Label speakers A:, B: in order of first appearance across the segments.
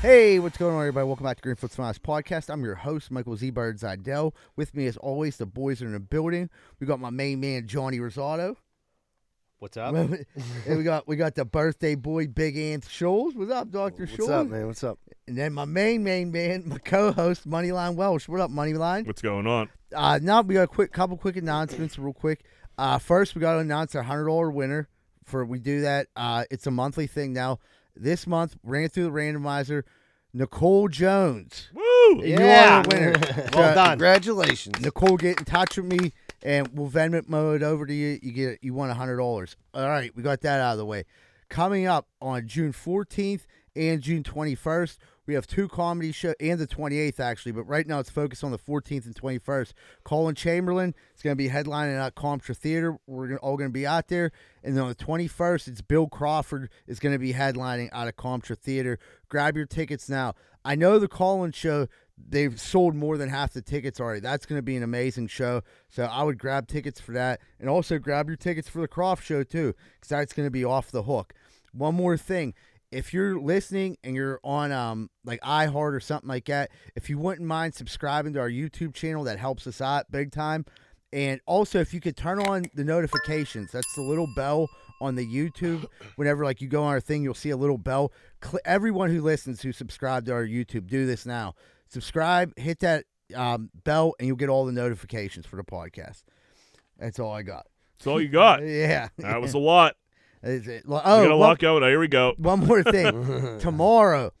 A: Hey, what's going on, everybody? Welcome back to Greenfield Smiles Podcast. I'm your host, Michael Z. Bird Zidell. With me, as always, the boys are in the building. We got my main man, Johnny Rosado.
B: What's up?
A: and we got we got the birthday boy, Big Anth Scholes. What's up, Doctor Scholes?
C: What's up, man? What's up?
A: And then my main main man, my co-host, Moneyline Welsh. What up, Moneyline?
D: What's going on?
A: Uh, now we got a quick couple quick announcements, real quick. Uh, first, we got to announce our hundred dollar winner. For we do that, uh, it's a monthly thing now. This month, ran through the randomizer, Nicole Jones.
D: Woo!
A: You are the winner.
B: Well
A: So,
B: done.
C: Congratulations.
A: Nicole, get in touch with me, and we'll Venmo it over to you. You get you won hundred dollars. All right, we got that out of the way. Coming up on June fourteenth and June twenty first, we have two comedy show and the twenty eighth actually, but right now it's focused on the fourteenth and twenty first. Colin Chamberlain is going to be headlining at Comtra Theater. We're gonna, all going to be out there, and then on the twenty first, it's Bill Crawford is going to be headlining out of Comtra Theater. Grab your tickets now. I know the Colin show they've sold more than half the tickets already. That's going to be an amazing show. So I would grab tickets for that, and also grab your tickets for the Croft show too, because that's going to be off the hook. One more thing. If you're listening and you're on um, like iHeart or something like that, if you wouldn't mind subscribing to our YouTube channel, that helps us out big time. And also, if you could turn on the notifications, that's the little bell on the YouTube. Whenever like you go on our thing, you'll see a little bell. Cl- everyone who listens who subscribed to our YouTube, do this now. Subscribe, hit that um, bell, and you'll get all the notifications for the podcast. That's all I got.
D: That's all you got.
A: Yeah.
D: That was a lot.
A: Is it- well,
D: We
A: oh,
D: got a
A: one-
D: lot going. Here we go.
A: one more thing. Tomorrow,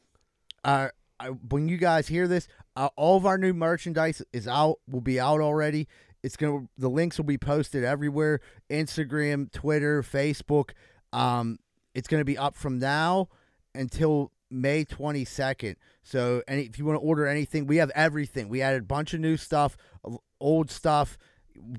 A: uh, I, when you guys hear this, uh, all of our new merchandise is out. Will be out already. It's gonna. The links will be posted everywhere: Instagram, Twitter, Facebook. Um, it's gonna be up from now until May twenty second. So, any if you want to order anything, we have everything. We added a bunch of new stuff, old stuff.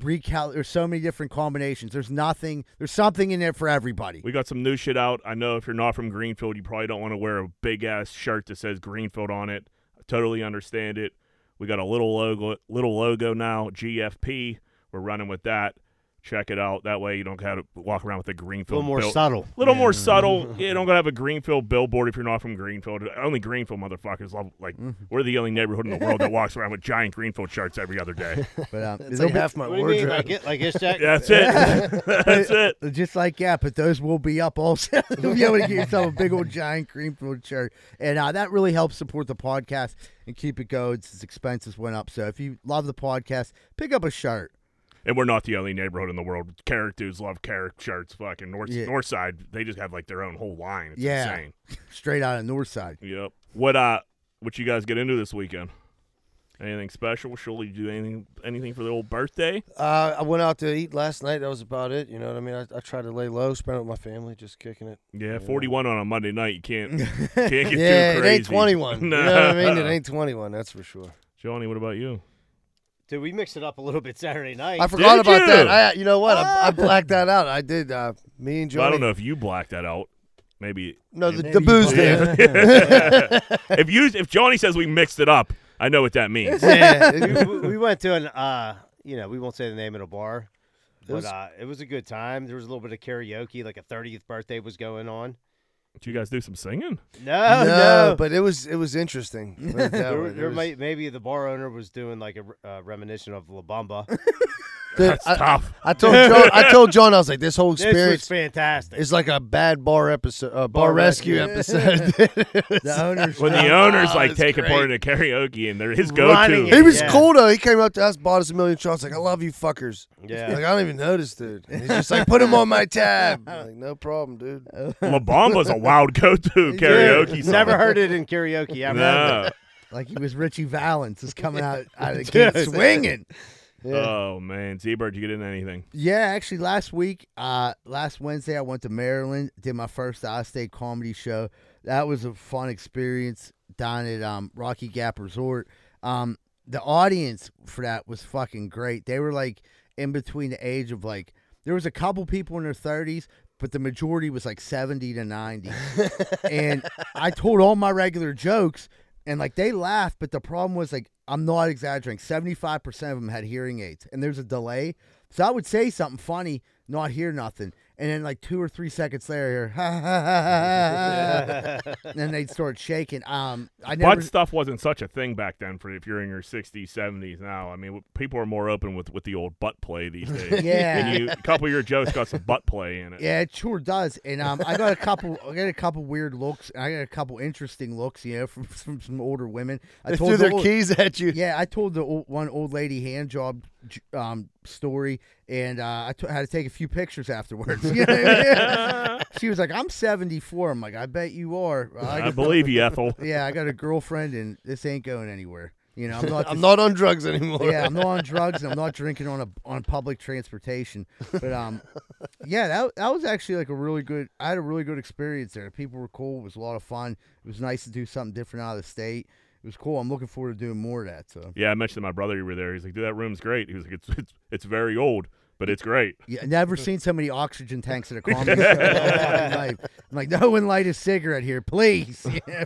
A: Recal. There's so many different combinations. There's nothing. There's something in there for everybody.
D: We got some new shit out. I know if you're not from Greenfield, you probably don't want to wear a big ass shirt that says Greenfield on it. I totally understand it. We got a little logo, little logo now, GFP. We're running with that. Check it out. That way you don't have to walk around with a
B: A
D: Greenfield.
B: little more
D: bill-
B: subtle.
D: little more subtle. You don't gotta have a Greenfield billboard if you're not from Greenfield. Only Greenfield motherfuckers love like
B: Mm-hmm.
D: we're the only neighborhood in the world that walks around with giant Greenfield shirts every other day.
A: But um,
C: It's
A: there'll
C: like
A: be-
C: half my
B: What do you mean?
C: wardrobe.
B: Like, it, like this, Jack?
D: That's it. That's it.
A: Just like yeah, but those will be up also. You'll be able to get yourself a big old giant Greenfield shirt, and uh, that really helps support the podcast and keep it going since expenses went up. So if you love the podcast, pick up a shirt.
D: And we're not the only neighborhood in the world. Carrick dudes love Carrick shirts. Fucking North
A: Yeah.
D: North Side, they just have like their own whole line. It's
A: Yeah.
D: insane.
A: Straight out of Northside.
D: Yep. What uh, what you guys get into this weekend? Anything special? Surely you do anything anything for the old birthday?
C: Uh, I went out to eat last night. That was about it. You know what I mean? I, I tried to lay low, spent it with my family, just kicking it.
D: Yeah, forty one on a Monday night. You can't can't get
C: yeah,
D: too
C: it
D: crazy.
C: ain't 21.
D: no.
C: You know what I mean? It ain't 21, that's for sure.
D: Johnny, what about you?
B: Dude, we mixed it up a little bit Saturday night. Ah.
C: I forgot about
D: you?
C: that. I, you know what? I, I blacked that out. I did. Uh, me and Johnny.
D: I don't know if you blacked that out. Maybe
C: No, the,
A: Maybe
C: the
A: you
C: booze
A: blacked
C: did.
D: if you if Johnny says we mixed it up, I know what that means.
C: Yeah.
B: we, we went to an, uh, you know, we won't say the name of the bar, but
C: was-
B: uh, it was a good time. There was a little bit of karaoke, like a 30th birthday was going on.
D: Did you guys do some singing?
B: No, Oh, no.
C: but it was it was interesting. Put it that
B: there,
C: way. It
B: there
C: was-
B: might, maybe the bar owner was doing like a re- uh, reminiscent of La Bamba.
C: Dude,
D: That's
C: I,
D: tough.
C: I told John. I told John. I was like, this whole
B: this was
C: experience
B: fantastic.
C: is like a bad bar episode, uh, bar,
B: Bar
C: rescue
A: rescue.
C: episode.
A: The owners.
D: When the
C: Oh,
D: owners like
C: that's
D: taking part in
C: great.
D: a karaoke and they're his
B: Running
D: go-to.
C: he was
B: Yeah.
C: cool though. He came up to us, bought us a million shots. Like, I love you fuckers.
B: yeah.
C: Like, I don't even notice, dude. And he's just like, put him on my tab. I'm like, no problem, dude.
D: La Bamba's a wild go-to
B: Dude,
D: karaoke. song.
B: Never heard it in karaoke ever.
D: No.
A: like he was Richie Valens is coming out out of the
B: Dude.
A: gate swinging.
C: Yeah.
D: Oh man, Z-Bird, you get in anything?
A: Yeah, actually, last week, uh, last Wednesday, I went to Maryland, did my first out state comedy show. That was a fun experience down at um, Rocky Gap Resort. Um, the audience for that was fucking great. They were like in between the age of like, there was a couple people in their 30s, but the majority was like 70 to 90. and I told all my regular jokes, and like they laughed, but the problem was like I'm not exaggerating. Seventy five percent of them had hearing aids, and there's a delay, so I would say something funny, not hear nothing, And then like two or three seconds later, ha ha ha ha, ha, ha. and then they'd start shaking. Um, I never.
D: Butt stuff wasn't such a thing back then. For if you're in your 60s, 70s now, I mean, w- people are more open with with the old butt play these days.
A: yeah,
D: and you, a couple of your jokes got some butt play in it.
A: yeah, it sure does. And um, I got a couple. I got a couple weird looks. And I got a couple interesting looks. You know, from, from some older women. I
C: They threw
A: the
C: their
A: old-
C: keys at you.
A: Yeah, I told the old, one old lady hand job j- um, story, and uh, I t- had to take a few pictures afterwards. You know what I mean? she was like, "I'm 74." I'm like, "I bet you are." I
D: I
A: got-
D: believe you, Ethel.
A: yeah, I got a girlfriend, and this ain't going anywhere. You know, I'm not.
C: I'm
A: just-
C: not on drugs anymore.
A: yeah, I'm not on drugs, and I'm not drinking on a on public transportation. But um, yeah, that that was actually like a really good. I had a really good experience there. People were cool. It was a lot of fun. It was nice to do something different out of the state. It was cool. I'm looking forward to doing more of that. So.
D: Yeah, I mentioned to my brother you were there. He's like, dude, that room's great. He was like, it's it's, it's very old, but it's great.
A: Yeah, never seen so many oxygen tanks at a comedy show. in my fucking life. I'm like, no one light a cigarette here, please. Yeah.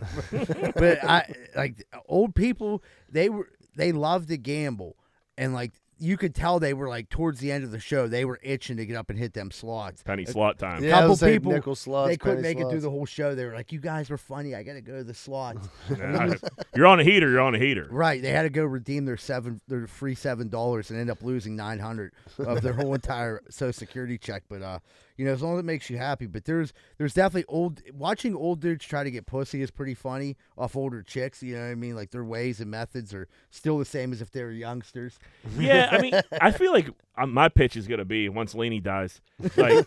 A: But I like old people. They were they loved to gamble, and like you could tell they were like towards the end of the show, they were itching to get up and hit them slots.
D: Penny slot time.
C: Yeah, I
A: Couple
C: was like
A: people,
C: nickel slots,
A: they couldn't
C: penny
A: make it through
C: slots.
A: the whole show. They were like, "You guys were funny. I gotta go to the slots."
D: Yeah, I- you're on a heater. You're on a heater.
A: right? They had to go redeem their seven, their free seven dollars, and end up losing nine hundred of their whole entire Social Security check. But uh, you know, as long as it makes you happy. But there's there's definitely old watching old dudes try to get pussy is pretty funny off older chicks. You know what I mean? Like their ways and methods are still the same as if they were youngsters.
D: Yeah, I mean, I feel like uh, my pitch is gonna be once Laney dies, like,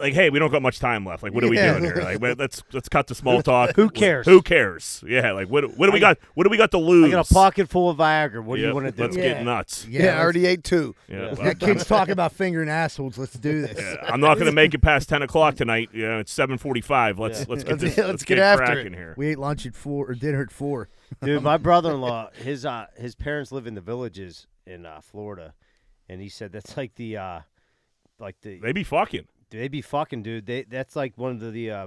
D: like, hey, we don't got much time left. Like, what are we
A: Yeah.
D: doing here? Like, well, let's let's cut the small talk.
B: Who
D: Like,
B: cares?
D: Who cares? Yeah, like, what what do we got? What do we got to lose?
B: I got a pocket full of Viagra. What do
D: Yeah,
B: you want to do?
D: Let's
A: Yeah.
D: get nuts.
C: Yeah, I already ate two.
D: Yeah, well,
A: That kid's talking about fingering assholes. Let's do this.
D: yeah, I'm not gonna make it past ten o'clock tonight. Yeah, it's seven forty-five. Let's
B: Yeah.
D: let's get
C: Let's-
D: this,
C: let's get after
D: cracking
C: it.
D: here.
A: We ate lunch at four or dinner at four.
B: Dude, my brother-in-law, his uh, his parents live in the villages in uh, Florida, and he said that's like the, uh, like the
D: They be fucking.
B: they be fucking, dude. They that's like one of the. Uh,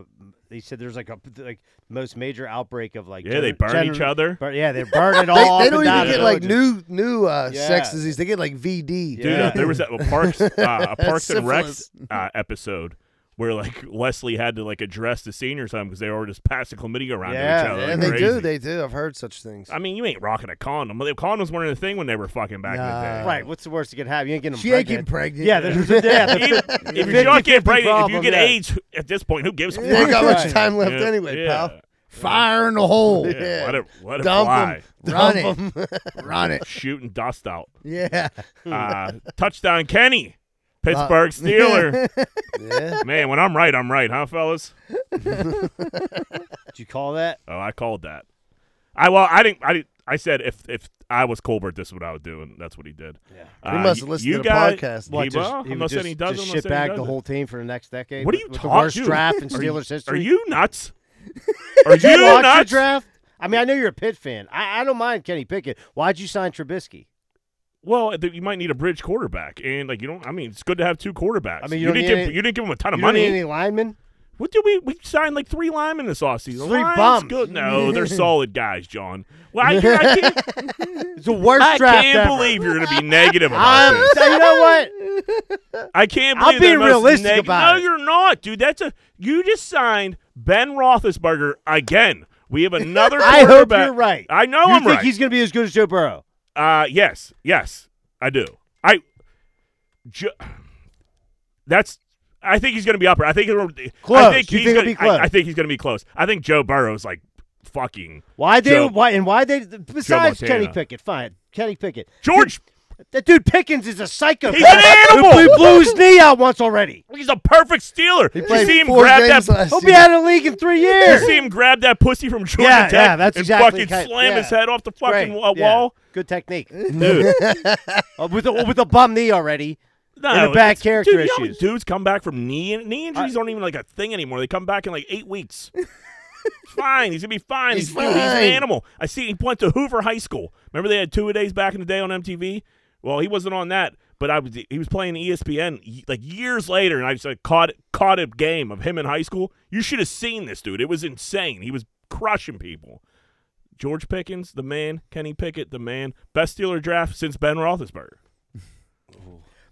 B: he said there's like a like most major outbreak of like.
D: Yeah, they
B: gener-
D: burn each
B: gener-
D: other.
B: Bur- yeah, they burn it all.
C: They,
B: up
C: they
B: and
C: don't even
B: down the
C: get like
B: villages.
C: new new uh, sex
B: Yeah.
C: disease. They get like VD.
D: Dude,
B: Yeah.
D: uh, there was a, a Parks uh, a Parks and Rec
C: Syphilis.
D: uh, episode where like Leslie had to like address the seniors home because they were just passing chlamydia around
B: Yeah,
D: to each other.
B: yeah,
D: like
C: And they
D: crazy.
C: do, they do. I've heard such things.
D: I mean, you ain't rocking a condom. The condoms weren't a thing when they were fucking back in the day.
B: Right, what's the worst that could happen? You ain't getting them
A: She ain't getting
B: pregnant.
A: pregnant.
B: Yeah, there's a yeah, the-
D: Even-
B: the
D: if you're
B: 50-50
D: not getting pregnant, if you
B: problem,
D: get
B: yeah.
D: AIDS who- at this point, who gives a
C: They ain't
D: fuck?
C: got
B: Right.
C: much time left
D: Yeah,
C: anyway,
D: yeah.
C: pal.
A: Fire in the hole.
D: Yeah, Let it let it
C: Dump 'em.
D: fly.
A: Run it. Run it.
D: Shooting dust out.
A: Yeah.
D: Uh, touchdown, Kenny. Pittsburgh Steeler.
C: Uh, Yeah.
D: Man, when I'm right, I'm right, huh, fellas?
B: Did you call that?
D: Oh, I called that. I well, I didn't. I didn't, I said if if I was Colbert, this is what I would do, and that's what he did.
B: Yeah.
D: Uh,
C: He must have
D: y-
C: listened
D: you
C: to the
D: guys-
C: podcast.
D: He,
B: What, just,
D: well,
B: he
D: I'm
B: would
D: not saying
B: just,
D: he doesn't.
B: just
D: I'm not saying he
B: shitbag the
D: doesn't.
B: whole team for the next decade.
D: What are
B: with-
D: you
B: with
D: talking?
B: The worst
D: dude?
B: draft in
D: Are you-
B: Steelers history.
D: Are you nuts? Are
B: Did you
D: you
B: watch the
D: nuts?
B: draft? I mean, I know you're a Pitt fan. I, I don't mind Kenny Pickett. Why'd you sign Trubisky?
D: Well, th- you might need a bridge quarterback, and like you don't. I mean, it's good to have two quarterbacks.
B: I mean, you don't
D: didn't
B: need
D: give
B: any-
D: you didn't give him a ton of
B: You don't
D: money.
B: need any linemen?
D: What did we we signed like three linemen this offseason?
B: Three
D: Line's
B: bums.
D: Good. No, they're solid guys, John. Well, I, you're- I can't,
B: It's the worst
D: I
B: draft
D: can't
B: ever.
D: believe you're going to be negative
B: I'm,
D: about this.
B: you know what?
D: I can't
B: I'm
D: believe they're
B: being
D: the most
B: realistic
D: neg-
B: about
D: No,
B: it.
D: you're not, dude. That's a you just signed Ben Roethlisberger again. We have another.
B: I hope
D: quarterback-
B: you're right.
D: I know
B: you
D: Oh, I'm
B: think
D: right.
B: he's going to be as good as Joe Burrow?
D: Uh, yes, yes, I do. I. Ju- that's. I think he's going to be up. there. I think. it'll- I
B: Close.
D: think
B: You
D: he's
B: think it'll
D: gonna,
B: be close?
D: I, I think he's going to be close. I think Joe Burrow's like fucking
B: Why they?
D: Joe-
B: why and why they? Besides
D: Montana.
B: Kenny Pickett, fine. Kenny Pickett.
D: George.
B: That dude Pickens is a psycho.
D: He's an animal.
B: He blew his knee out once already.
D: He's a perfect Steeler.
C: He
D: you
C: played
D: see him
C: four
D: grab
C: games
D: that.
C: last
B: He'll be
C: year.
B: out of the league in three
D: You
B: years.
D: see him grab that pussy from Georgia
B: Yeah,
D: Tech
B: yeah, that's
D: and
B: exactly
D: fucking
B: kind-
D: slam his
B: yeah.
D: head off the fucking
B: Great.
D: wa- uh,
B: Yeah.
D: wall.
B: Good technique.
D: Dude,
B: Uh, with a, with a bum knee already.
D: no,
B: And the bad
D: it's-
B: character
D: dude, you know how many
B: issues.
D: dudes come back from knee knee injuries aren't even like a thing anymore. They come back in like eight weeks. fine, he's gonna be fine.
C: He's
D: dude, he's an
C: fine.
D: animal. I see. He went to Hoover High School. Remember they had two a days back in the day on MTV. Well, he wasn't on that, but I was. He was playing E ESPN y- like years later, and I just like caught caught a game of him in high school. You should have seen this dude. It was insane. He was crushing people. George Pickens, the man. Kenny Pickett, the man. Best Steeler draft since Ben Roethlisberger.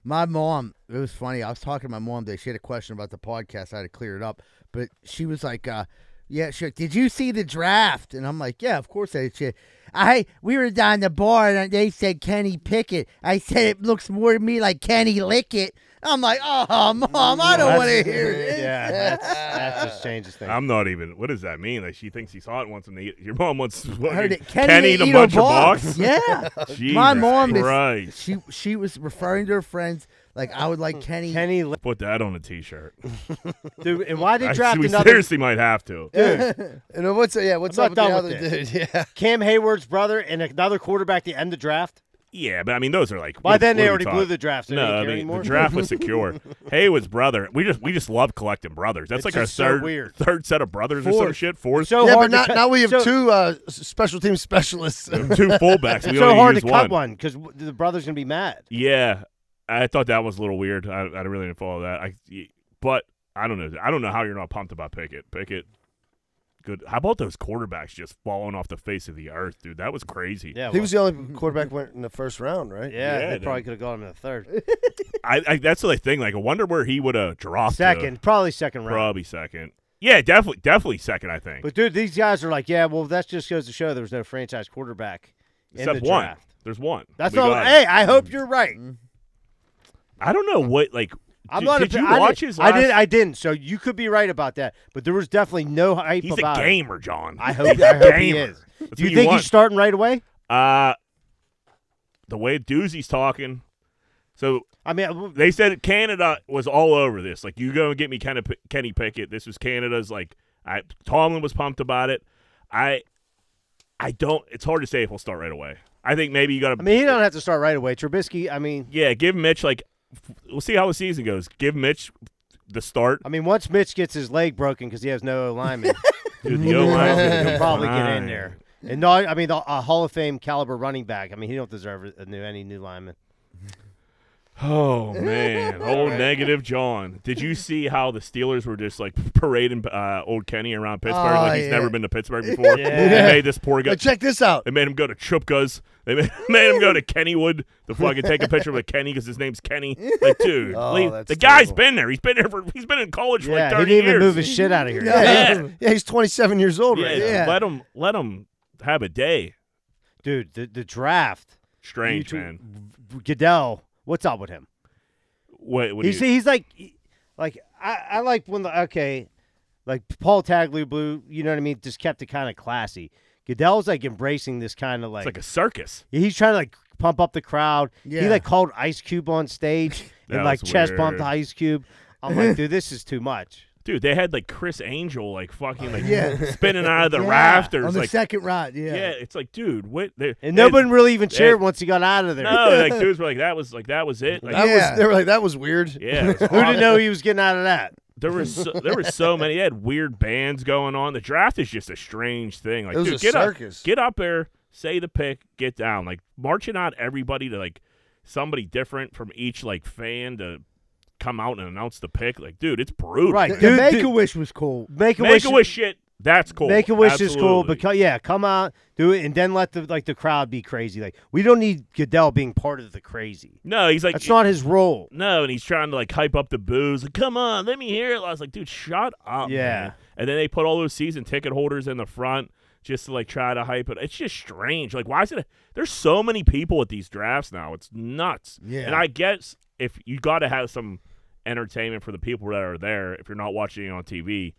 A: My mom, it was funny. I was talking to my mom today. She had a question about the podcast. I had to clear it up, but she was like, uh, "Yeah, she like, did you see the draft?" And I'm like, "Yeah, of course I did." She, I we were down the bar and they said Kenny Pickett. I said it looks more to me like Kenny Lickett. I'm like, "Oh, mom, I don't want to hear this."
B: Yeah, that's, that just changes things.
D: I'm not even. What does that mean? Like she thinks he saw it once, and they, your mom wants
A: I heard
D: Kenny,
A: it. Kenny,
D: Kenny
A: eat
D: to
A: a
D: bunch
A: box.
D: of box.
A: Yeah,
D: Jesus
A: my mom is
D: Christ.
A: she she was referring to her friends like I would like Kenny.
B: Kenny, Li-
D: Put that on a T-shirt.
B: dude, and why did
D: I-
B: he draft
D: we
B: another
D: seriously might have to.
C: And then what's yeah? What's
B: I'm
C: up with the
B: not done
C: other
B: with
C: dude? Yeah.
B: Cam Hayward's brother and another quarterback to end the draft?
D: Yeah, but I mean, those are like.
B: By
D: what-
B: then
D: what
B: they
D: are we
B: already blew
D: talking?
B: the draft. So they
D: no,
B: didn't
D: I
B: care
D: mean,
B: anymore.
D: the draft was secure. Haywood's brother. We just we just love collecting brothers. That's
B: It's
D: like our
B: just so
D: third
B: weird.
D: third set of brothers or some
B: Fourth.
D: shit. Fourth,
B: so
C: yeah, but
B: hard to
C: not,
B: cut-
C: now we have
B: so-
C: two uh, s- special team specialists.
D: two fullbacks. We
B: It's so
D: only
B: hard to
D: use
B: cut one because the brother's gonna be mad.
D: Yeah, I thought that was a little weird. I, I really didn't follow that. I, but I don't know. I don't know how you're not pumped about Pickett. Pickett, good. How about those quarterbacks just falling off the face of the earth, dude? That was crazy.
B: Yeah,
C: he
B: well,
C: was the only quarterback went in the first round, right?
B: yeah,
D: Yeah,
B: they
D: dude.
B: probably could have got him in the third,
D: I, I that's the thing. Like, I wonder where he would have dropped. to.
B: second, probably second round.
D: probably second. Yeah, definitely, definitely second. I think.
B: But dude, these guys are like, yeah, well, that just goes to show there was no franchise quarterback in
D: Except
B: the
D: one.
B: draft.
D: There's one.
B: That's
D: We
B: not.
D: got-
B: Hey, I hope you're right.
D: I don't know what like.
B: I'm
D: did,
B: not.
D: did
B: a,
D: you
B: I
D: watch
B: did,
D: his?
B: I did.
D: last-
B: I didn't. So you could be right about that. But there was definitely no hype
D: He's
B: about
D: a
B: it.
D: gamer, John.
B: I hope.
D: He's a
B: I hope he
D: gamer.
B: is.
D: That's
B: Do you
D: what
B: think
D: want.
B: he's starting right away?
D: Uh the way Doozy's talking. So
B: I mean, w-
D: they said Canada was all over this. Like you go and get me Kenny P- Kenny Pickett. This was Canada's. Like I, Tomlin was pumped about it. I, I don't. It's hard to say if we'll start right away. I think maybe you got to.
B: I mean, he don't have to start right away. Trubisky. I mean,
D: yeah, give Mitch like. f- We'll see how the season goes. Give Mitch the start.
B: I mean, once Mitch gets his leg broken because he has no alignment,
D: Dude, the O line's
B: he'll
D: gonna go
B: probably get in
D: fine.
B: there. And no, I mean, the, a Hall of Fame caliber running back. I mean, he don't deserve a new any new lineman.
D: Oh man, old negative John. Did you see how the Steelers were just like parading uh, old Kenny around Pittsburgh
A: Oh,
D: like he's
A: yeah.
D: never been to Pittsburgh before?
B: Yeah.
D: They made this poor guy.
C: But check this out.
D: They made him go to Chupkas. They made, made him go to Kennywood to fucking take a picture with Kenny because his name's Kenny. Like, dude,
C: Oh,
D: leave-
C: that's
D: the guy's
C: terrible.
D: been there. He's been there for. He's been in college for
B: yeah,
D: like
B: he
D: thirty
B: didn't even
D: years.
B: move his shit out of here.
C: Yeah. yeah, he's 27 years old
D: yeah,
C: right now.
A: Yeah.
D: Let him. Let him have a day.
B: Dude, the, the draft.
D: Strange
B: You two-
D: man.
B: V- Goodell, what's up with him?
D: What? what do
B: he's
D: you,
B: he's like, like I, I like when the okay, like Paul Tagliabue, you know what I mean? Just kept it kind of classy. Goodell's like embracing this kind of
D: it's
B: like,
D: like a circus.
B: he's trying to like pump up the crowd. He
A: Yeah.
B: like called Ice Cube on stage
D: That
B: and like
D: was
B: chest bumped
D: weird.
B: Ice Cube. I'm like, dude, this is too much.
D: Dude, they had like Chris Angel like fucking like
A: Yeah.
D: spinning out of the
A: Yeah,
D: rafters
A: on the
D: like
A: second round. Yeah.
D: Yeah. it's like, dude, what? They,
B: And
D: they-
B: nobody really even
D: yeah.
B: cheered once he got out of there.
D: No, like dudes were like, that was like that was it. Like,
C: That
A: Yeah.
C: was they were like that was weird.
D: yeah, it was
B: Who
D: awful.
B: didn't know he was getting out of that?
D: There was so, there were so many. They had weird bands going on. The draft is just a strange thing. Like,
C: It was
D: dude,
C: a
D: get
C: circus.
D: up, get up there, say the pick, get down. Like marching out everybody to like somebody different from each like fan to come out and announce the pick. Like, dude, it's brutal.
B: Right,
A: The,
B: dude. dude,
A: Make a Wish was cool.
B: Make a
D: Make
B: wish.
D: a wish shit. That's cool.
B: Make a wish is cool,
D: Absolutely.
B: but co- yeah, come out, do it, and then let the like the crowd be crazy. Like we don't need Goodell being part of the crazy.
D: no, he's like
B: That's not his role.
D: no, and he's trying to like hype up the booze. Like, come on, let me hear it. I was like, dude, shut up.
B: Yeah.
D: man." And then they put all those season ticket holders in the front just to like try to hype it. It's just strange. Like, why is it? There's so many people at these drafts now. It's nuts.
A: Yeah.
D: And I guess if you got to have some entertainment for the people that are there, if you're not watching it on TV,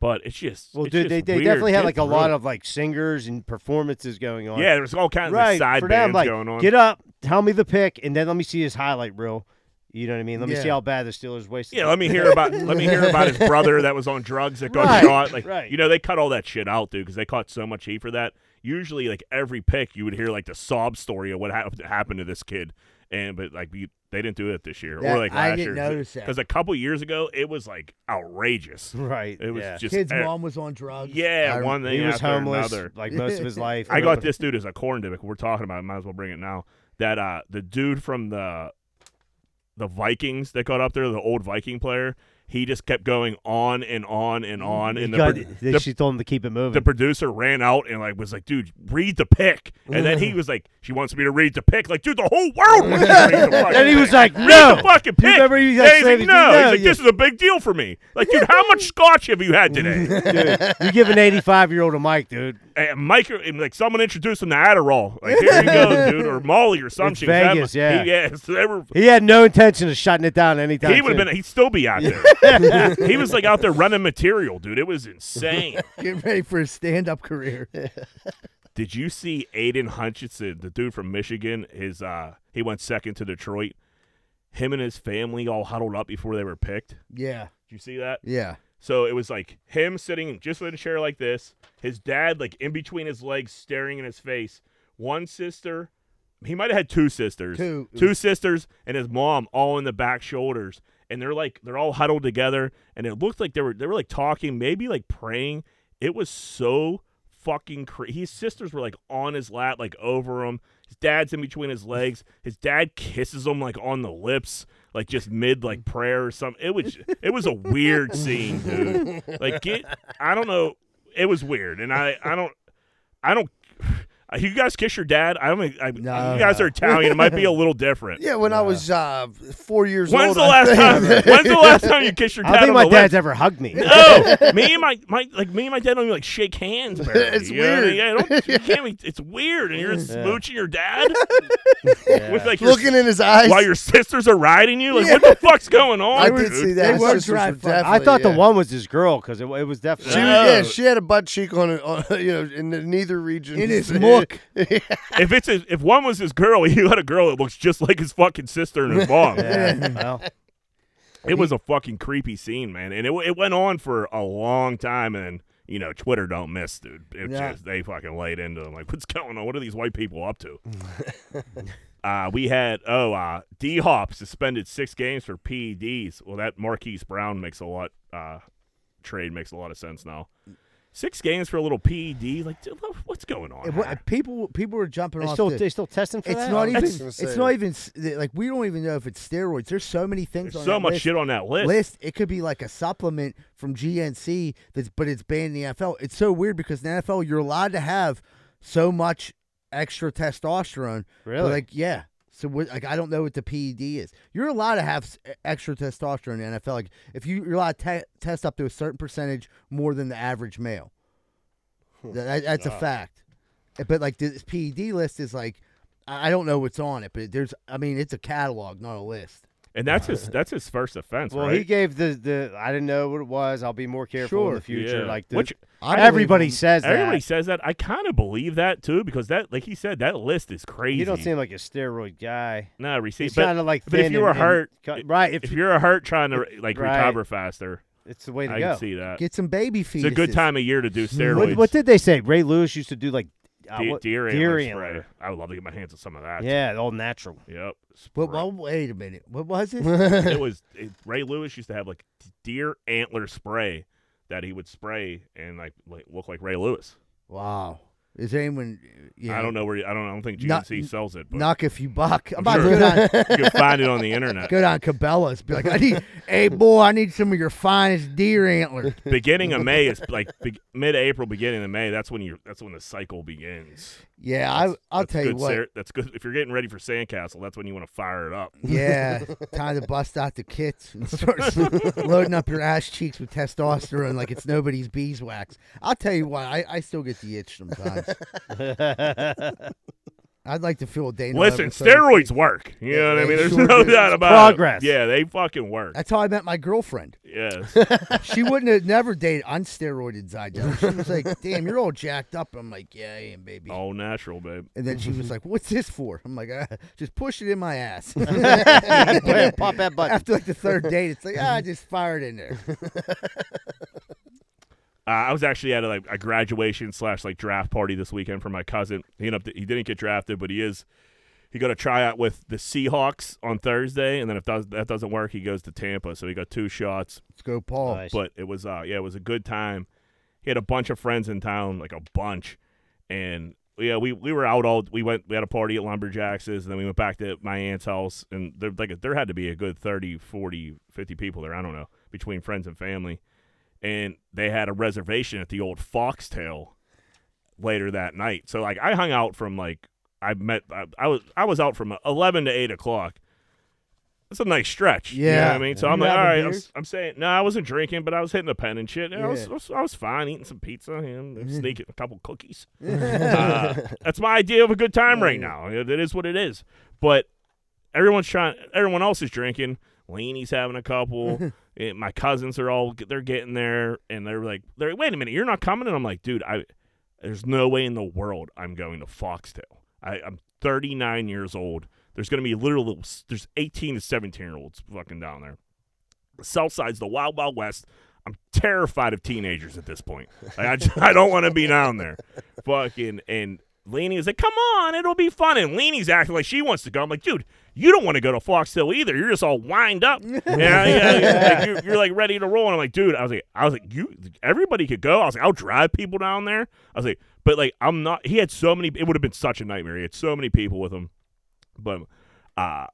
D: but it's just
B: Well,
D: it's
B: dude,
D: just
B: they, they
D: weird.
B: definitely had
D: Get
B: like a lot
D: through
B: of like singers and performances going
D: it.
B: on.
D: yeah. There's all kinds
B: right.
D: of side
B: for them,
D: bands
B: like
D: going on.
B: get up, tell me the pick, and then let me see his highlight reel. You know what I mean? Let me see
A: Yeah.
B: how bad the Steelers wasted.
D: Yeah,
B: it.
D: let me hear about let me hear about his brother that was on drugs that got
B: Right,
D: shot. Like
B: right.
D: you know, they cut all that shit out, dude, because they caught so much heat for that. Usually, like every pick, you would hear like the sob story of what hap- happened to this kid, and but like you, they didn't do it this year
A: That-
D: or like
A: I
D: last
A: didn't
D: year
A: notice that.
D: because a couple years ago it was like outrageous.
B: Right.
D: It was
B: yeah.
D: just
A: Kid's
D: eh,
A: mom was on drugs. I
D: yeah,
A: rem-
D: one thing
B: he was
D: after
B: homeless
D: another.
B: like most of his life.
D: I got this dude as a corn dip. We're talking about. It, might as well bring it now. That uh, the dude from the the Vikings that got up there, the old Viking player, He just kept going on and on and on. And the,
B: God,
D: pro-
B: they-
D: the,
B: she told him to keep it
D: the
B: moving.
D: producer ran out and like was like, dude, read the pick. And then he was like, she wants me to read the pick. Like, dude, the whole world wants me to read the fucking
B: and he was
D: pick.
B: like,
D: Read
B: "No."
D: the fucking
B: You
D: pick.
B: remember he was
D: Yeah,
B: like,
D: he's
B: saying,
D: like, no.
B: "No,
D: He's like,
B: yeah."
D: this is a big deal for me. Like, dude, how much scotch have you had today?
B: You give an 85 year old a mic, dude.
D: and Eh, Mike, and, like someone introduced him to Adderall. Like here you go, dude, or Molly or something.
B: It's Vegas, yeah.
D: He, yeah, so they were-
B: He had no intention of shutting it down anytime.
D: he would have
B: soon.
D: been. He'd still be out there. he was like out there running material, dude. It was insane.
A: Get ready for his stand-up career.
D: Did you see Aiden Hutchinson, the dude from Michigan? His uh, he went second to Detroit. Him and his family all huddled up before they were picked. Did
A: Yeah,
D: you see that?
A: yeah.
D: So it was like him sitting just in a chair like this, his dad like in between his legs, staring in his face. One sister, he might have had two sisters,
A: Two.
D: sisters, and his mom all in the back shoulders, and they're like they're all huddled together, and it looked like they were they were like talking, maybe like praying. It was so fucking crazy. His sisters were like on his lap, like over him. His dad's in between his legs. His dad kisses him like on the lips, like just mid like prayer or something. It was it was a weird scene, dude. Like get I don't know. It was weird, and I I don't I don't. You guys kiss your dad? I don't. think- I,
A: No.
D: you guys are Italian. It might be a little different.
C: Yeah, when I was uh, four years
D: When's
C: old.
D: the
C: I
D: last
C: think-
D: time? When's the last time you kissed your
B: I
D: dad?
B: don't think
D: on
B: my
D: the
B: dad's ever hugged me.
D: lips? No, me and my, my like me and my dad don't even like shake hands. Barely,
A: It's
D: you know what I mean?
A: weird.
D: Yeah, don't, you can't be, it's weird, and you're smooching your dad with like your-
C: Looking in his eyes.
D: while your sisters are riding you. Like what the fuck's going on?
C: I
D: dude?
C: did see that.
A: They were
C: Sisters
A: dry fuck. I
B: I thought
C: yeah.
B: the one was his girl because it, it was
C: She was,
B: definitely.
D: No.
C: yeah, she had a butt cheek on, it- on you know, in the- neither region.
A: In his muck.
D: If it's his, if one was his girl, he had a girl that looks just like his fucking sister and his mom.
B: Yeah, well,
D: It was a fucking creepy scene, man, and it it went on for a long time. And you know, Twitter don't miss, dude. It
A: Yeah.
D: just they fucking laid into them. Like, what's going on? What are these white people up to? uh, we had oh, uh, D Hop suspended six games for PEDs. Well, that Marquise Brown makes a lot. Uh, trade makes a lot of sense now. Six games for a little PED, like dude, what- what's going on?
A: It wa-
D: here?
A: people, people were jumping
B: they
A: off.
B: still
A: the-
B: they still testing for
A: it's
B: that.
A: not
C: I
A: even.
C: was gonna
A: It's
C: say.
A: not even s- like we don't even know if it's steroids. There's so many things.
D: There's
A: on
D: so
A: that
D: much
A: list.
D: shit on that list.
A: list. It could be like a supplement from GNC that's but it's banned in the NFL. It's so weird because in the NFL you're allowed to have so much extra testosterone. but,
B: Really?
A: Like yeah. So what, like I don't know what the PED is. You're allowed to have s- e, extra testosterone in the NFL. Like if you you're allowed to te- test up to a certain percentage more than the average male.
B: Hmm.
A: That, that's a fact. Eh, But like this PED list is like I I don't know what's on it, but there's I mean it's a catalog, not a list.
D: and that's his that's his first offense,
B: Well,
D: right?
B: he gave the, the I didn't know what it was. I'll be more careful in
A: Sure.
B: the future.
D: Yeah.
B: Like the,
D: Which-
A: I believe
B: everybody
A: him.
B: says that.
D: Everybody says that. I kind of believe that too because that, like he said, that list is crazy.
B: You don't seem like a steroid guy.
D: no receive,
B: He's
D: but,
B: kind of like
D: but if
B: thin
D: you were
B: and- and
D: hurt,
B: cut- right? If,
D: if you're a hurt trying to like
B: Right.
D: recover faster,
B: it's the way to
D: I
B: go.
D: can see that.
A: Get some baby
D: It's
A: feet.
D: a good time of year to do steroids.
B: What, what did they say? Ray Lewis used to do like uh,
D: De-
B: what-
D: deer,
B: deer
D: antler
B: antler.
D: spray. I would love to get my hands on some of that.
B: Yeah, all natural.
D: Yep.
A: But
D: Spray.
A: well, wait a minute. What was it?
D: it was it, Ray Lewis used to have like d- deer antler spray that he would spray and like, like look like Ray Lewis.
A: wow. Is anyone? Yeah.
D: I don't know where. I don't. I don't think
A: Not-
D: GNC sells it, but
A: Knock if you buck. I'm
D: I'm
A: about
D: sure.
A: to go down,
D: you can find it on the internet.
A: go down Cabela's. Be like, I need, hey boy, I need some of your finest deer antler.
D: beginning of May is like be- mid-April, beginning of May. That's when you. That's when the cycle begins.
A: Yeah, I, I'll
D: That's
A: tell you
D: good
A: what.
D: ser- that's good. If you're getting ready for Sandcastle, that's when you want to fire it up.
A: Yeah, time to bust out the kits and start s- loading up your ass cheeks with testosterone like it's nobody's beeswax. I'll tell you what, I, I still get the itch sometimes. I'd like to feel a day.
D: Listen, steroids work. You know what I
A: they
D: mean? There's
A: sure
D: no
A: do.
D: doubt about
B: progress.
D: it. Yeah, they fucking work.
A: That's how I met my girlfriend.
D: Yes.
A: she wouldn't have never dated unsteroided Zydel. She was like, "Damn, you're all jacked up." I'm like, "Yeah, I am, baby."
D: All natural, babe.
A: And then she was like, "What's this for?" I'm like, uh, "Just push it in my ass."
B: Wait, pop that button.
A: After like the third date, it's like, "Ah, I just fired in there."
D: Uh, I was actually at a, like a graduation slash like draft party this weekend for my cousin. He ended up, he didn't get drafted, but he is. He got a tryout with the Seahawks on Thursday, and then if does, that doesn't work, he goes to Tampa. So he got two shots.
A: Let's go, Paul.
B: Nice.
D: but it was uh yeah it was a good time he had a bunch of friends in town like a bunch and yeah we, we were out all we went we had a party at lumberjacks and then we went back to my aunt's house and there like there had to be a good 30 40 50 people there i don't know between friends and family. And they had a reservation at the old Foxtail later that night. So like I hung out from like I met I, I was I was out from eleven to eight o'clock. That's a nice stretch. You know what
A: Yeah.
D: I mean? So
B: You
D: I'm like,
B: having
D: all right, I'm,
B: beers?
D: s- I'm saying no, I wasn't drinking, but I was hitting the pen and shit. And I, was,
A: Yeah.
D: I was I was fine eating some pizza and sneaking a couple cookies. Uh, that's my idea of a good time right now. It it is what it is. But everyone's trying. Everyone else is drinking. Laney's having a couple. Eh, my cousins are all they're getting there, and they're like, "They're wait a minute, you're not coming." And I'm like, "Dude, I there's no way in the world I'm going to Foxtail. I, I'm 39 years old. There's gonna be literally there's 18 to 17 year olds fucking down there. The South Side's the wild wild west. I'm terrified of teenagers at this point. Like, I, just- I don't want to be down there. Fucking and Laney is like, come on, it'll be fun. And Laney's acting like she wants to go. I'm like, dude, you don't want to go to Foxtail either. You're just all wind up. yeah, yeah, yeah. Like, you're, you're like ready to roll. And I'm like, dude, I was like, I was like, you, everybody could go. I was like, I'll drive people down there. I was like, but like, I'm not. He had so many. It would have been such a nightmare. He had so many people with him. But uh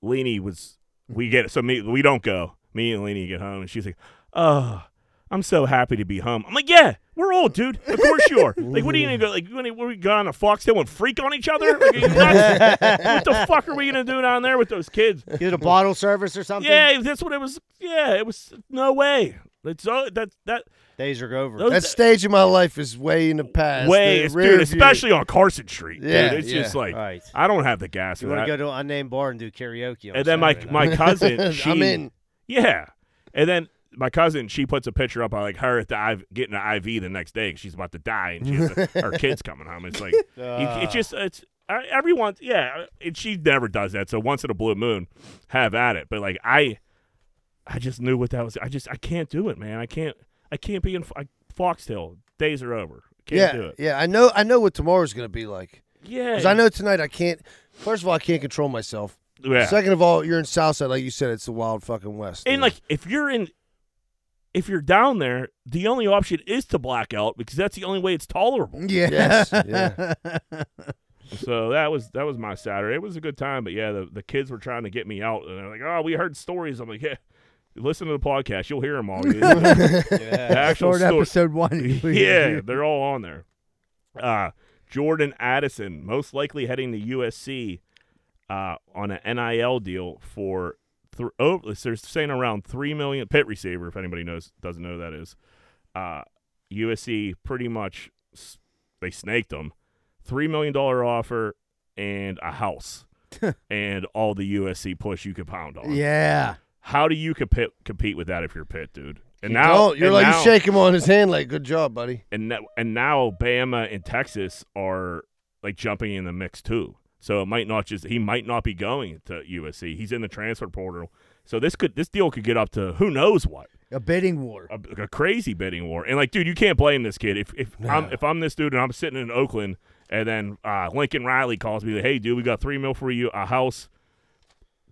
D: Lenny was we get so me we don't go. Me and Lenny get home and she's like, Oh, I'm so happy to be home. I'm like, Yeah, we're old, dude. Of course you are. like what are you gonna go like you gonna what, we go on a foxtail and freak on each other? Like, are you nuts? what the fuck are we gonna do down there with those kids?
B: Get a bottle service or something.
D: Yeah, that's what it was yeah, it was no way. It's all that that
B: Days are over.
D: Those-
C: That stage of my life is way in the past.
D: way
C: the
D: it's,
C: rear
D: dude,
C: view.
D: especially on Carson Street.
C: Yeah,
D: dude, it's just
C: yeah. Uh,
D: like
B: Right.
D: I don't have the gas
B: You
D: for
B: want to
D: that.
B: go to an unnamed bar and do karaoke? On
D: and then my
B: Saturday night.
D: my cousin, she,
C: I'm in.
D: Yeah. And then my cousin, she puts a picture up of like her at the IV, getting an IV the next day. 'cause She's about to die, and she has to- her kids coming home. It's like you- it's just it's I- everyone. Yeah, and she never does that. So once in a blue moon, have at it. But like I, I just knew what that was. I just I can't do it, man. I can't I can't be in Fo- I, Foxtail. Days are over. Can't
C: yeah,
D: do it.
C: yeah. I know. I know what tomorrow's gonna be like.
D: Yeah.
C: Because I know tonight I can't. First of all, I can't control myself.
D: Yeah.
C: Second of all, you're in Southside, like you said, it's the wild fucking west.
D: And
C: dude.
D: like, if you're in, if you're down there, the only option is to black out because that's the only way it's tolerable.
A: Yeah.
C: Yes, yeah.
D: so that was that was my Saturday. It was a good time, but yeah, the, the kids were trying to get me out, and they're like, "Oh, we heard stories." I'm like, "Yeah, listen to the podcast. You'll hear them all." the
B: yeah.
D: actual
A: Start
D: story.
A: episode one.
D: yeah, they're all on there. Uh, Jordan Addison, most likely heading to USC uh, on an NIL deal for th- oh, they're saying around three million pit receiver. If anybody knows doesn't know who that is, uh, USC pretty much s- they snaked him, three million dollar offer and a house. and all the USC push you could pound on.
A: Yeah.
D: How do you compete compete with that if you're Pitt, dude? And
C: Don't. You're
D: and
C: like
D: now-
C: you shake him on his hand, like good job, buddy.
D: and now, and now Bama and Texas are like jumping in the mix too. So it might not just he might not be going to USC. He's in the transfer portal. So this could this deal could get up to who knows what
A: A bidding war.
D: a, a crazy bidding war. And like, dude, you can't blame this kid. If if I'm if I'm this dude and I'm sitting in Oakland and then uh, Lincoln Riley calls me, like, hey, dude, we got three mil for you, a house.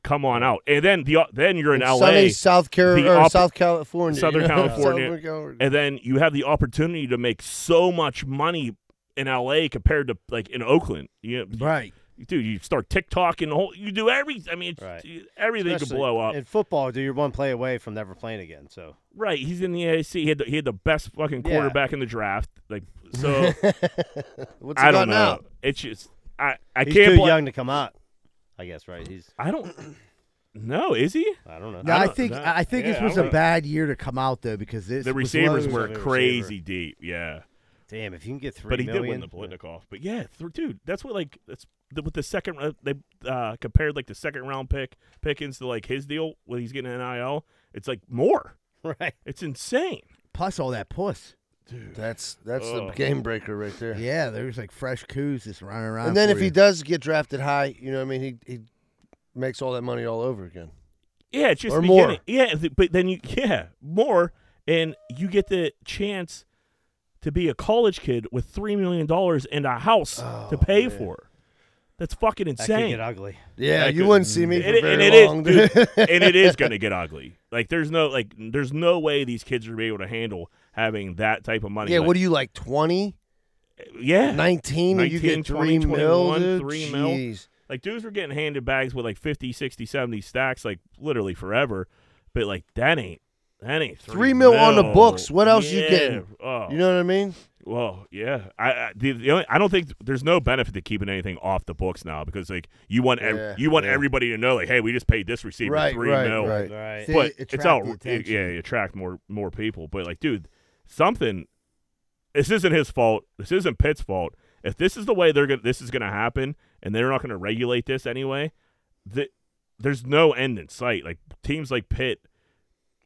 D: Come on out, and then the then you're in
C: And
D: LA.
C: Sunny South
D: the
C: Carolina,
D: op-
C: South California,
D: Southern
C: you know?
D: California.
C: Southern California.
D: and then you have the opportunity to make so much money in LA compared to like in Oakland. You know,
A: Right.
D: dude, you start TikTok and the whole you do every. I mean, it's,
B: Right.
D: everything could
B: Especially
D: blow up.
B: In football, dude, you're one play away from never playing again. So
D: right, he's in the AAC. He had the, he had the best fucking
B: Yeah.
D: quarterback in the draft. Like so,
C: What's it
D: I don't
C: got
D: know.
C: now?
D: It's just I I
B: he's
D: can't.
B: too
D: bla-
B: young to come out. I guess right. He's
D: I don't. No, is he?
B: I don't know.
A: No, I,
D: don't-
A: think
D: that-
A: I think
D: yeah,
A: this
D: I
A: was a
D: don't know.
A: bad year to come out though because this
D: The
A: was
D: receivers
A: low.
D: were
B: Receiver.
D: crazy deep. Yeah.
B: Damn, if you can get three
D: but he did win
B: million,
D: the Blitnikoff. But yeah, th- dude, that's what like that's the, with the second uh, they uh, compared like the second round pick Pickens to like his deal when he's getting nil. It's like more.
B: right?
D: It's insane.
A: plus all that puss.
C: That's that's
D: Oh.
C: the game breaker right there.
A: Yeah, there's like fresh coos just running around.
C: And then
A: for
C: if he
A: you.
C: does get drafted high, you know, what I mean, he he makes all that money all over again.
D: Yeah, it's just
C: Or
D: the
C: more.
D: beginning. Yeah, th- but then you yeah more, and you get the chance to be a college kid with three million dollars and a house to pay for. That's fucking
B: Oh, That could
D: insane.
B: get ugly.
C: Yeah,
D: That
C: you
D: could-
C: wouldn't see me for
D: uh, and it,
C: very
D: and it is-
C: long.
D: dude,
C: dude.
D: and it is going to get ugly. Like there's no like there's no way these kids are gonna be able to handle having that type of money.
C: yeah,
D: Like,
C: what are you like 20,
D: yeah,
C: 19, and you
D: 19,
C: get
D: 20,
C: three mil,
D: 21,
C: dude?
D: three mil.
C: Jeez.
D: like dudes were getting handed bags with like 50, 60, 70 stacks like literally forever, but like that ain't Henny. Three,
C: Three mil on the books. What else you
D: Yeah.
C: getting?
D: Oh,
C: You know what I mean?
D: well, yeah. I I, the, the only, I don't think there's no benefit to keeping anything off the books now because like you want ev-
C: Yeah,
D: you want
C: yeah.
D: everybody to know like hey we just paid this receiver
C: Right,
D: three
C: right,
D: mil.
C: right.
B: Right.
A: See,
D: but
A: it
D: it's
A: attract
D: out
A: the
D: it,
A: attention.
D: yeah you attract more more people but like dude something this isn't his fault this isn't pitt's fault if this is the way they're gonna this is gonna happen and they're not gonna regulate this anyway th- there's no end in sight like teams like pitt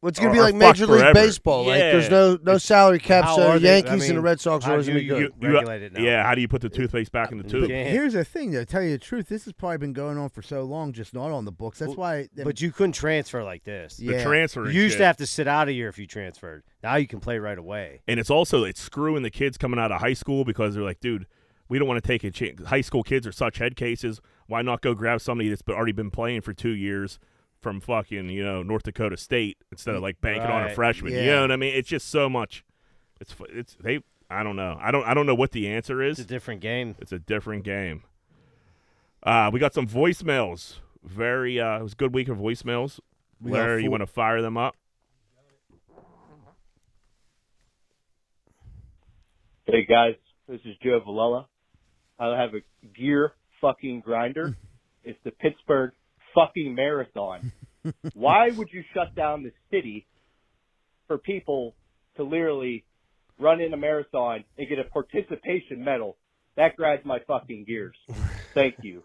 C: Well, it's gonna be
D: Or- or
C: like
D: fuck
C: Major League
D: forever.
C: Baseball. Like there's
D: Yeah.
C: no no salary cap,
B: How
C: so
B: are
C: the
B: they- I
C: Yankees and the
B: mean,
C: Red Sox are
B: how
C: always
B: do
C: gonna be good.
B: you- regulate it now.
D: yeah how do you put the toothpaste back in the
B: You
D: tooth
B: can't.
A: Here's the thing, though. Tell you the truth, this has probably been going on for so long, just not on the books. That's
B: Well,
A: why.
B: But you couldn't transfer like this.
A: Yeah.
D: the transfer
B: You
D: and
B: used
D: shit.
B: to have to sit out a year if you transferred. Now you can play right away.
D: and it's also it's screwing the kids coming out of high school because they're like, dude, we don't want to take a chance. High school kids are such head cases. Why not go grab somebody that's been- already been playing for two years from fucking you know North Dakota State instead of like banking on a
B: Right.
D: freshman? You
A: Yeah.
D: know what I mean? It's just so much. It's fu- it's they. I don't know. I don't. I don't know what the answer
B: It's a
D: is.
B: different game.
D: It's a different game. Uh, we got some voicemails. Very. Uh, it was a good week of voicemails.
A: We got
D: Larry, you
A: four-
D: want to fire them up?
E: Hey guys, this is Joe Valella. I have a gear fucking grinder. It's the Pittsburgh fucking marathon. Why would you shut down the city for people to literally run in a marathon and get a participation medal? That grinds my fucking gears. Thank you.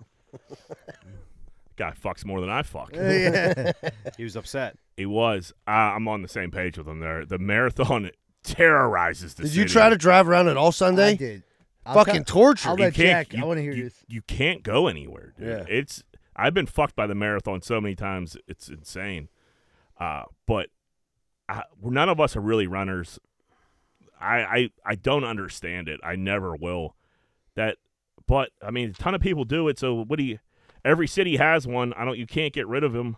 D: Guy fucks more than I fuck.
A: yeah.
B: He was upset.
D: He was. I, I'm on the same page with him there. The marathon terrorizes the
C: Did
D: city.
C: you try to drive around at all
A: I
C: Sunday?
A: did. I'll
C: Fucking
A: tell-
C: torture.
A: I'll
D: You
A: let
D: can't.
A: Jack. I want to hear
D: you,
A: this.
D: You can't go anywhere. Dude.
C: Yeah.
D: It's. I've been fucked by the marathon so many times. It's insane. Uh, but I, we're, none of us are really runners. I, I I don't understand it. I never will. That. But I mean, a ton of people do it. So what do you? Every city has one. I don't. You can't get rid of them.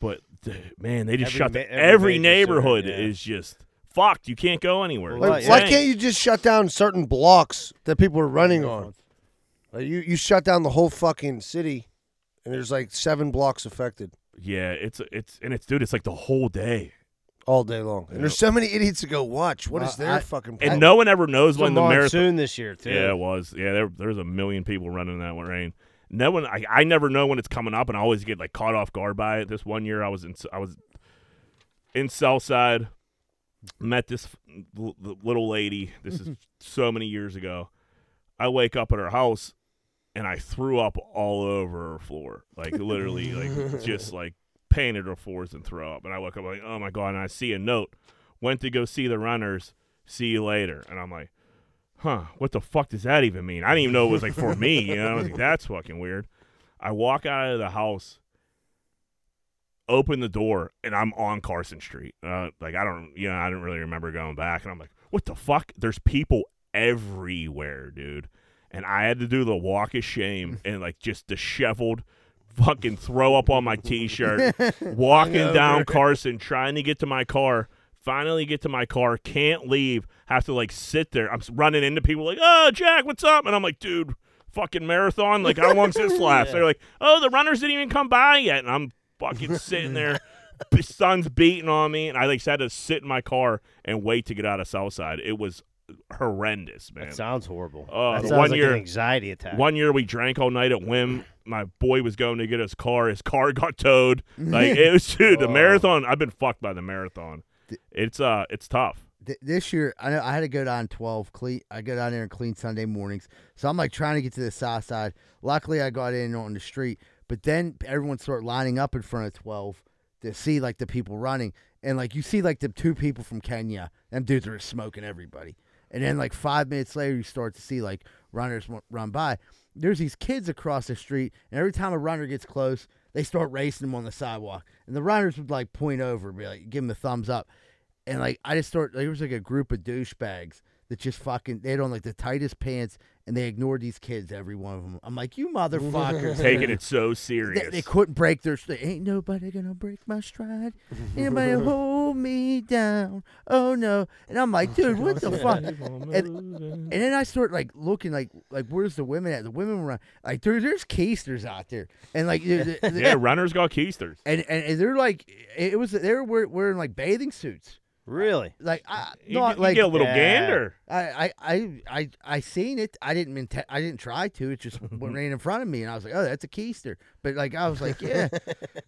D: But th- man, they just
B: Every
D: shut
B: ma-
D: the,
B: every
D: every,
B: major city,
D: neighborhood
B: yeah.
D: is just fucked. You can't go anywhere.
B: Well,
C: Like,
D: It's
B: yeah.
C: why
D: insane.
C: can't you just shut down certain blocks that people are running on? Like, you you shut down the whole fucking city, and there's like seven blocks affected
D: Yeah, it's it's and it's dude, it's like the whole day,
C: all day long. And there's so many idiots that go watch. What is
A: Uh,
C: their
A: I-
C: fucking
D: and
C: problem?
D: no one ever knows
B: It was
D: when
B: a
D: the marathon.
B: monsoon this year too.
D: Yeah, it was. Yeah, there there's a million people running in that one rain. No one, I, I never know when it's coming up, and I always get like caught off guard by it. This one year, I was in I was in Southside, met this f- l- l- little lady. This is so many years ago. I wake up at her house, and I threw up all over her floor, like literally, like just like painted her floors and throw up. And I wake up like, oh my god! And I see a note. Went to go see the runners. See you later. And I'm like, huh? What the fuck does that even mean? I didn't even know it was like for me. You know, I was like, that's fucking weird. I walk out of the house, open the door, and I'm on Carson Street. Uh, like I don't, you know, I don't really remember going back. And I'm like, what the fuck? There's people everywhere, dude. And I had to do the walk of shame and like just disheveled, fucking throw up on my t-shirt, walking down Carson, trying to get to my car. Finally, get to my car. Can't leave. Have to like sit there. I'm s- running into people like, "Oh, Jack, what's up?" And I'm like, "Dude, fucking marathon. Like, how long's this last?" They're like, "Oh, the runners didn't even come by yet." And I'm fucking sitting there. The sun's beating on me, and I like had to sit in my car and wait to get out of Southside. It was horrendous, man.
B: That sounds horrible.
D: Oh,
B: that
D: the
B: sounds
D: one
B: like
D: year-
B: an anxiety attack.
D: One year we drank all night at Wim. My boy was going to get his car. His car got towed. Like it was dude,
A: Oh.
D: the marathon. I've been fucked by the marathon. It's uh it's tough.
A: Th- this year, I know I had to go down twelve. Clean, I go down there and clean Sunday mornings. So I'm like trying to get to the south side. Luckily, I got in on the street, but then everyone started lining up in front of twelve to see like the people running, and like you see like the two people from Kenya. Them dudes are smoking everybody, and then like five minutes later, you start to see like runners w- run by. There's these kids across the street, and every time a runner gets close, they start racing them on the sidewalk, and the runners would like point over, be like, give them the thumbs up and like I just started. Like, there was like a group of douchebags that just fucking they had on like the tightest pants and they ignored these kids, every one of them. I'm like, you motherfuckers.
D: Taking it so
A: They,
D: serious.
A: they couldn't break their. St- Ain't nobody gonna break my stride. Anybody hold me down? Oh no! And I'm like, dude, what the fuck? And, and then I start like looking like like where's the women at? The women were like, dude, there's keisters out there, and like, the- the-
D: yeah, runners got keisters.
A: and, and and they're like, it it was they were wear- wearing like bathing suits.
B: Really?
A: Like, I,
D: You,
A: not
D: get- you
A: like
D: get a little
B: Yeah.
D: gander.
A: I, I, I, I, I seen it. I didn't mean I didn't try to. It just went right in front of me, and I was like, "Oh, that's a keister." But like, I was like, "Yeah,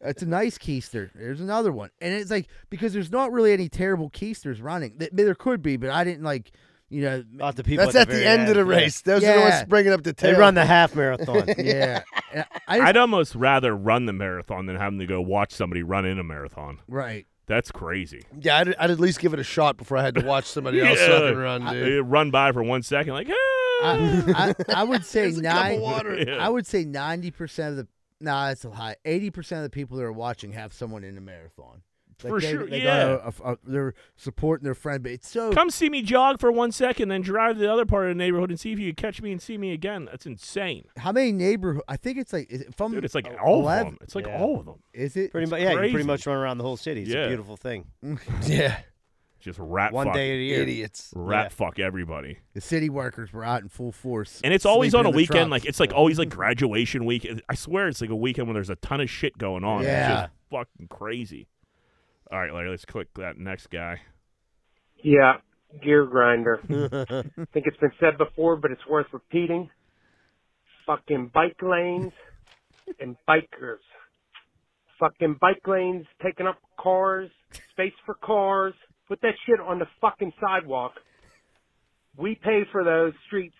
A: that's a nice keister." There's another one, and it's like because there's not really any terrible keisters running. Th- There could be, but I didn't like, you know,
B: Not the people.
C: That's at the
B: very
C: end of the
B: yeah.
C: race. Those are the
A: Yeah.
C: ones bringing up the
B: They
C: tail.
B: run the half marathon.
A: yeah. And I,
D: I'd almost rather run the marathon than having to go watch somebody run in a marathon.
A: right.
D: That's crazy.
C: Yeah, I'd, I'd at least give it a shot before I had to watch somebody else
D: Yeah.
C: fucking run, dude.
D: They run by for one second, like, ah.
A: I, I, I would say
C: There's a cup of
A: nine.
C: water.
D: Yeah.
A: I would say ninety percent of the. Nah, that's a high. Eighty percent of the people that are watching have someone in the marathon. Like,
D: For
A: they-
D: sure,
A: they
D: yeah.
A: Got a, a, a, they're supporting their friend, but it's so
D: Come see me jog for one second, then drive to the other part of the neighborhood and see if you can catch me and see me again. That's insane.
A: How many neighborhood? I think it's like is it from
D: Dude, it's like all of
A: 11,
D: them. It's like
B: Yeah.
D: all of them.
A: Is it?
B: Pretty
D: It's
B: much, yeah. You
D: crazy.
B: pretty much run around the whole city. It's
D: Yeah.
B: a beautiful thing.
C: Yeah,
D: Just rat
B: One
D: fuck.
B: day a year.
C: idiots.
D: rat
B: Yeah.
D: fuck everybody.
A: The city workers were out in full force,
D: And it's always
A: sleeping
D: on a
A: in the
D: weekend.
A: trucks.
D: Like it's like always like graduation week. I swear it's like a weekend when there's a ton of shit going on.
A: Yeah.
D: It's just fucking crazy. All right, Larry, let's click that next guy.
E: Yeah, gear grinder. I think it's been said before, but it's worth repeating. Fucking bike lanes and bikers. Fucking bike lanes taking up cars, space for cars. Put that shit on the fucking sidewalk. We pay for those streets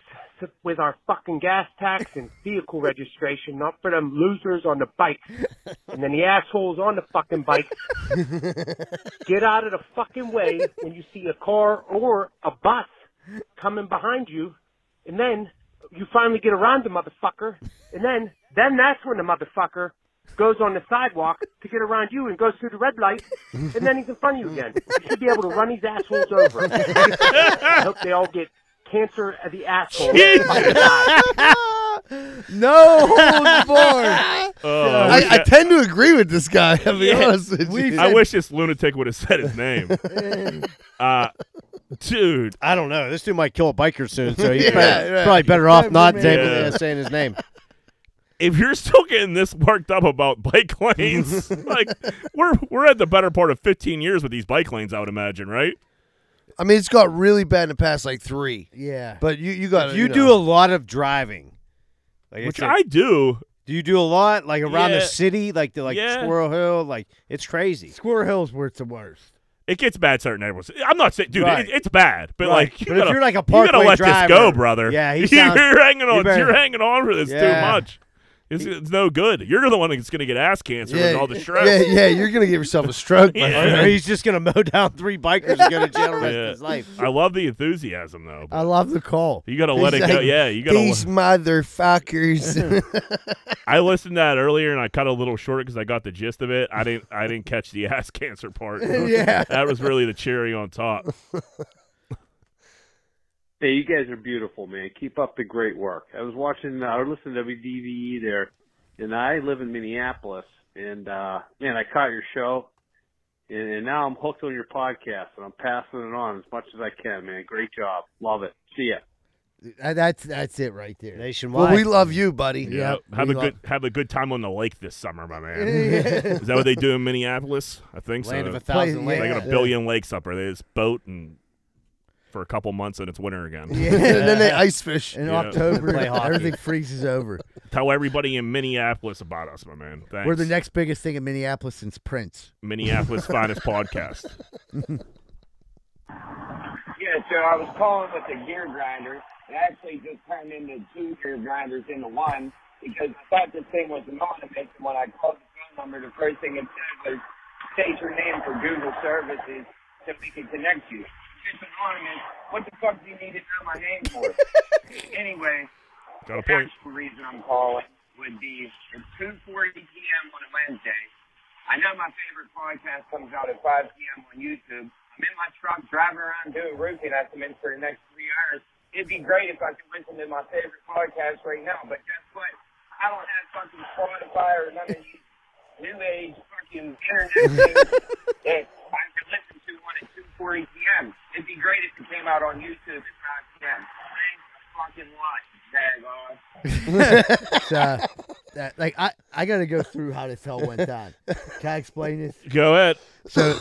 E: with our fucking gas tax and vehicle registration, not for them losers on the bikes. And then the assholes on the fucking bike get out of the fucking way when you see a car or a bus coming behind you, and then you finally get around the motherfucker, and then then that's when the motherfucker goes on the sidewalk to get around you and goes through the red light, and then he's in front of you again. You should be able to run these assholes over. I hope they all get cancer of the
B: Oh,
E: asshole.
A: no holds barred.
D: Oh,
C: I, I
D: yeah.
C: tend to agree with this guy. I'll be
D: Yeah.
C: honest with
A: We-
C: you.
D: I wish this lunatic would have said his name. uh, dude,
B: I don't know. This dude might kill a biker soon, so he's
C: Yeah,
B: better,
C: right.
B: probably better off not
A: man.
B: saying,
D: Yeah.
B: uh, saying his name.
D: if you're still getting this worked up about bike lanes, like we're we're at the better part of 15 years with these bike lanes, I would imagine, right?
C: I mean, it's got really bad in the past like three.
A: Yeah,
C: But you, you got
B: If you do a lot of driving. Like
D: Which
B: it's a-
D: I do.
B: do you do a lot like around
D: Yeah.
B: the city, like the like
D: Yeah.
B: Squirrel Hill, like it's crazy.
A: Squirrel Hill's where it's the worst.
D: It gets bad certain neighborhoods. I'm not saying, dude,
B: Right.
D: it, it's bad, but
B: Right.
D: like, you
B: But if
D: gotta,
B: you're like a
D: you gotta
B: Parkway
D: let
B: driver-
D: this go, brother.
B: Yeah, he
D: you're
B: sounds-
D: hanging on.
B: you
D: You
B: better-
D: are hanging on for this too
B: Yeah.
D: much. It's, it's no good. You're the one that's gonna get ass cancer
C: yeah,
D: with all the stress.
C: yeah, yeah, you're gonna give yourself a stroke. My
D: Yeah.
B: Or
C: friend.
B: he's just gonna mow down three bikers and go to jail the rest
D: Yeah.
B: of his life.
D: I love the enthusiasm though. but
A: I love the call.
D: you gotta let it
C: He's
D: go.
C: like,
D: Yeah, you gotta.
C: These motherfuckers.
D: I listened to that earlier and I cut a little short because I got the gist of it. I didn't. I didn't catch the ass cancer part.
A: Yeah.
D: that was really the cherry on top.
F: Hey, you guys are beautiful, man. Keep up the great work. I was watching, uh, I was listening to WDVE E there, and I live in Minneapolis, and uh man, I caught your show, and, and now I'm hooked on your podcast, and I'm passing it on as much as I can, man. Great job, love it. See ya.
A: Uh, That's that's it right there.
B: Nationwide.
C: well, we love you, buddy.
D: Yeah, have
A: we
D: a
A: love-
D: good have a good time on the lake this summer, my man. Is that what they do in Minneapolis? I think
B: land
D: so.
B: of a thousand
A: Play-
D: they
A: yeah.
B: lakes.
D: got a billion lakes up there. They just boat and for a couple months and it's winter again.
A: Yeah.
C: and then they ice fish.
A: In
D: Yeah.
A: October,
B: Play hockey.
A: everything freezes over.
D: Tell everybody in Minneapolis about us, my man. Thanks.
A: We're the next biggest thing in Minneapolis since Prince.
D: Minneapolis finest podcast.
G: Yeah, so I was calling with the gear grinder. It actually just turned into two gear grinders into one because I thought this thing was anonymous. And when I called the phone number, the first thing it said was, state your name for Google services so we can connect you. It's anonymous. What the fuck do you need to know my name for? anyway,
D: Got a
G: the
D: point.
G: actual reason I'm calling would be at 2.40 p.m. on a Wednesday. I know my favorite podcast comes out at 5 p.m. on YouTube. I'm in my truck driving around doing roofing estimates for the next three hours, it'd be great if I could listen to my favorite podcast right now, but guess what? I don't have fucking Spotify or none of these new age fucking internet things that I could listen to on at 2.40 p.m. E It'd be great if it came out on YouTube at 5 p.m. Thanks a fucking lot, Dagon.
A: So, that, like I, I gotta go through how this all went down. Can I explain this?
D: Go ahead.
A: So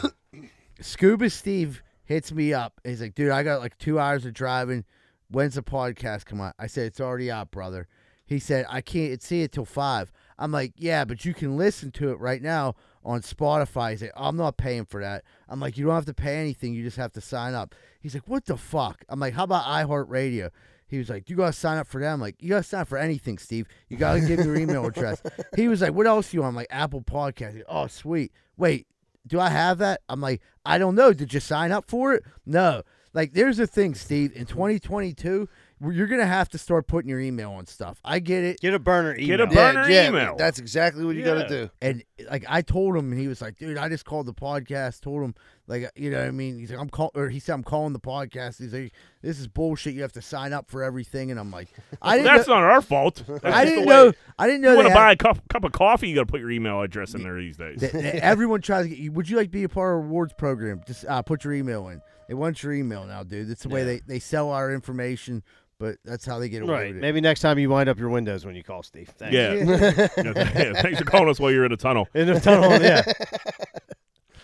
A: Scuba Steve hits me up. He's like, dude, I got like two hours of driving. When's the podcast come on? I said, it's already out, brother. He said, I can't see it till five. I'm like, yeah, but you can listen to it right now on Spotify. He's like, I'm not paying for that. I'm like, you don't have to pay anything. You just have to sign up. He's like, what the fuck? I'm like, how about iHeartRadio? He was like, you gotta sign up for them. I'm like, you gotta sign up for anything, Steve. You gotta give me your email address. He was like, what else you on? I'm like, Apple Podcast. He- oh, sweet. Wait, do I have that? I'm like, I don't know. Did you sign up for it? No. Like, there's the thing, Steve. In 2022, you're gonna have to start putting your email on stuff. I get it.
B: Get a burner email.
D: Get a burner. Burn her
C: yeah,
D: email.
C: That's exactly what you got
D: Yeah.
C: to do.
A: And like I told him, and he was like, "Dude, I just called the podcast." Told him, like, uh, you know, what I mean, he's like, "I'm call," or he said, "I'm calling the podcast." He's like, "This is bullshit. You have to sign up for everything." And I'm like, "I didn't,
D: That's
A: know,
D: not our fault. That's
A: I
D: just
A: didn't
D: the way-
A: know, I didn't know."
D: You
A: they
D: want to
A: had-
D: buy a cup, cup of coffee? You got to put your email address in there these days.
A: that- that everyone tries to get you. Would you like to be a part of our rewards program? Just uh, put your email in. They want your email now, dude. That's the way they, they sell our information, but that's how they get away
B: Right.
A: with it.
B: Maybe next time you wind up your windows when you call Steve. Thanks.
D: yeah. Yeah, th- yeah, Thanks for calling us while you're in a tunnel,
B: In the tunnel. Yeah.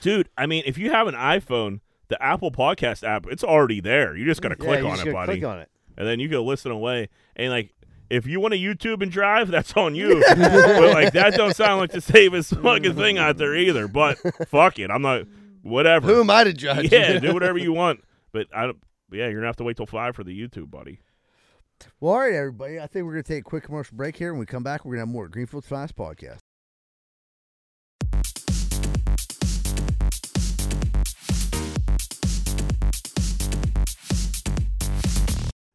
D: dude. I mean, if you have an iPhone, the Apple Podcast app, it's already there. You just got to
B: Yeah,
D: click
B: you
D: on
B: just
D: it,
B: gotta
D: buddy,
B: Click on it.
D: and then you go listen away. And like, if you want to YouTube and drive, that's on you. but like, that don't sound like the safest fucking thing out there either. But fuck it, I'm not. Whatever.
C: Who am I to judge?
D: yeah, do whatever you want. But I don't. but Yeah, you're gonna have to wait till five for the YouTube, buddy.
A: Well, all right, everybody. I think we're going to take a quick commercial break here. When we come back, we're going to have more Greenfield's Finest Podcast.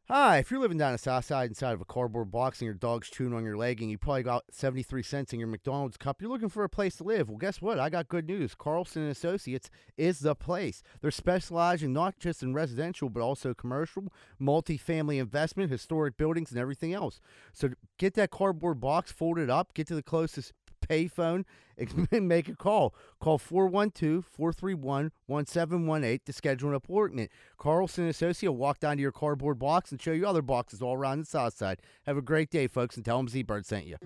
A: Hi, if you're living down the south side inside of a cardboard box and your dog's chewing on your leg and you probably got 73 cents in your McDonald's cup, you're looking for a place to live. Well, guess what? I got good news. Carlson and Associates is the place. They're specialized in not just in residential, but also commercial, multifamily investment, historic buildings, and everything else. So get that cardboard box, fold it up, get to the closest payphone and make a call. Call 412-431-1718 to schedule an appointment. Carlson and Associate will walk down to your cardboard box and show you other boxes all around the south side. Have a great day, folks, and tell them Z-Bird sent you.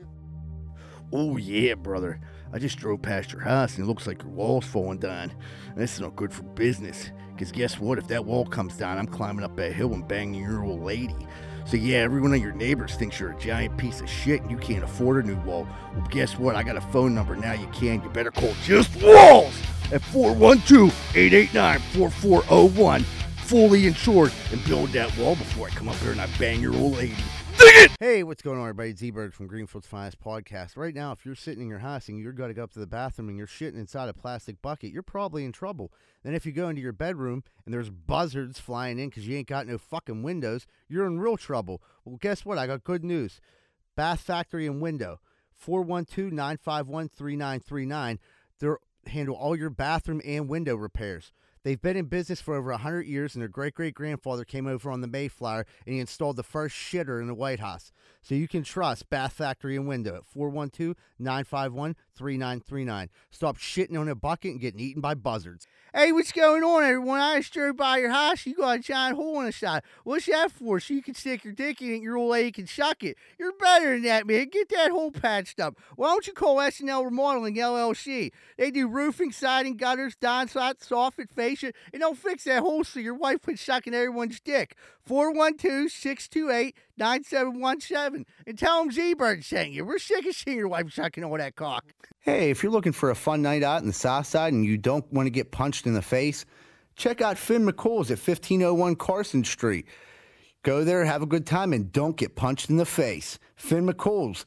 A: Oh, yeah, brother. I just drove past your house and it looks like your wall's falling down. That's not good for business. Because guess what? If that wall comes down, I'm climbing up that hill and banging your old lady. So, yeah, every one of your neighbors thinks you're a giant piece of shit and you can't afford a new wall. Well, guess what? I got a phone number now you can. You better call Just Walls at 412 889 4401. Fully insured and build that wall before I come up here and I bang your old lady. Hey, what's going on, everybody? Z-Bird from Greenfield's Finest Podcast. Right now, if you're sitting in your house and you're going to go up to the bathroom and you're shitting inside a plastic bucket, you're probably in trouble. Then if you go into your bedroom and there's buzzards flying in because you ain't got no fucking windows, you're in real trouble. Well, guess what? I got good news. Bath Factory and Window, 412-951-3939. They handle all your bathroom and window repairs. They've been in business for over 100 years, and their great-great-grandfather came over on the Mayflower, and he installed the first shitter in the White House. So you can trust Bath Factory and Window at 412-951-3939. Stop shitting on a bucket and getting eaten by buzzards. Hey, what's going on, everyone? I just drove by your house. You got a giant hole in the side. What's that for? So you can stick your dick in it. Your old lady can suck it. You're better than that, man. Get that hole patched up. Why don't you call SNL Remodeling LLC? They do roofing, siding, gutters, downspout, soffit, fascia, and they'll fix that hole so your wife quit sucking everyone's dick. 412-628-9717. And tell them Z-Bird sent you. We're sick of seeing your wife sucking all that cock. Hey, if you're looking for a fun night out in the South Side and you don't want to get punched in the face, check out Finn McCool's at 1501 Carson Street. Go there, have a good time, and don't get punched in the face. Finn McCool's,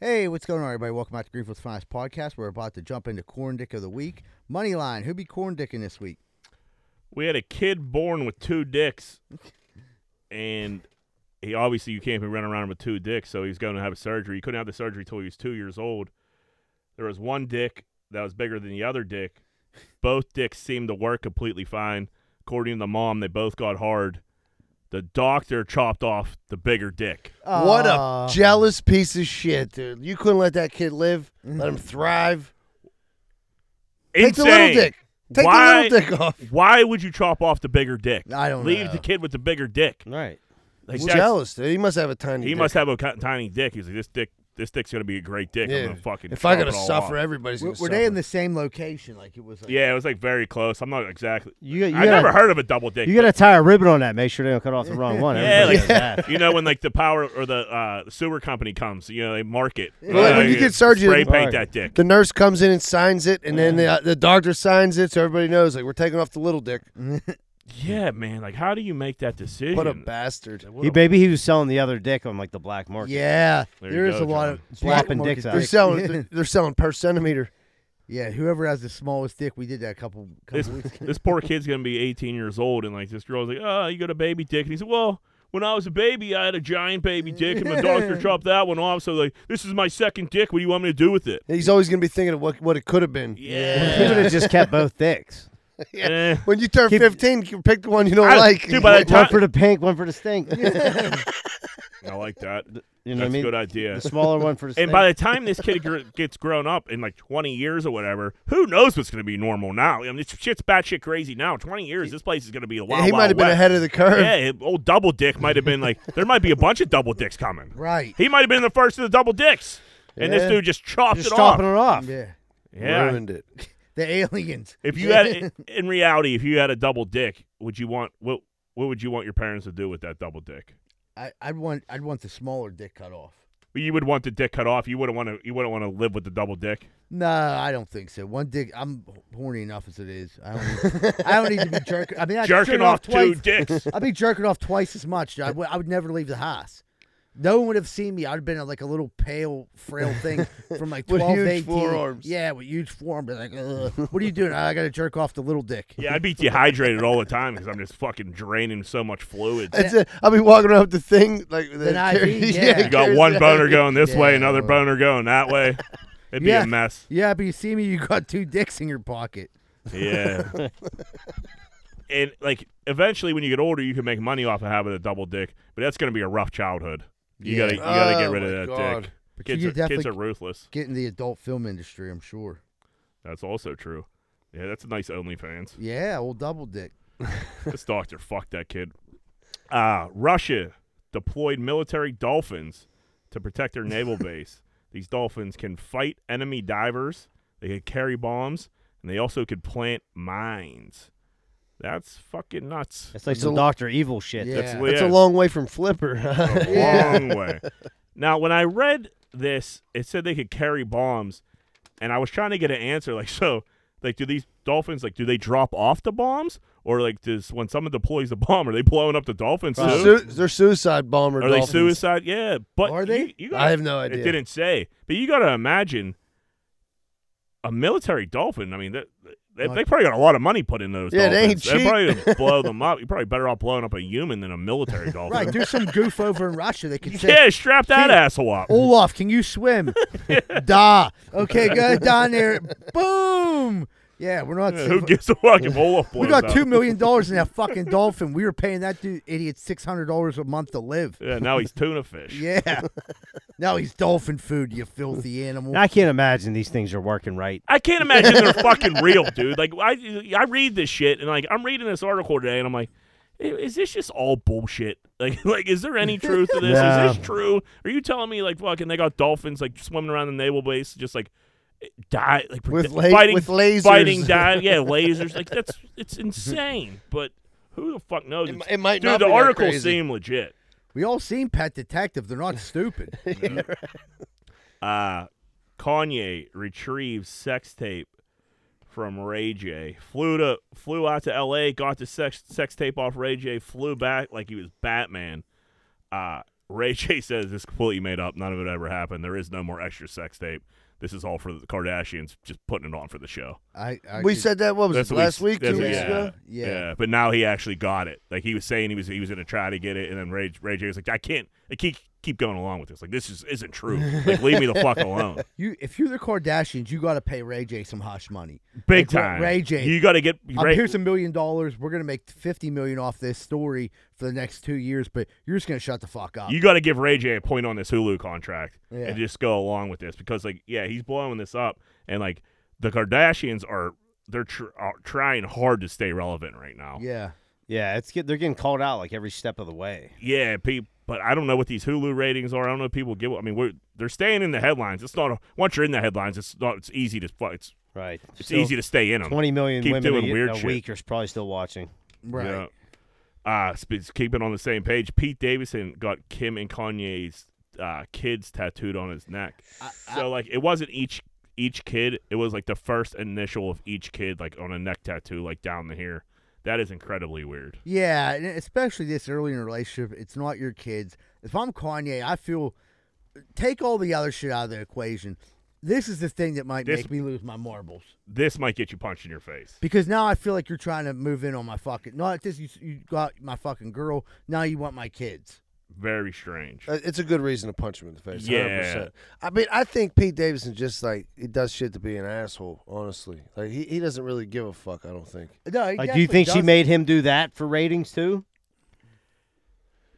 A: Hey, what's going on, everybody? Welcome back to Greenfield's Finest Podcast. We're about to jump into Corn Dick of the Week. Moneyline, who be corn dicking this week?
D: We had a kid born with two dicks, and he obviously you can't be running around with two dicks, so he's going to have a surgery. He couldn't have the surgery till he was two years old. There was one dick that was bigger than the other dick. Both dicks seemed to work completely fine. According to the mom, they both got hard. The doctor chopped off the bigger dick.
C: What
A: Aw.
C: a jealous piece of shit, dude. You couldn't let that kid live,
D: Mm-hmm.
C: let him thrive. Take the
D: Insane.
C: little dick. Take
D: Why-
C: the little dick off.
D: Why would you chop off the bigger dick?
A: I don't
D: Leave
A: know.
D: the kid with the bigger dick.
B: Right.
D: Like,
C: He's
D: that's-
C: jealous, dude. He must have a tiny.
D: He
C: dick.
D: must have a ki- tiny dick. He's like, this dick, this dick's gonna be a great dick. I'm
C: Yeah.
D: gonna fucking.
C: If I
D: chop
C: gotta
D: it all
C: suffer,
D: off."
C: everybody's
A: Were,
C: gonna
A: were
C: suffer.
A: they in the same location? Like it was like,
D: yeah, it was like very close. I'm not exactly.
B: You, you
D: I
B: gotta,
D: never heard of a double dick.
B: You got to tie a ribbon on that. Make sure they don't cut off the wrong one.
D: Yeah,
B: Everybody
D: like-
B: does that.
D: you know when like the power or the uh, sewer company comes, you know they mark it.
C: Well, like,
D: Uh,
C: when you get surgery-
D: spray paint
B: Right.
D: that dick.
C: The nurse comes in and signs it, and then the, uh, the doctor signs it, so everybody knows like we're taking off the little dick.
D: yeah, man. Like, how do you make that decision?
C: What a bastard!
D: What
B: He
D: a-
B: maybe he was selling the other dick on like the black market.
A: yeah,
D: There
A: there
D: you
A: is
D: go,
A: a lot
D: John.
A: of
B: Slapping
A: black market
B: dicks out.
C: They're
A: dick.
C: selling. they're- they're selling per centimeter.
A: yeah, whoever has the smallest dick, we did that a couple, couple
D: this
A: weeks ago.
D: this poor kid's gonna be 18 years old, and like this girl's like, oh, you got a baby dick, and he said, well. When I was a baby, I had a giant baby dick, and the doctor chopped that one off. So, like, this is my second dick. What do you want me to do with it?
C: He's always gonna be thinking of what what it could have been.
B: He would have just kept both dicks.
D: Eh.
C: When you turn
B: Keep-
C: fifteen, you pick the one you don't
D: I-
C: like.
D: dude, by the
B: One
D: time
B: for the pink, one for the stink. you know
D: I like that. That's
B: what I
D: a
B: mean?
D: good idea.
B: The smaller one for the stink.
D: And by the time this kid gr- gets grown up in like 20 years or whatever, who knows what's going to be normal now? I mean, this shit's batshit crazy now. 20 years, this place is going to be a wild.
C: he might
D: wild
C: have been
D: west.
C: ahead of the curve.
D: Yeah, it- old double dick might have been like there might be a bunch of double dicks coming.
A: right?
D: He might have been the first of the double dicks, and this
C: Yeah.
D: dude just chopped
B: just
D: it off.
B: chopping it off.
A: Yeah,
D: Yeah.
C: Ruined it.
A: the aliens.
D: If you had, in reality, if you had a double dick, would you want what? What would you want your parents to do with that double dick?
A: I, I'd want, I'd want the smaller dick cut off.
D: You would want the dick cut off. You wouldn't want to. You wouldn't want to live with the double dick.
A: No, I don't think so. One dick. I'm horny enough as it is. I don't. Need, I don't need to be jerking. I mean, I could
D: jerking
A: jerk
D: off two
A: twice.
D: dicks.
A: I'd be jerking off twice as much. I would- I would never leave the house. No one would have seen me. I'd have been uh, like a little pale, frail thing from like
C: With
A: 12
C: huge
A: to 18.
C: forearms.
A: Yeah, with huge forearms. Like, Ugh. what are you doing? I got to jerk off the little dick.
D: Yeah, I'd be dehydrated all the time because I'm just fucking draining so much fluid.
C: That's it. I'll be walking around with the thing like the
A: IV, yeah.
D: You got one boner going this way,
A: Yeah,
D: another
A: well.
D: boner going that way. It'd be
A: Yeah.
D: a mess.
A: Yeah, but you see me, you got two dicks in your pocket.
D: Yeah. and like eventually, when you get older, you can make money off of having a double dick, but that's gonna be a rough childhood. You
A: Yeah.
D: gotta you gotta get
C: Oh,
D: rid of
C: my
D: that
C: God.
D: dick.
A: you
D: Kids
A: could
D: are, kids
A: definitely-
D: are ruthless.
A: Get in the adult film industry, I'm sure.
D: That's also true. Yeah, that's a nice OnlyFans.
A: Yeah, old double dick.
D: this doctor fucked that kid. Uh, Russia deployed military dolphins to protect their naval base. These dolphins can fight enemy divers, they can carry bombs, and they also could plant mines. That's fucking nuts.
B: It's like some Doctor Evil shit.
A: Yeah.
D: That's,
C: That's
D: yeah, Oh,
C: a long way from Flipper.
D: a long way. Now, when I read this, it said they could carry bombs, and I was trying to get an answer. Like, so, like, do these dolphins like do they drop off the bombs, or like does when someone deploys the bomb, are they blowing up the dolphins
B: Right.
D: too?
C: Su- they're suicide bomber.
D: Are they
C: dolphins.
D: suicide? Yeah, but
A: Are they?
D: You, you gotta,
C: I have no idea.
D: It didn't say, but you got to imagine a military dolphin. I mean, that. They, they probably got a lot of money put into those.
C: Yeah, they ain't
D: dolphins. They
C: cheap.
D: probably gonna blow them up. You're probably better off blowing up a human than a military dolphin.
A: Right, do some goof over in Russia. They could say,
D: yeah, strap that
A: See-
D: asshole up.
A: Olaf, can you swim? da. Okay, go down there. Boom. Yeah, we're not.
D: Yeah, Who gives a fuck if Olaf blows
A: we got
D: up?
A: two million dollars in that fucking dolphin. We were paying that dude idiot six hundred dollars a month to live.
D: Yeah, now he's tuna fish.
A: Yeah. now he's dolphin food, you filthy animal.
B: I can't imagine these things are working right.
D: I can't imagine they're fucking real, dude. Like I, I read this shit and like I'm reading this article today and I'm like, "I- is this just all bullshit? Like, like is there any truth to this?
B: No.
D: Is this true? Are you telling me like fucking they got dolphins like swimming around the naval base, just like die like
C: With la-
D: prote- fighting
C: with lasers.
D: fighting die yeah lasers like that's it's insane. But who the fuck knows?
C: It
D: It's-
C: mi- it might
D: dude.
C: not
D: the
C: be that
D: articles
C: crazy.
D: seem legit.
A: we all seen Pet Detective. They're not stupid.
D: Uh, Kanye retrieves sex tape from Ray J. Flew to flew out to L.A. Got the sex sex tape off Ray J. Flew back like he was Batman. Uh, Ray J. says it's completely made up. None of it ever happened. There is no more extra sex tape. This is all for the Kardashians just putting it on for the show.
A: I, I
C: we
A: could-
C: said that what was it,
D: what
C: last
D: we-
C: week,
D: that's
C: two
D: what-
C: weeks
D: yeah,
C: ago.
A: Yeah.
D: Yeah. but now he actually got it. Like he was saying, he was he was gonna try to get it, and then Ray Ray J was like, I can't, I keep keep going along with this. Like this is isn't true. Like leave me the fuck alone.
A: you if you're the Kardashians, you got to pay Ray J some hush money.
D: Big
A: Like, Ra-
D: time.
A: Ray J.
D: you got to get
A: Um,
D: Ray,
A: here's a million dollars. We're gonna make fifty million off this story for the next two years, but you're just gonna shut the fuck up.
D: you got to give Ray J a point on this Hulu contract
A: Yeah.
D: and just go along with this because like yeah he's blowing this up and like the Kardashians are they're tr- are trying hard to stay relevant right now.
A: yeah,
B: Yeah, it's get, they're getting called out like every step of the way.
D: Yeah, pe- but I don't know what these Hulu ratings are. I don't know if people give. I mean, we're, they're staying in the headlines. It's not a, once you're in the headlines, it's not. It's easy to fu- it's
B: Right.
D: it's
B: Still,
D: easy to stay in them.
B: Twenty million
D: keep
B: women a,
D: doing
B: ye-
D: weird
B: a
D: shit.
B: week are probably still watching.
A: right.
D: Uh, sp- keeping on the same page, Pete Davidson got Kim and Kanye's uh, kids tattooed on his neck. so like, it wasn't each each kid. It was like the first initial of each kid, like on a neck tattoo, like down the here. That is incredibly weird.
A: Yeah, and especially this early in a relationship, it's not your kids. If I'm Kanye, I feel take all the other shit out of the equation. This is the thing that might
D: This-
A: make me lose my marbles
D: This might get you punched in your face.
A: because now I feel like you're trying to move in on my fucking. Not this, you, you got my fucking girl. Now you want my kids.
D: Very strange.
C: Uh, It's a good reason to punch him in the face.
D: Yeah.
C: 100%. I mean, I think Pete Davidson just like he does shit to be an asshole. Honestly, like he, he doesn't really give a fuck. I don't think.
A: No, he
B: Like, do
A: definitely
B: you think she
A: doesn't.
B: made him do that for ratings too?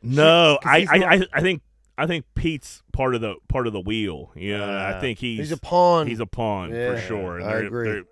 D: No, I,
A: he's
D: I,
A: not-
D: I, I think I think Pete's part of the part of the wheel. You know, I think he's
C: Uh, He's, a pawn.
D: He's a pawn for
C: Yeah,
D: sure.
C: I agree.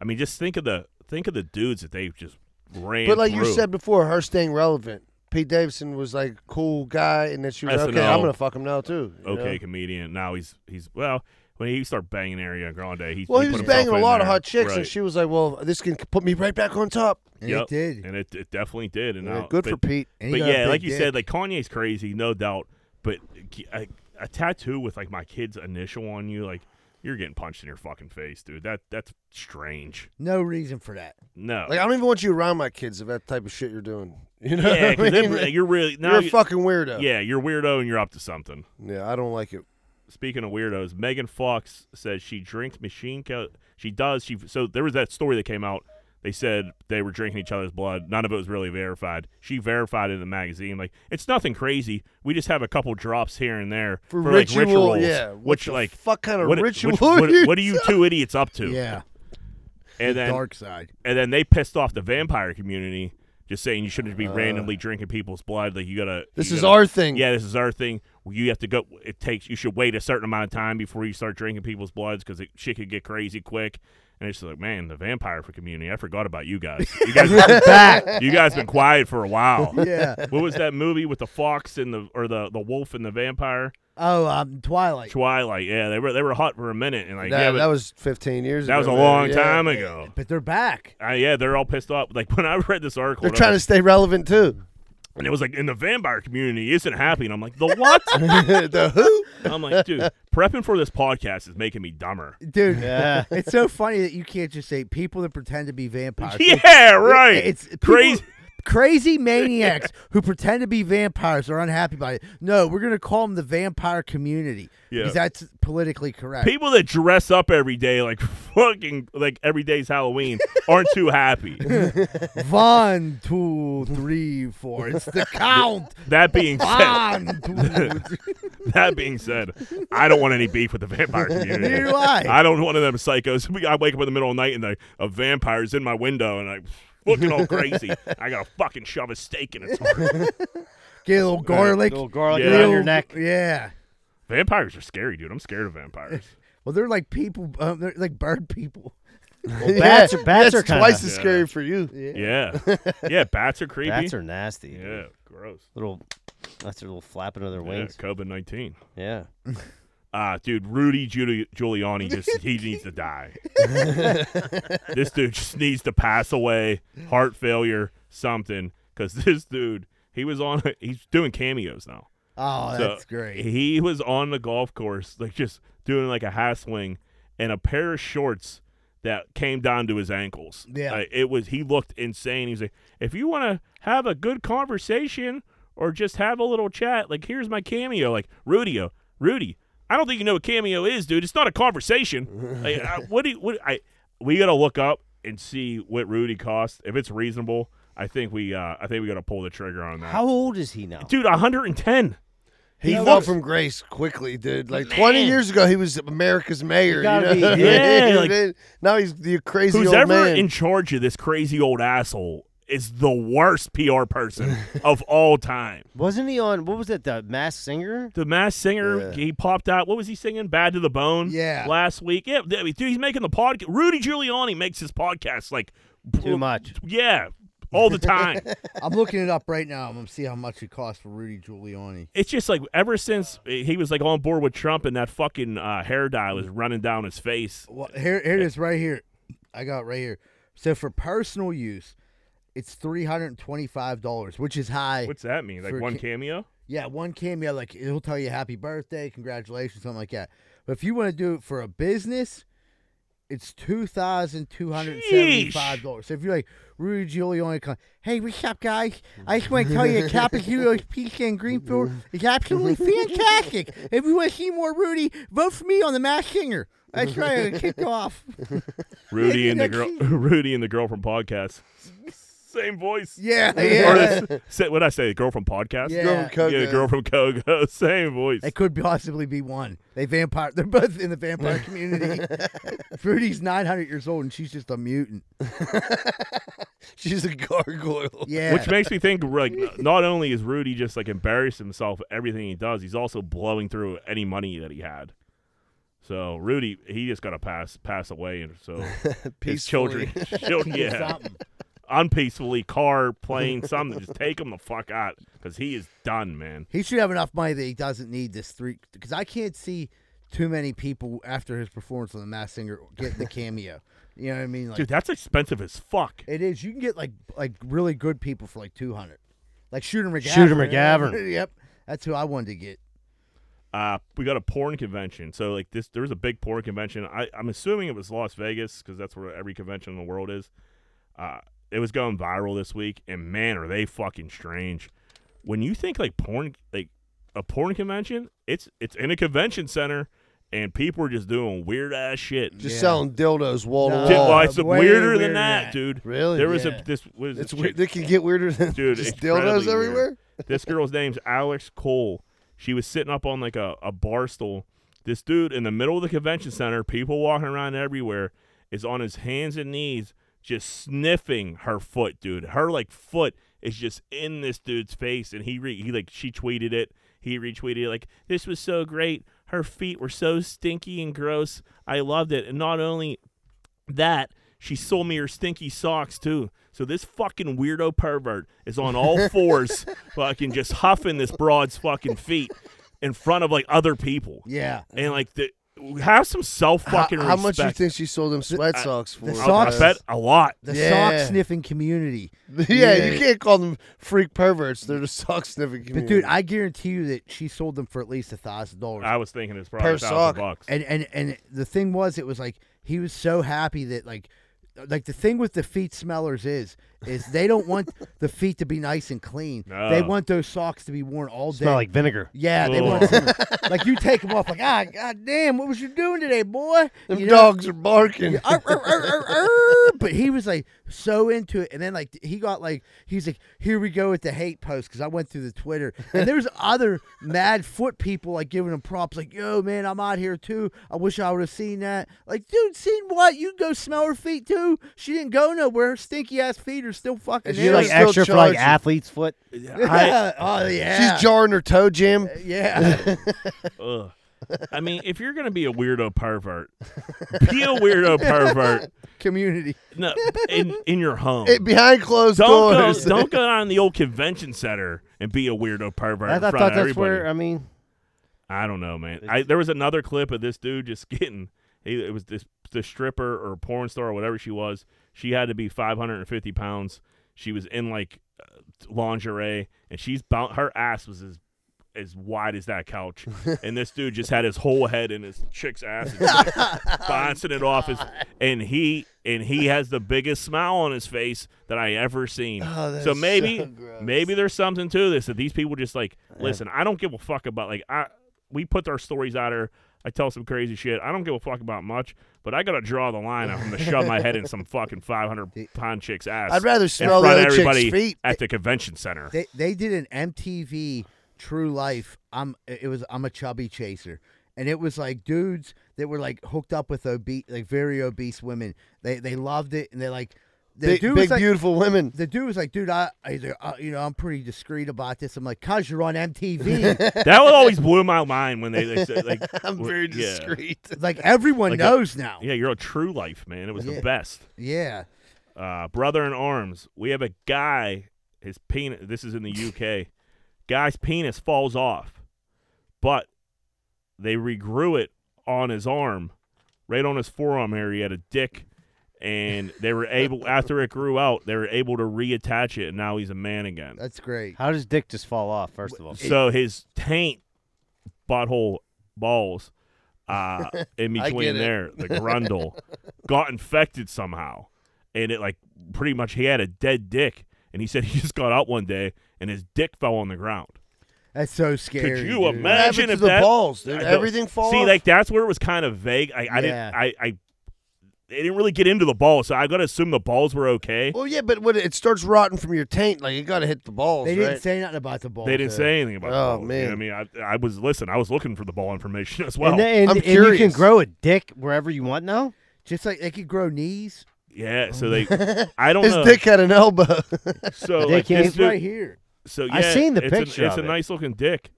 D: I mean, just think of the think of the dudes that they just ran.
C: but like you
D: through.
C: said before, her staying relevant. Pete Davidson was like cool guy, and then she was like, okay.
D: SNL.
C: I'm gonna fuck him now too. you
D: okay,
C: know?
D: comedian. Now he's he's well. When he started banging Ariana Grande, he
C: Well,
D: he
C: he was
D: put himself
C: banging a
D: in
C: lot of
D: there.
C: hot chicks,
D: Right.
C: and she was like, "Well, this can put me right back on top."
A: And
D: Yep.
A: It did.
D: and it, it definitely did. And
C: Yeah,
D: now,
C: good
D: but,
C: for Pete.
A: And he
D: But
A: got a
D: yeah,
A: big
D: like you
A: dick.
D: said, like Kanye's crazy, no doubt. But a, a tattoo with like my kid's initial on you, like you're getting punched in your fucking face, dude. That that's strange.
A: no reason for that.
D: No,
C: Like I don't even want you around my kids if that type of shit you're doing. You know,
D: yeah,
C: what I
D: 'cause then
C: mean?
D: re- you're really now
C: you're a
D: you-
C: fucking weirdo.
D: Yeah, you're weirdo and you're up to something.
C: yeah, I don't like it.
D: Speaking of weirdos, Megan Fox says she drinks machine co- she does she so there was that story that came out. They said they were drinking each other's blood. None of it was really verified. She verified it in the magazine. Like it's nothing crazy. We just have a couple drops here and there
C: For
D: like
C: ritual,
D: rituals.
C: yeah. What
D: which
C: the
D: like
C: fuck kind of
D: what,
C: ritual
D: which-
C: are
D: what,
C: you
D: what are you two idiots up to?
A: Yeah,
D: and then
A: dark side.
D: and then they pissed off the vampire community, just saying you shouldn't be randomly drinking people's blood. Like you gotta.
C: Uh, This
D: you
C: is
D: gotta-
C: our thing.
D: Yeah, this is our thing. You have to go. It takes. You should wait a certain amount of time before you start drinking people's bloods because shit could get crazy quick. And it's like, man, the vampire for community. I forgot about you guys. You guys, you guys been quiet for a while.
A: Yeah.
D: What was that movie with the fox and the or the, the wolf and the vampire?
A: Oh, um, Twilight.
D: Twilight. Yeah, they were they were hot for a minute and like
C: that,
D: yeah, but
C: that was 15 years.
D: that was a
C: ago, man.
D: long
C: Yeah.
D: time ago.
A: But they're back.
D: Uh, yeah, they're all pissed off. Like when I read this article,
C: They're
D: and I was
C: trying to stay relevant too.
D: And it was like, in the vampire community isn't happy. And I'm like, the what?
C: the who?
D: I'm like, dude, prepping for this podcast is making me dumber.
A: Dude,
B: Yeah.
A: it's so funny that you can't just say people that pretend to be vampires.
D: Yeah, right.
A: It's people-
D: crazy.
A: Crazy maniacs who pretend to be vampires are unhappy by it. No, we're going to call them the vampire community
D: Yeah.
A: because that's politically correct.
D: People that dress up every day, like fucking, like every day's Halloween, aren't too happy.
A: One, two, three, four. It's the count.
D: That being said,
A: One, two, three.
D: that being said, I don't want any beef with the vampire community.
A: Neither do I.
D: I don't want one of them psychos. We- I wake up in the middle of the night and like, a vampire's in my window and I'm looking all crazy. I gotta fucking shove a steak in its heart.
A: Get a little garlic.
B: Little garlic
D: Yeah.
B: around your
A: little-
B: neck.
A: Yeah.
D: Vampires are scary, dude. I'm scared of vampires.
A: Well, they're like people, um, they're like bird people.
C: Yeah,
B: bats are- bats
C: that's
B: are kinda-
C: twice as
D: Yeah.
C: scary for you.
D: Yeah, yeah. Bats are creepy.
B: Bats are nasty. dude.
D: Yeah, gross.
B: Little, that's their little flapping of their
D: Yeah,
B: wings.
D: COVID nineteen.
B: Yeah.
D: Ah, dude, Rudy Giuli- Giuliani just—he needs to die. this dude just needs to pass away, heart failure, something. Because this dude, he was on—he's doing cameos now.
A: Oh,
D: So,
A: that's great.
D: He was on the golf course, like just doing like a half swing, and a pair of shorts that came down to his ankles.
A: Yeah.
D: Like, it was he looked insane. He's like, if you want to have a good conversation or just have a little chat, like here's my cameo. Like Rudio, Rudy, I don't think you know what cameo is, dude. It's not a conversation. like, I, what do you, what I we gotta look up and see what Rudy costs. If it's reasonable, I think we uh I think we gotta pull the trigger on that.
B: How old is he now?
D: Dude, 110.
C: He
D: Yeah,
C: fell
D: look-
C: from grace quickly, dude. Like 20 years ago, he was America's mayor. You
B: gotta
C: know?
B: be-
D: yeah, like-
C: Then now he's the crazy
D: Who's
C: old
D: ever
C: man.
D: in charge of this crazy old asshole is the worst PR person of all time.
B: Wasn't he on what was that? The Masked Singer?
D: The mass singer,
C: Yeah.
D: he popped out. What was he singing? Bad to the Bone.
A: Yeah.
D: Last week. Yeah, I mean, dude, he's making the podcast. Rudy Giuliani makes his podcast like
B: Too much.
D: Yeah, all the time.
A: I'm looking it up right now. I'm gonna see how much it costs for Rudy Giuliani.
D: it's just like ever since he was like on board with Trump and that fucking uh, hair dye was running down his face.
A: Well, here, here it is, right here. I got it right here. So for personal use, it's three hundred and twenty-five dollars, which is high.
D: What's that mean? Like
A: For
D: one
A: ki-
D: cameo?
A: Yeah, one cameo, like it'll tell you happy birthday, congratulations, something like that. But if you want to do it for a business, it's two thousand two hundred seventy-five dollars. So if you're like Rudy Giuliani, come, hey, what's up, guys? I just want to tell you, Cappuccino's Pizza in Greenfield is absolutely fantastic. If you want to see more Rudy, vote for me on the Mass Singer. That's right, I kicked off.
D: Rudy and the girl. Rudy and the girl from podcast. Same voice.
A: Yeah,
D: Or
A: yeah,
D: this- say- what'd I say? The girl from podcast.
A: yeah.
C: Girl from Kogo.
D: Yeah, girl from Kogo. Same voice.
A: They could possibly be one. They vampire. They're both in the vampire community. Fruity's nine hundred years old, and she's just a mutant.
C: She's a gargoyle.
A: Yeah,
D: Which makes me think like not only is Rudy just like embarrassed himself at everything he does, he's also blowing through any money that he had. So Rudy, he just gotta pass pass away, and so his children, children yeah,
A: something.
D: unpeacefully, car, plane, something, just take him the fuck out because he is done, man.
A: He should have enough money that he doesn't need this three. Because I can't see too many people after his performance on The Mass Singer getting the cameo. you know what I mean? Like
D: Dude, that's expensive as fuck.
A: it is. You can get like like really good people for like two hundred, like Shooter McGavin.
B: Shooter
A: you know?
B: McGavin.
A: yep, that's who I wanted to get.
D: uh, we got a porn convention. So like this, there was a big porn convention. I, I'm assuming it was Las Vegas because that's where every convention in the world is. Uh, it was going viral this week, and man, are they fucking strange. When you think like porn, like a porn convention, it's it's in a convention center, and people are just doing weird ass shit.
C: Just
A: Yeah.
C: selling dildos wall to
A: No.
D: Dude,
A: Oh,
C: wall.
D: why it's
A: way
D: weirder than
A: weirder
D: that,
A: than that.
D: dude.
C: Really?
D: There was
A: Yeah.
D: a this was
C: It's
D: this
C: weird.
D: chick-
C: They can get weirder than
D: Dude,
C: just
D: incredibly
C: dildos
D: weird.
C: everywhere.
D: this girl's name's Alex Cole. She was sitting up on like a, a bar stool. This dude in the middle of the convention center, people walking around everywhere, is on his hands and knees just sniffing her foot, dude. Her like foot is just in this dude's face, and he re- he like she tweeted it. He retweeted it, like this was so great. Her feet were so stinky and gross. I loved it, and not only that she sold me her stinky socks too. So this fucking weirdo pervert is on all fours, fucking just huffing this broad's fucking feet in front of like other people,
A: Yeah,
D: and like the, have some self
C: How,
D: fucking
C: how
D: respect.
C: much you think she sold them sweat socks for?
A: the
D: I-
A: socks-
D: I bet a lot.
A: the
C: Yeah.
A: sock sniffing community.
C: yeah,
A: Yeah.
C: you can't call them freak perverts. They're the sock sniffing
A: But
D: Mm.
C: community.
A: dude, I guarantee you that she sold them for at least a thousand dollars.
D: I was thinking it's probably
C: Per
D: a thousand
C: sock.
D: bucks.
A: and and and the thing was it was like he was so happy that like like the thing with the feet smellers is is they don't want the feet to be nice and clean
D: No.
A: they want those socks to be worn all day
B: Smell like vinegar.
A: yeah they want like you take them off like ah god damn what was you doing today boy
C: them
A: you know?
C: dogs are barking.
A: Arr, arr, arr, arr, arr. but he was like so into it, and then like he got like he's like, here we go with the hate post because I went through the Twitter, and there's other mad foot people like giving him props, like yo man, I'm out here too. I wish I would have seen that. Like dude, seen what? You go smell her feet too. She didn't go nowhere. Her stinky ass feet are still fucking.
C: Is she
A: there.
B: You're like
C: still
B: extra for like
C: charging.
B: athlete's foot.
A: yeah. oh yeah,
C: She's jarring her toe, Jim.
A: yeah.
D: Ugh. I mean, if you're gonna be a weirdo pervert, be a weirdo pervert.
A: Community.
D: No, in in your home.
C: It, behind closed
D: don't go,
C: doors.
D: don't go down in the old convention center and be a weirdo pervert.
B: I, I
D: in
B: thought
D: front
B: that's
D: of everybody.
B: where I mean.
D: I don't know, man. I, there was another clip of this dude just getting. He, it was this the stripper or porn star or whatever she was. She had to be 550 pounds. She was in like uh, lingerie, and she's bound. Her ass was as as wide as that couch, and this dude just had his whole head in his chick's ass, and just, like, bouncing it off his, and he and he has the biggest smile on his face that I ever seen.
C: Oh, that
D: so
C: is
D: maybe
C: so gross.
D: maybe there's something to this that these people just like listen. I don't give a fuck about like I we put our stories out there. I tell some crazy shit. I don't give a fuck about much, but I gotta draw the line. I'm gonna shove my head in some fucking 500 pound chick's ass.
C: I'd rather
D: in
C: smell the
D: front of
C: other chick's
D: everybody
C: feet.
D: at the convention center.
A: They they did an MTV True Life. I'm it was I'm a chubby chaser, and it was like dudes that were like hooked up with obese, like very obese women. They they loved it, and they like the
C: Big,
A: dude
C: big
A: was like,
C: beautiful women.
A: The dude was like, dude, I, I uh, you know, I'm pretty discreet about this. I'm like, cause you're on MTV.
D: that one always blew my mind when they, they said like
C: I'm
D: w-
C: very
D: yeah.
C: discreet.
A: like everyone
D: Like a-
A: knows now.
D: Yeah, you're a true life man. It was
A: Yeah.
D: the best.
A: Yeah.
D: Uh, brother in arms. We have a guy. His penis. This is in the UK. Guy's penis falls off, but they regrew it on his arm, right on his forearm area. He had a dick, and they were able after it grew out, they were able to reattach it, and now he's a man again.
A: That's great.
B: How does dick just fall off? First of all,
D: So his taint, butthole, balls, uh, in
C: I get
D: between
C: it.
D: there, the grundle, got infected somehow, and it like pretty much he had a dead dick, and he said he just got out one day and his dick fell on the ground.
A: That's so scary.
D: you
A: dude.
D: imagine?
C: What happened to
D: if
C: the
D: that-
C: balls? Did
D: I don't-
C: everything fall
D: See,
C: off?
D: like that's where it was kind of vague. I, I
B: Yeah.
D: didn't, I, I, they didn't really get into the balls, so I got to assume the balls were okay.
C: well, yeah, but when it starts rotting from your taint, like you got to hit the balls,
A: They
C: right?
A: didn't say nothing about the ball.
D: They didn't say anything about.
C: Oh,
D: the balls, you know
C: man.
D: what I mean, I, I was listen. I was looking for the ball information as well.
B: and, then- and,
C: I'm
B: and you can
C: curious.
B: grow a dick wherever you want now.
A: Just like they could grow knees.
D: yeah, so they, I don't
C: His
D: know.
C: dick had an elbow.
D: so
B: Dick
D: like,
B: ain't
D: this
A: It's
D: dude-
A: right here.
D: So yeah,
B: I seen the
D: it's an-
B: picture
D: it's
B: of
D: a
B: it.
D: nice looking dick.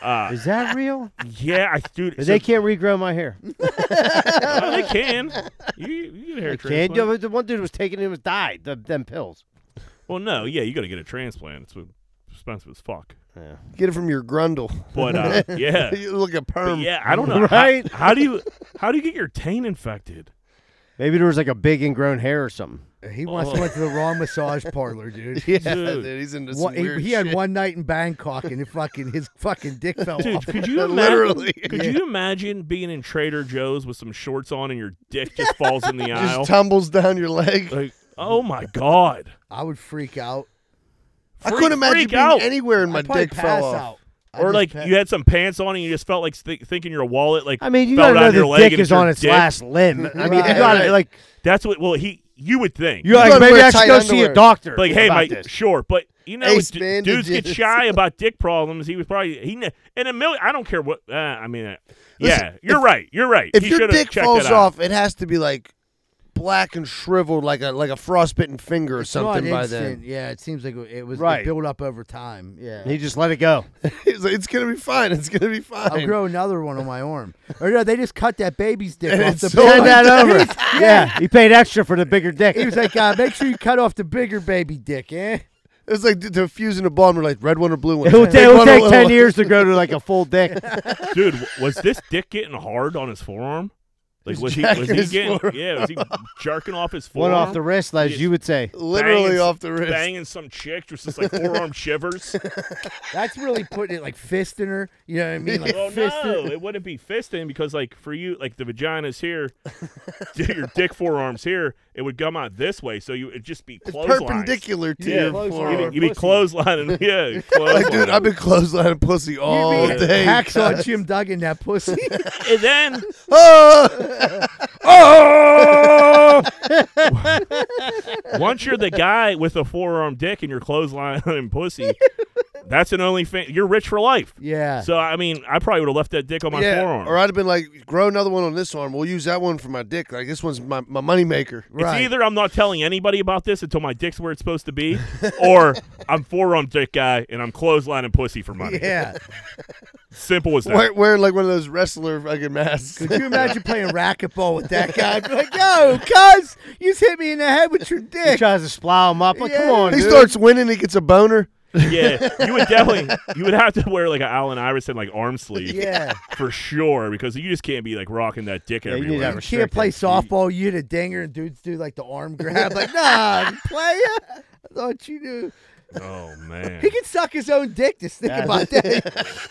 D: Uh,
B: Is that real?
D: yeah, I dude. so-
B: they can't regrow my hair.
D: oh, they can. You, you get a hair
B: They can't.
D: transplant.
B: The the one dude was taking it was died. The, them pills.
D: Well, no, yeah, you got to get a transplant. It's expensive as fuck.
C: Get it from your grundle.
D: But uh, yeah,
C: You look at
D: But,
C: perm.
D: yeah, I don't know. How-
B: Right?
D: How, do you how do you get your taint infected?
B: Maybe there was like a big ingrown hair or something.
A: He once
D: Oh.
A: went to the wrong massage parlor, dude.
C: Yeah,
D: Dude.
C: he's into some
A: One, he,
C: weird
A: he had
C: shit.
A: one night in Bangkok, and it fucking his fucking dick fell
D: Dude,
A: off.
D: could you imagine,
C: Literally.
D: Could you imagine being in Trader Joe's with some shorts on and your dick just falls in the aisle?
C: Just tumbles down your leg.
D: like, oh my god!
A: I would freak out.
C: I
D: Freak-
C: couldn't imagine
D: freak
C: being
D: out.
C: anywhere and my
A: I'd probably
C: dick
A: pass
C: fell off.
A: out. I'd
D: Or
A: just
D: like
A: pa-
D: you had some pants on and you just felt like th- thinking your wallet like
B: I mean, you
D: fell
B: gotta
D: down
B: know
D: your
B: this
D: leg
B: dick
D: and it's
B: is on
D: your
B: its
D: dick.
B: last limb. I mean, you
A: Right,
B: gotta
C: right.
B: like
D: That's what. Well, he you would think.
B: you're like
C: gotta
B: maybe
C: wear
B: I should
C: tight
B: go see
C: underwear.
B: a doctor.
D: like, hey,
B: about
D: mate,
B: this.
D: sure, but you know,
C: Ace
D: d-
C: bandages.
D: dudes get shy about dick problems. He was probably he kn- in a million. I don't care what. Uh, I mean, uh, yeah,
C: Listen,
D: you're
C: if-
D: right. You're right.
C: If
D: You
C: your
D: should've
C: dick
D: checked
C: falls
D: that out.
C: off, it has to be like black and shriveled, like a like a frostbitten finger or
A: it's not
C: something by
A: instant.
C: then.
A: Yeah, it seems like it was
B: Right.
A: built up over time. Yeah.
B: He just let it go.
C: He's like, it's gonna be fine. It's gonna be fine.
A: I'll grow another one on my arm. Or no, they just cut that baby's dick
C: And
A: off
C: it's
A: the
C: so
A: baby.
B: Send that over. yeah, he paid extra for the bigger dick.
A: He was like, uh, make sure you cut off the bigger baby dick, eh?
C: It was like diffusing a bomb. We're like red one or blue one.
B: It will,
C: Red
B: ta- it will
C: one or
B: take
C: blue
B: ten
C: one.
B: years to grow to like a full dick.
D: dude. w- Was this dick getting hard on his forearm? Like
C: He's
D: was he was
C: jacking
D: he
C: his
D: getting
C: forearm
D: yeah was he jerking off his
B: One
D: forearm?
B: off the wrist, as you would say.
C: Literally
D: Banging-
C: off the wrist.
D: Banging some chick just this, like forearm shivers.
A: That's really putting it like fisting her. You know what I mean? Like
D: Well,
A: fisting.
D: Oh, no, it wouldn't be fisting because, like, for you, like the vagina's here, your dick forearms here. It would come out this way, so you it'd just be
C: It's
D: clotheslines.
C: perpendicular to
D: Yeah,
C: your
A: clothesline.
D: You'd
C: forearm.
D: be, you'd be
A: pussy.
D: clotheslining. Yeah,
C: Like, dude,
D: clotheslining.
C: I've been clotheslining pussy all
A: You mean
C: day.
A: Hacksaw Jim Duggan that pussy.
D: And then,
C: Oh! oh!
D: once you're the guy with a forearm dick and your clothesline and pussy, that's an only fan. You're rich for life.
A: yeah.
D: So, I mean, I probably would have left that dick on my
C: yeah.
D: forearm.
C: Or I'd have been like, grow another one on this arm. We'll use that one for my dick. Like, this one's my, my moneymaker.
D: It's either I'm not telling anybody about this until my dick's where it's supposed to be, or I'm forearm dick guy and I'm clotheslining pussy for money.
A: yeah.
D: Simple as that.
C: Wear, wearing like one of those wrestler fucking masks.
A: Could you imagine playing racquetball with that guy? I'd be like, yo, cuz, you just hit me in the head with your
B: He
A: dick.
B: tries to splow him up. Like, come
A: Yeah.
B: on,
C: he
B: dude.
C: starts winning, he gets a boner.
D: Yeah, you would definitely you would have to wear like an Allen Iverson like arm sleeve
A: Yeah.
D: for sure because you just can't be like rocking that dick
B: you need
D: everywhere.
B: that
A: You
B: restricted.
A: can't play softball. You hit a dinger, and dudes do like the arm grab. Like, nah, play. I thought you knew.
D: oh man,
A: He can suck his own dick. Just think about that.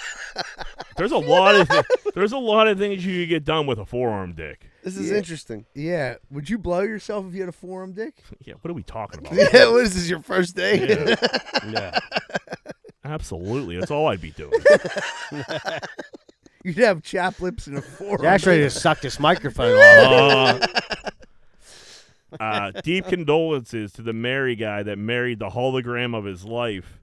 D: There's a lot of thi- there's a lot of things you could get done with a forearm dick.
C: This is
A: Yeah.
C: interesting.
A: Yeah. Would you blow yourself if you had a forearm dick?
D: Yeah, what are we talking about?
C: Yeah, what is this? Your first day?
D: Yeah,
B: Yeah.
D: absolutely. That's all I'd be doing.
A: You'd have chap lips and a forearm.
B: Dash ready to suck this microphone off.
D: Uh, uh, deep condolences to the Mary guy that married the hologram of his life,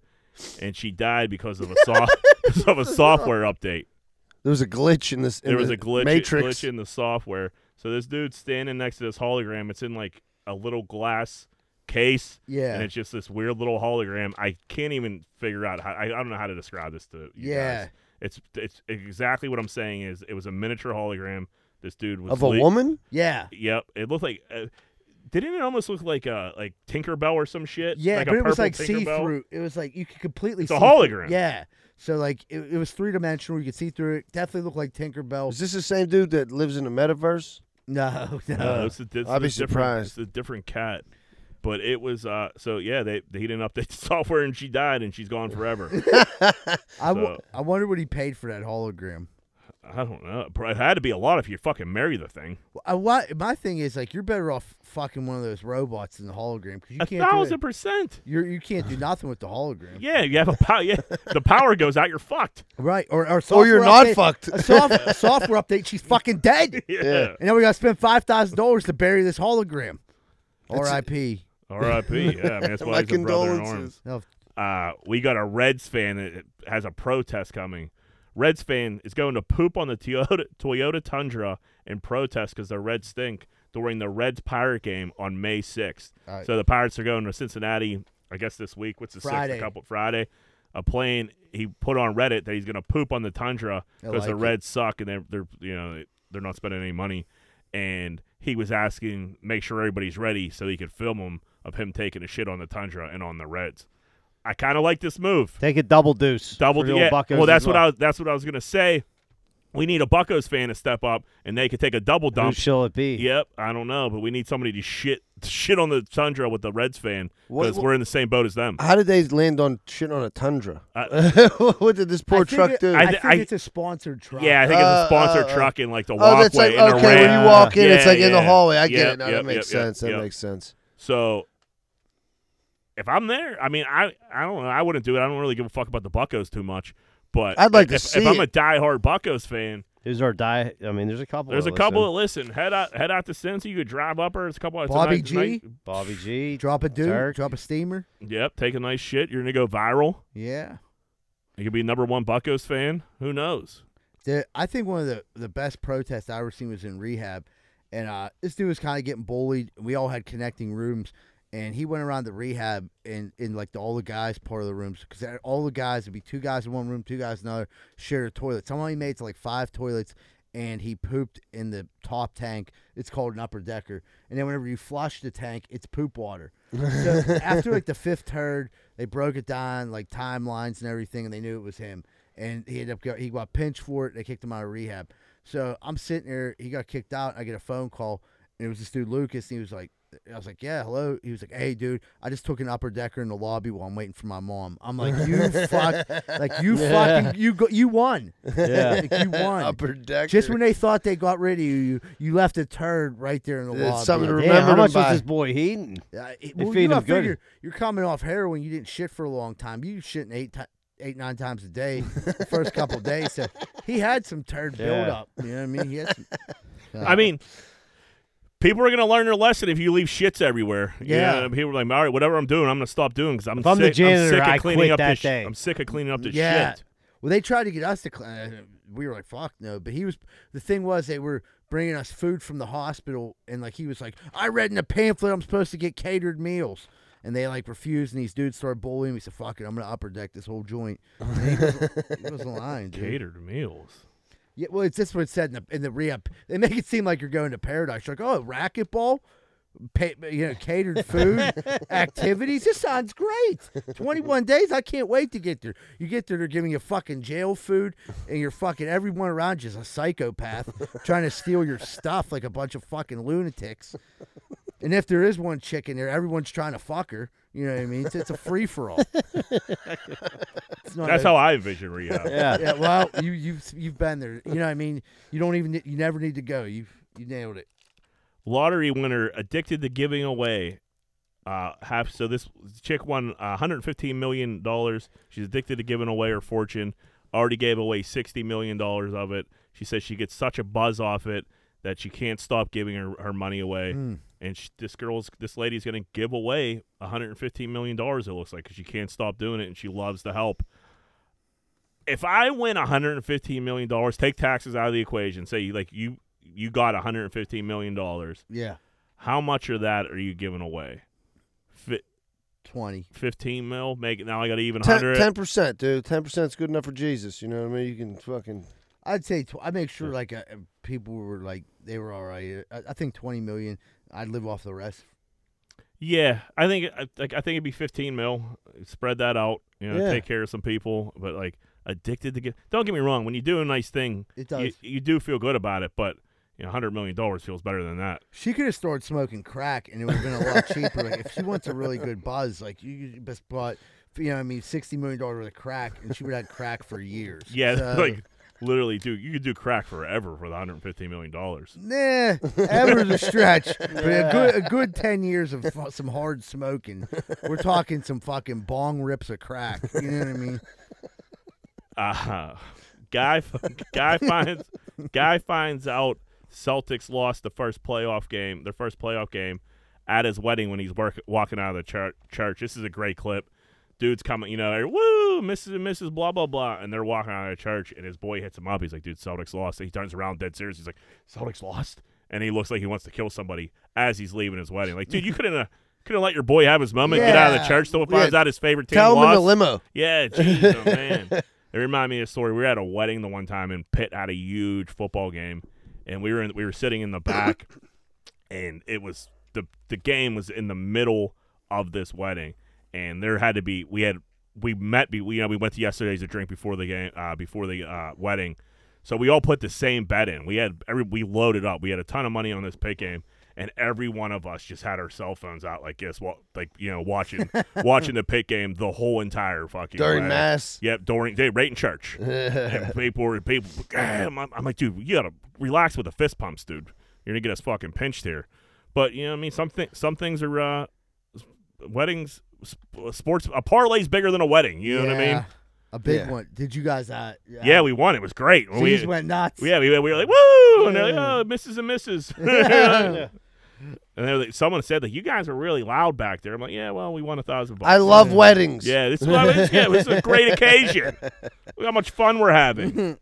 D: and she died because of a soft because of a software update.
C: There was a glitch in this. in
D: There was
C: the
D: a glitch
C: Matrix.
D: glitch in the software. So this dude's standing next to this hologram. It's in like a little glass case,
A: Yeah.
D: and it's just this weird little hologram. I can't even figure out how. I, I don't know how to describe this to you
A: Yeah.
D: guys. It's it's exactly what I'm saying is it was a miniature hologram. This dude was
C: of a
D: le-
C: woman.
A: Yeah.
D: Yep, it looked like. Uh, didn't it almost look like uh like Tinkerbell or some shit?
A: Yeah,
D: like
A: but
D: a
A: it was
D: purple
A: like
D: Tinkerbell?
A: see through. It was like you could completely
D: It's a
A: see through-
D: hologram.
A: Yeah. So like it, it was three dimensional, you could see through it. Definitely looked like Tinkerbell.
C: Is this the same dude that lives in the metaverse?
A: No, no.
D: No, Uh, it's a, it's
C: Uh, I'd
D: a
C: be
D: different-
C: surprised.
D: It's a different cat, but it was uh. So yeah, they they didn't update the software and she died and she's gone forever.
A: I, w-
D: so-
A: I wonder what he paid for that hologram.
D: I don't know. But It had to be a lot if you fucking marry the thing.
A: I, why, my thing is like you're better off fucking one of those robots than the hologram because you
D: a
A: can't
D: thousand
A: do it.
D: percent.
A: You're, you can't do nothing with the hologram.
D: Yeah, you have a power. Yeah, the power goes out. You're fucked.
A: Right. Or or,
C: Or Oh, you're
A: software
C: not
A: update-
C: fucked.
A: A, soft, a software update. She's fucking dead.
D: Yeah.
A: And now we gotta spend five thousand dollars to bury this hologram.
C: That's-
A: R.I.P.
D: R.I.P. Yeah, I mean, that's why
C: My
D: he's a brother in arms.
C: condolences.
A: No,
D: uh, we got a Reds fan that has a protest coming. Reds fan is going to poop on the Toyota, Toyota Tundra in protest because the Reds stink during the Reds Pirate game on May 6th.
A: Alright.
D: So the Pirates are going to Cincinnati, I guess this week. What's the
A: Friday.
D: sixth? A couple Friday. A plane he put on Reddit that he's going to poop on the Tundra
A: I
D: because the
A: like it.
D: Reds suck and they're they're you know they're not spending any money. And he was asking make sure everybody's ready so he could film him of him taking a shit on the Tundra and on the Reds. I kind of like this move.
B: Take a double deuce.
D: Double
B: for
D: D.
B: the old
D: Yeah.
B: Buccos
D: Well,
B: as
D: that's what I
B: well.
D: was, that's what I was gonna say. We need a Buccos fan to step up, and they could take a double
B: Who
D: dump.
B: shall it be?
D: Yep, I don't know, but we need somebody to shit shit on the Tundra with the Reds fan
C: What-
D: because we're in the same boat as them.
C: How did they land on shit on a tundra? what did this
A: I
C: poor
A: think
C: truck
A: it-
C: do?
A: I
D: I-
A: think
D: I-
A: it's a sponsored truck.
D: yeah, I think it's a
C: Uh,
D: sponsor
C: uh, uh.
D: truck in like the
C: oh,
D: walkway
C: that's like
D: in a
C: okay. When
D: ramp.
C: you walk in, it's
D: Yeah,
C: like in the
D: yeah.
C: hallway. I
D: Yep,
C: get it. No,
D: yep,
C: that makes
D: yep, yep,
C: sense. that
D: yep.
C: makes sense.
D: So if I'm there, I mean, I I don't know, I wouldn't do it. I don't really give a fuck about the Buccos too much, but
C: I'd like to
D: if, if
C: see
D: I'm a
C: it.
D: diehard Buccos fan,
B: There's our die. I mean, there's a couple.
D: There's a
B: that
D: couple
B: listen.
D: that listen. Head out, head out to Cincy. You could drive up, or it's a couple. it's a
A: Bobby
D: nice-
A: G?
D: nice-
B: Bobby G.
A: Drop a dude.
B: Turk.
A: Drop a steamer.
D: yep, take a nice shit. You're gonna go viral.
A: Yeah.
D: You could be number one Buccos fan. Who knows?
A: The, I think one of the, the best protests I ever seen was in rehab, and uh, this dude was kind of getting bullied. We all had connecting rooms, and he went around the rehab and in like the, all the guys part of the rooms because all the guys would be two guys in one room, two guys in another, shared a toilet. Somehow he made it to like five toilets, and he pooped in the top tank. It's called an upper decker, and then whenever you flush the tank, it's poop water. So after like the fifth turd, they broke it down like timelines and everything, and they knew it was him. And he ended up go, he got pinched for it. They kicked him out of rehab. So I'm sitting there. He got kicked out. And I get a phone call, and it was this dude Lucas. And he was like, I was like, yeah, hello. He was like, hey, dude, I just took an upper decker in the lobby while I'm waiting for my mom. I'm like, you fuck, like you fucking, you go, you won.
B: Yeah.
A: Like, you won.
C: Upper deck.
A: just when they thought they got rid of you, you, you left a turd right there in the
C: It's
A: lobby.
C: something to
B: Damn,
C: Remember
B: how
C: them
B: much was
C: by-
B: this boy eating?
A: Uh, it,
B: They
A: well,
B: feed
A: you
B: 'em
A: gotta
B: good.
A: figure you're coming off heroin. You didn't shit for a long time. You shitting eight ti- eight nine times a day, the first couple of days. So he had some turd
B: Yeah.
A: buildup. You know what I mean? He had some,
D: I mean, people are gonna learn their lesson if you leave shits everywhere. You
A: Yeah.
D: know, people are like, all right, whatever I'm doing, I'm gonna stop doing because I'm,
B: If I'm the
D: sick-
B: janitor,
D: sick of
B: I
D: cleaning
B: quit
D: up
B: that
D: this. sh-
B: day.
D: I'm sick of cleaning up this
A: yeah.
D: shit.
A: Well, they tried to get us to. Cl- uh, we were like, "Fuck no!" But he was. The thing was, they were bringing us food from the hospital, and like he was like, "I read in a pamphlet I'm supposed to get catered meals." And they like refused, and these dudes started bullying me. So fuck it, I'm gonna upper deck this whole joint. And He wasn't, he wasn't lying, dude.
D: Catered meals.
A: Yeah, well, it's just what it said in the in the rehab. They make it seem like you're going to paradise. You're like, oh, racquetball, pay, you know, catered food, activities. This sounds great. Twenty one days. I can't wait to get there. You get there, they're giving you fucking jail food, and you're fucking everyone around you is a psychopath trying to steal your stuff like a bunch of fucking lunatics. And if there is one chick in there, everyone's trying to fuck her. You know what I mean? It's, it's a free for all.
D: That's how I envision rehab.
B: Yeah.
A: Yeah, well, you you've you've been there. You know what I mean? You don't even you never need to go. You you nailed it.
D: lottery winner addicted to giving away uh half so this chick won uh, 115 million dollars she's addicted to giving away her fortune already gave away 60 million dollars of it she says she gets such a buzz off it that she can't stop giving her, her money away and sh this girl's this lady's gonna give away 115 million dollars it looks like because she can't stop doing it and she loves to help if I win 115 million dollars, take taxes out of the equation. Say like you you got 115 million dollars.
A: Yeah,
D: How much of that are you giving away? Fi
A: twenty.
D: 15 mil. Make it now. I got to even 100.
C: Ten percent, dude. Ten percent is good enough for Jesus. You know what I mean? You can fucking.
A: I'd say tw- I make sure like uh, uh, people were like they were all right. Uh, I, I think twenty million. I'd live off the rest.
D: Yeah, I think I, like, I think it'd be 15 mil. Spread that out. You know,
C: Yeah.
D: take care of some people. But like addicted to get. Don't get me wrong. When you do a nice thing,
A: It
D: you,
A: does.
D: you do feel good about it. But you know, 100 million dollars feels better than that.
A: She could have started smoking crack, and it would have been a lot cheaper. like if she wants a really good buzz, like you you best bought, you know, what I mean, sixty million dollars worth of crack, and she would have had crack for years.
D: Yeah,
A: So-
D: like literally, dude, you could do crack forever for the 115 million dollars.
A: Nah, ever's a stretch. But a good, a good ten years of fu- some hard smoking. We're talking some fucking bong rips of crack. You know what I mean?
D: Uh, guy, guy finds guy finds out Celtics lost the first playoff game, their first playoff game, at his wedding when he's work, walking out of the church. Church. This is a great clip. Dude's coming, you know, woo, Mrs. and Mrs. Blah blah blah, and they're walking out of the church, and his boy hits him up. He's like, "Dude, Celtics lost." And he turns around, dead serious. He's like, "Celtics lost," and he looks like he wants to kill somebody as he's leaving his wedding. Like, dude, you couldn't. Uh, couldn't let your boy have his moment, get out of the
A: Yeah.
D: church. So it finds
C: Yeah.
D: out his favorite team
C: Tell him in
D: lost.
C: the limo.
D: Yeah, jeez, oh, man. It reminded me of a story. We were at a wedding the one time, and Pitt had a huge football game, and we were in, we were sitting in the back, and it was the the game was in the middle of this wedding, and there had to be we had we met be we you know we went to yesterday's to drink before the game uh, before the uh, wedding, so we all put the same bet in. We had every we loaded up. We had a ton of money on this Pitt game. And every one of us just had our cell phones out like this, while, like you know, watching watching the pit game the whole entire fucking
C: During
D: way.
C: mass.
D: Yep, during day right in church. And people were people. I'm, I'm like, dude, you gotta relax with the fist pumps, dude. You're gonna get us fucking pinched here. But you know, what I mean, some thi- some things are uh, s- weddings, sp- sports. A parlay's bigger than a wedding. You know what I mean?
A: Yeah, A big
C: Yeah.
A: one. Did you guys? Uh,
D: Yeah, we won. It was great.
A: So
D: we,
A: you just went nuts.
D: yeah, we, we were like, woo! And they're like, oh, Mrs. and Mrs. and they're like, someone said, like, you guys are really loud back there. I'm like, yeah, well, we won a thousand bucks.
C: I love weddings.
D: Yeah, this is, what I mean, yeah, this is a great occasion. Look how much fun we're having.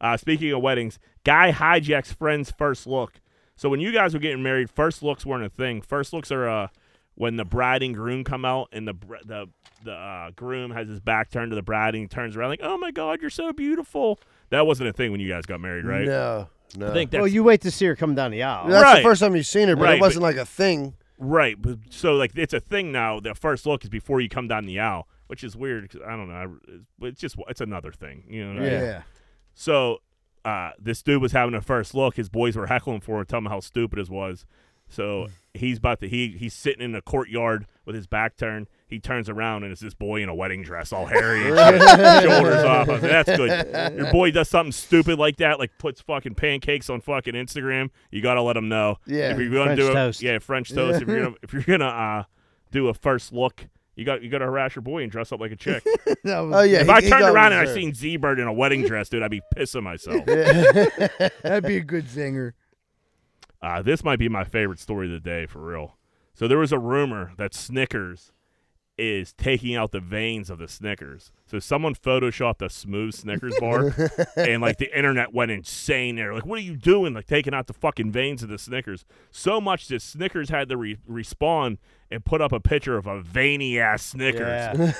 D: Uh, speaking of weddings, guy hijacks friend's first look. So when you guys were getting married, first looks weren't a thing. First looks are uh, when the bride and groom come out, and the br- the the uh, groom has his back turned to the bride, and he turns around like, "Oh my God, you're so beautiful." That wasn't a thing when you guys got married, right?
C: No. No.
D: I think that's
B: Well, you wait to see her come down the aisle.
C: That's
D: Right.
C: the first time you've seen her, but
D: Right,
C: it
D: but-
C: wasn't like a thing.
D: Right, but so like it's a thing now. The first look is before you come down the aisle, which is weird. 'cause I don't know. I, but it's just it's another thing, you know. what I mean?
A: Yeah.
D: So uh, this dude was having a first look. His boys were heckling for him, telling him how stupid his was. So
B: Hmm.
D: he's about to he he's sitting in a courtyard with his back turned. He turns around and it's this boy in a wedding dress, all hairy and shit, shoulders off. I was like, That's good. Your boy does something stupid like that, like puts fucking pancakes on fucking Instagram. You gotta let him know.
C: Yeah,
D: if you're gonna
B: French
D: do it,
B: toast.
D: yeah, French toast. if you're gonna if you're gonna uh, do a first look, you got you gotta harass your boy and dress up like a chick.
A: That was-
C: Oh yeah.
D: If
C: he-
D: I
C: he
D: turned
C: got
D: around and I
C: reserved.
D: seen Z Bird in a wedding dress, dude, I'd be pissing myself.
A: that'd be a good zinger.
D: Uh, this might be my favorite story of the day for real. So there was a rumor that Snickers is taking out the veins of the Snickers. So someone photoshopped a smooth Snickers bar, and like the internet went insane. There, like, what are you doing? Like taking out the fucking veins of the Snickers. So much that Snickers had to re- respond and put up a picture of a veiny ass Snickers.
B: Yeah.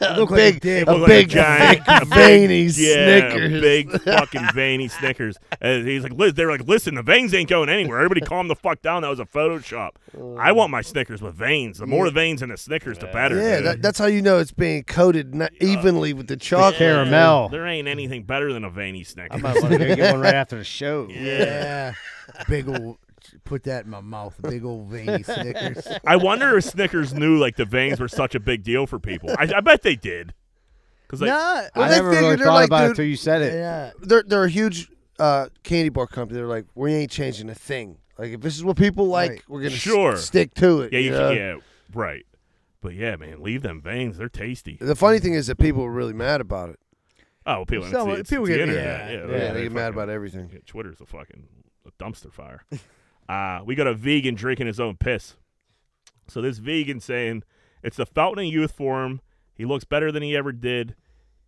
A: It looked like a
C: big,
A: dick.
C: a
D: Looked like
C: big,
D: giant-
C: thick,
D: a big-
C: veiny
D: Yeah,
C: Snickers.
D: big fucking veiny Snickers. And he's like, Liz, they're like, listen, the veins ain't going anywhere. Everybody calm the fuck down. That was a Photoshop. I want my Snickers with veins. The more veins in the Snickers, the better.
C: Uh, Yeah,
D: dude.
C: that, that's how you know it's being coated not evenly with the chocolate. oh.
B: Caramel.
D: There ain't anything better than a veiny Snickers.
B: I might want to go get one right after the show.
A: Yeah. Big old put that in my mouth. A big old veiny Snickers.
D: I wonder if Snickers knew like the veins were such a big deal for people. I, I bet they did. Because like,
A: nah,
B: I
C: Well, they
B: never really
C: figured they're
B: thought
C: like,
B: about it
C: dude-
B: until you said it.
A: yeah.
C: They're they're a huge uh, candy bar company. They're like, we ain't changing a thing. Like if this is what people like,
A: Right.
C: we're gonna s-
D: Sure.
C: stick to it.
D: yeah, you
C: you
D: Can,
C: know?
D: yeah, right. But yeah, man, leave them veins. They're tasty.
C: The funny thing is that people were really mad about it.
D: Oh, people, it's
A: So,
D: the- it's
A: people
D: the
A: get-
D: internet.
A: yeah,
D: Yeah,
C: Yeah,
D: they're-
C: they
D: they're
C: get mad
D: fucking-
C: about everything.
D: Yeah, Twitter's a fucking a dumpster fire. uh, we got a vegan drinking his own piss. So this vegan saying it's the fountain of youth for him. He looks better than he ever did.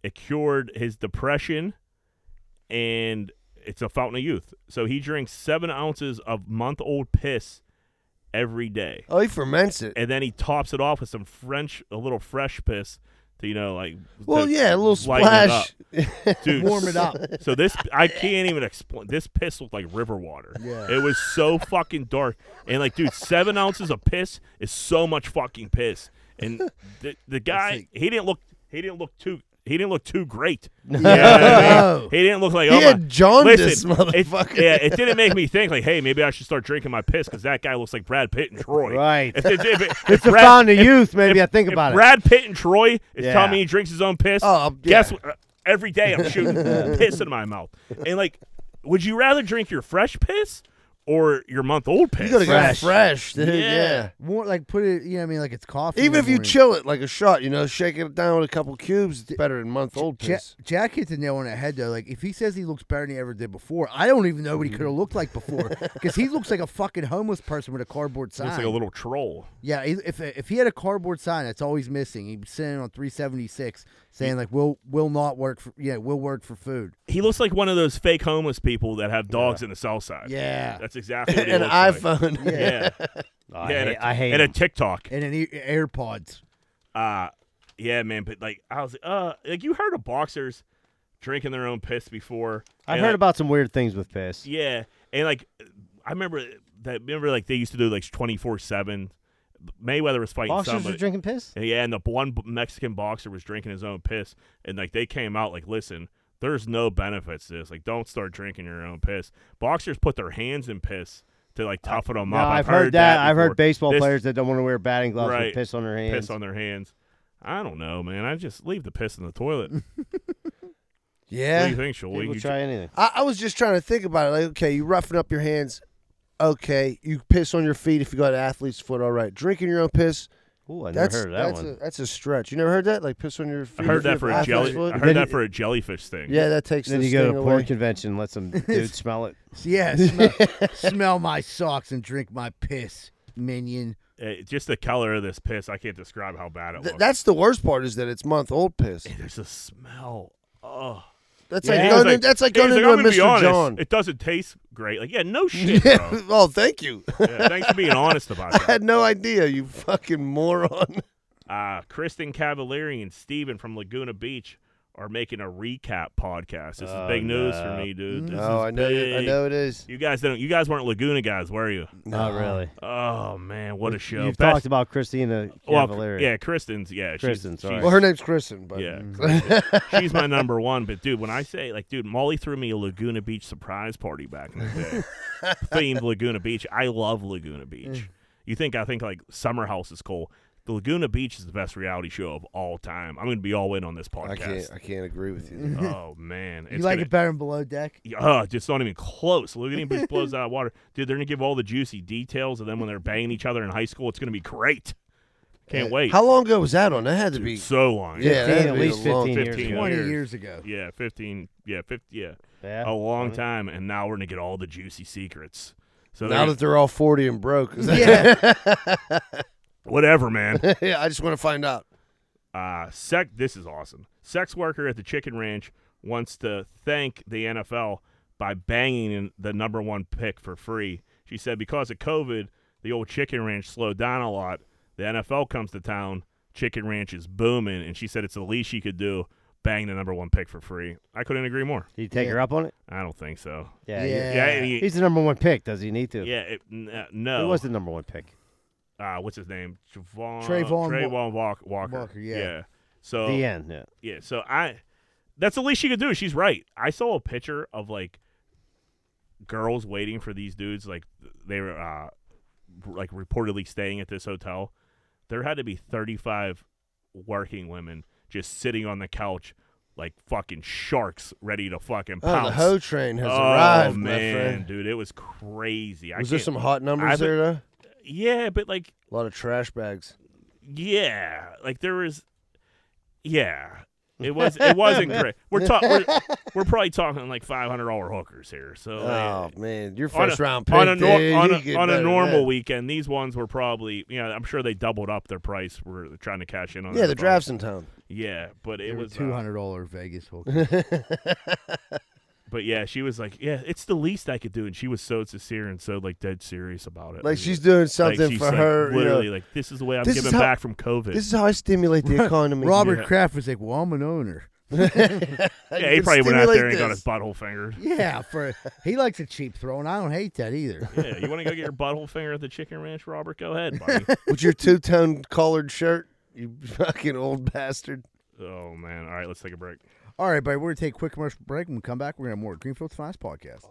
D: It cured his depression, and it's a fountain of youth. So he drinks seven ounces of month old piss every day,
C: Oh, he ferments it.
D: and then he tops it off with some French, a little fresh piss to you know like.
C: Well,
D: to
C: yeah, a little
D: lighten it up.
C: splash.
D: Dude,
A: Warm it up.
D: So this, I can't even explain. This piss looked like river water.
A: Yeah.
D: It was so fucking dark. And like, dude, seven ounces of piss is so much fucking piss. And the, the guy, he didn't look, he didn't look too, he didn't look too great. You know what I mean?
A: No.
D: He didn't look like,
C: He
D: oh my.
C: had jaundice,
D: Listen, it,
C: motherfucker.
D: yeah, it didn't make me think like, hey, maybe I should start drinking my piss because that guy looks like Brad Pitt and Troy.
B: Right.
D: If, if, if,
B: It's the fountain of youth. Maybe I think about it.
D: Brad Pitt and Troy is
B: Yeah. um,
D: telling me he drinks his own piss.
C: Oh, yeah.
D: guess what? uh, Every day I'm shooting piss in my mouth. And like, would you rather drink your fresh piss or your month old piss?
C: You gotta
B: Fresh.
C: go fresh, dude.
D: Yeah.
C: Yeah.
A: More like put it. You know what I mean? Like it's coffee. in
C: Even
A: the
C: if you
A: morning.
C: chill it like a shot, you know, shake it down with a couple cubes, it's better than month old
A: Ja-
C: piss.
A: Jack hit the nail on the head though. Like if he says he looks better than he ever did before, I don't even know what he could have looked like before because he looks like a fucking homeless person with a cardboard sign.
D: Looks like a little troll.
A: yeah, he- if if he had a cardboard sign that's always missing, he'd be sitting on three seventy six saying like we'll will not work for yeah we'll work for food.
D: He looks like one of those fake homeless people that have dogs in the south side.
A: Yeah,
D: That's exactly what he
C: An
D: looks like.
C: iPhone.
D: Yeah. yeah.
B: Oh, I,
D: and
B: hate,
D: a,
B: I hate
D: and a
B: him.
D: TikTok.
A: and an ear- AirPods.
D: Uh yeah, man, but like I was uh like you heard of boxers drinking their own piss before.
B: I've
D: And,
B: heard
D: like,
B: about some weird things with piss.
D: Yeah, and like I remember that. Remember like they used to do like twenty four seven. Mayweather was fighting
B: Boxers are
D: somebody.
B: drinking piss.
D: yeah, and the one b- Mexican boxer was drinking his own piss, and like they came out like, listen, there's no benefits to this. Like, don't start drinking your own piss. Boxers put their hands in piss to like toughen them
B: No,
D: up.
B: I've, heard, that. I've
D: before.
B: heard baseball
D: This
B: players that don't want to wear batting gloves
D: Right.
B: with piss on their hands.
D: piss on their hands. I don't know, man. I just leave the piss in the toilet. What do
C: Yeah.
D: you think, Shuli?
B: People
D: You
B: try anything.
C: I, I was just trying to think about it. Like, okay, you roughing up your hands. Okay, you piss on your feet if you got an athlete's foot. All right, drinking your own piss.
B: Ooh, I never
C: That's
B: heard of that
C: that's
B: one.
C: a that's a stretch. You never heard that? Like piss on your
D: I
C: feet.
D: heard
C: if you
D: that
C: have
D: for
C: an
D: a
C: athlete's
D: jelly.
C: foot?
D: I
B: Then
D: heard that
B: you-
D: for a jellyfish thing.
C: Yeah, that takes.
B: then
C: this
B: you go to
C: thing
B: a
C: away.
B: porn convention and let some dude smell it.
A: Yeah, smell, smell my socks and drink my piss, minion.
D: Uh, just the color of this piss, I can't describe how bad it
C: Th-
D: looks.
C: that's the worst part is that it's month old piss.
D: There's a smell. Oh,
C: That's
B: Yeah.
C: like
B: He
C: going.
B: was
C: in- that's like going into
D: I'm
C: a
D: gonna be
C: Mr.
D: honest,
C: John.
D: It doesn't taste great. Like, yeah, no shit, bro.
C: oh, thank you.
D: Yeah, thanks for being honest about
C: I
D: that.
C: had no idea. You fucking moron.
D: Uh, Kristen Cavallari and Steven from Laguna Beach are making a recap podcast. This
B: Oh,
D: is big news for
B: no.
D: me, dude. This
C: No,
D: is
C: I know. I
D: big.
C: know it is.
D: You guys didn't. You guys weren't Laguna guys, were you?
B: Not really.
D: Oh man, what a show!
B: You've
D: Best-
B: talked about Christina
D: well,
B: Cavallari.
D: yeah, Kristen's. Yeah, she's-
B: Kristen's,
D: she's,
B: alright.
C: Well, her name's Kristen, but
D: Yeah, she's my number one. But dude, when I say like, dude, Molly threw me a Laguna Beach surprise party back in the day, themed Laguna Beach. I love Laguna Beach. You think I think like Summer House is cool? The Laguna Beach is the best reality show of all time. I'm going to be all in on this
C: I can't.
D: podcast.
C: I can't agree with you.
D: Oh man,
A: You like it better than below deck?
D: Oh, just not even close. Laguna Beach blows out of water, dude. They're going to give all the juicy details, and then when they're banging each other in high school, it's going to be great. Can't wait.
C: How long ago was that on? That had to be.
D: so long.
C: Yeah, that had
B: at
C: to be a
B: least
C: long-
B: 15 years
D: 15
B: ago.
A: Twenty
D: Years.
A: years ago.
D: Yeah, fifteen. Yeah, fifty. Yeah,
B: Yeah.
D: a long time, and now we're gonna get all the juicy secrets. So
C: Now
D: they're-
C: that they're all forty and broke, is that-
A: Yeah.
D: whatever, man.
C: yeah, I just want to find out.
D: uh, sec. This is awesome. Sex worker at the Chicken Ranch wants to thank the NFL by banging in the number one pick for free. She said because of COVID, the old Chicken Ranch slowed down a lot. The NFL comes to town. Chicken Ranch is booming, and she said it's the least she could do. Bang the number one pick for free. I couldn't agree more.
B: Did you take
A: Yeah.
B: her up on it?
D: I don't think so.
B: Yeah.
A: Yeah.
D: Yeah, and he-
B: He's the number one pick. Does he need to?
D: yeah, it, n- uh,
B: He
D: no.
B: was the number one pick.
D: uh, what's his name? Javon,
A: Trayvon
D: Trayvon Walk, Walker.
A: Walker, yeah.
D: So
B: The end. Yeah.
D: yeah, so I that's the least she could do. She's right. I saw a picture of like girls waiting for these dudes. Like they were uh, like reportedly staying at this hotel. There had to be 35 working women just sitting on the couch like fucking sharks ready to fucking
C: Oh,
D: pounce.
C: the hoe train has
D: Oh,
C: arrived, my
D: man,
C: friend.
D: dude, it was crazy. I
C: Was there
D: can't-
C: some hot numbers
D: I've-
C: there though?
D: Yeah, but like
C: A lot of trash bags.
D: yeah, like there was, yeah. It was. It wasn't great. We're talking. We're, we're probably talking like five hundred dollar hookers here. So
C: Oh
D: like,
C: man, your
D: on
C: first
D: a,
C: round pick
D: on a, nor-
C: dude,
D: on
C: you
D: a,
C: get
D: on a
C: better than
D: normal
C: that.
D: weekend, these ones were probably. You know, I'm sure they doubled up their price. We're trying to cash in on.
C: Yeah,
D: their
C: the
D: bonus.
C: draft's in town.
D: Yeah, but it was.
A: two
D: uh,
A: hundred dollar Vegas hook.
D: but yeah, she was like, "Yeah, it's the least I could do," and she was so sincere and so like dead serious about it.
C: Like she's doing something
D: she's,
C: for
D: like,
C: her. you know.
D: Literally, like this is the way I'm
C: This
D: giving
C: is how-
D: back from COVID.
C: This is how I stimulate the economy.
A: Robert
D: Yeah.
A: Kraft was like, "Well, I'm an owner."
D: yeah, he probably went out
C: stimulate
D: there and got
C: this.
D: his butthole fingered.
A: Yeah, for he likes a cheap throw, and I don't hate that either.
D: Yeah, you want to go get your butthole finger at the chicken ranch, Robert? Go ahead, buddy.
C: with your two tone collared shirt. You fucking old bastard.
D: oh man! All right, let's take a break.
A: All right, buddy, we're gonna take a quick commercial break. When we come back, we're gonna have more Greenfield Finance podcast.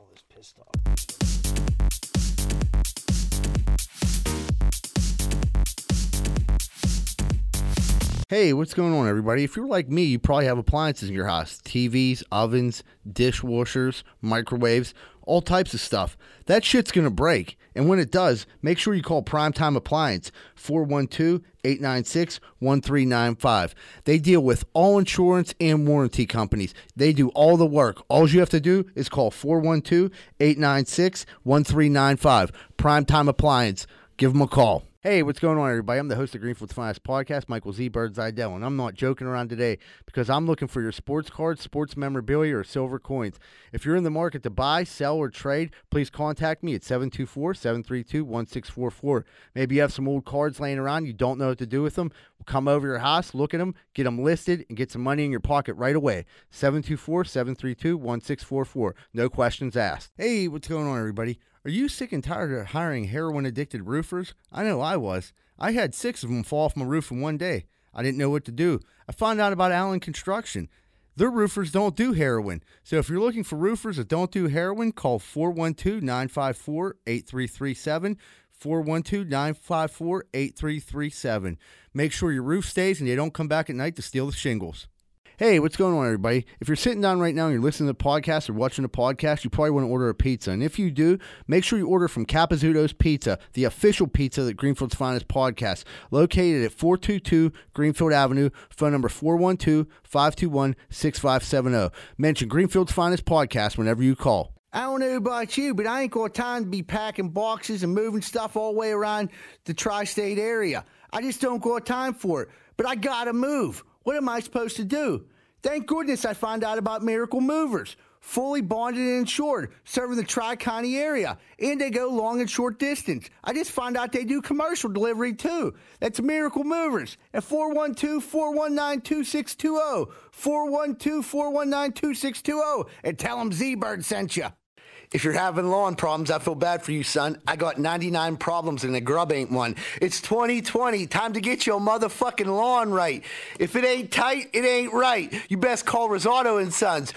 A: Hey, what's going on, everybody? If you're like me, you probably have appliances in your house TVs, ovens, dishwashers, microwaves, all types of stuff. That shit's going to break. And when it does, make sure you call Primetime Appliance 412 896 1395. They deal with all insurance and warranty companies. They do all the work. All you have to do is call 412 896 1395. Primetime Appliance. Give them a call. Hey, what's going on, everybody? I'm the host of Greenfield's Finest Podcast, Michael Z. Bird Zidell, and I'm not joking around today because I'm looking for your sports cards, sports memorabilia, or silver coins. If you're in the market to buy, sell, or trade, please contact me at 724 732 1644. Maybe you have some old cards laying around, you don't know what to do with them. We'll come over to your house, look at them, get them listed, and get some money in your pocket right away. 724 732 1644. No questions asked. Hey, what's going on, everybody? Are you sick and tired of hiring heroin addicted roofers? I know I was. I had six of them fall off my roof in one day. I didn't know what to do. I found out about Allen Construction. Their roofers don't do heroin. So if you're looking for roofers that don't do heroin, call 412 954 8337. 412 954 8337. Make sure your roof stays and they don't come back at night to steal the shingles. Hey, what's going on, everybody? If you're sitting down right now and you're listening to the podcast or watching the podcast, you probably want to order a pizza. And if you do, make sure you order from Capizzuto's Pizza, the official pizza that Greenfield's Finest podcast, located at 422 Greenfield Avenue, phone number 412 521 6570. Mention Greenfield's Finest podcast whenever you call. I don't know about you, but I ain't got time to be packing boxes and moving stuff all the way around the tri state area. I just don't got time for it. But I gotta move. What am I supposed to do? Thank goodness I found out about Miracle Movers. Fully bonded and insured, serving the Tri County area, and they go long and short distance. I just found out they do commercial delivery too. That's Miracle Movers at 412 419 2620. 412 419 2620, oh. and tell them Z Bird sent you. If you're having lawn problems, I feel bad for you, son. I got 99 problems and the grub ain't one. It's 2020. Time to get your motherfucking lawn right. If it ain't tight, it ain't right. You best call Rosato and Sons.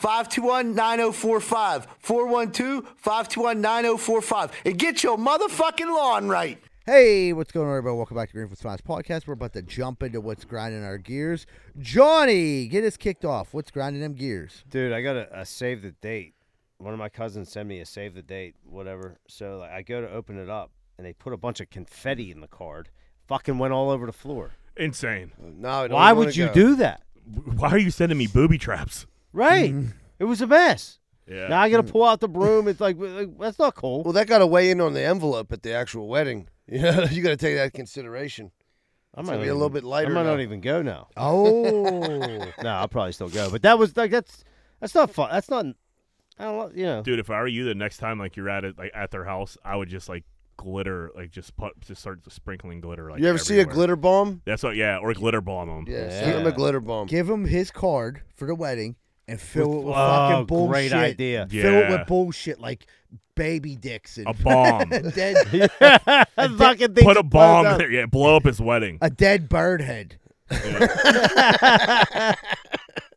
A: 412-521-9045. 412-521-9045. And get your motherfucking lawn right. Hey, what's going on, everybody? Welcome back to Greenfield Finance Podcast. We're about to jump into what's grinding our gears. Johnny, get us kicked off. What's grinding them gears?
B: Dude, I got a, a save the date. One of my cousins sent me a save the date, whatever. So like, I go to open it up, and they put a bunch of confetti in the card. Fucking went all over the floor.
D: Insane.
C: No, I don't
B: Why
C: wanna
B: would you
C: go.
B: do that?
D: Why are you sending me booby traps?
B: Right.
C: Mm.
B: It was a mess.
D: Yeah.
B: Now I got to pull out the broom. It's like, like, that's not cool.
C: Well, that got to weigh in on the envelope at the actual wedding. You know, you got to take that into consideration.
B: I
C: gonna be a
B: even-
C: little bit lighter
B: I might not
C: now.
B: even go now.
A: Oh.
B: No, I'll probably still go. But that was like that's that's not fun. That's not. I don't know, you know.
D: dude, if I were you, the next time like you're at it like at their house, I would just like glitter, like just put, just start sprinkling glitter. Like
C: you ever see a
D: everywhere.
C: glitter bomb?
D: That's what, yeah, or glitter bomb them.
C: Yeah,
B: Yeah.
C: send him a glitter bomb.
A: give him his card for the wedding and fill it with
B: oh,
A: fucking bullshit.
B: great idea.
A: Fill it
D: Yeah.
A: with bullshit like baby dicks and
D: A bomb.
A: dead
B: That fucking thing
D: Put a bomb there. Yeah, blow up his wedding.
A: a dead bird head.
D: like, oh,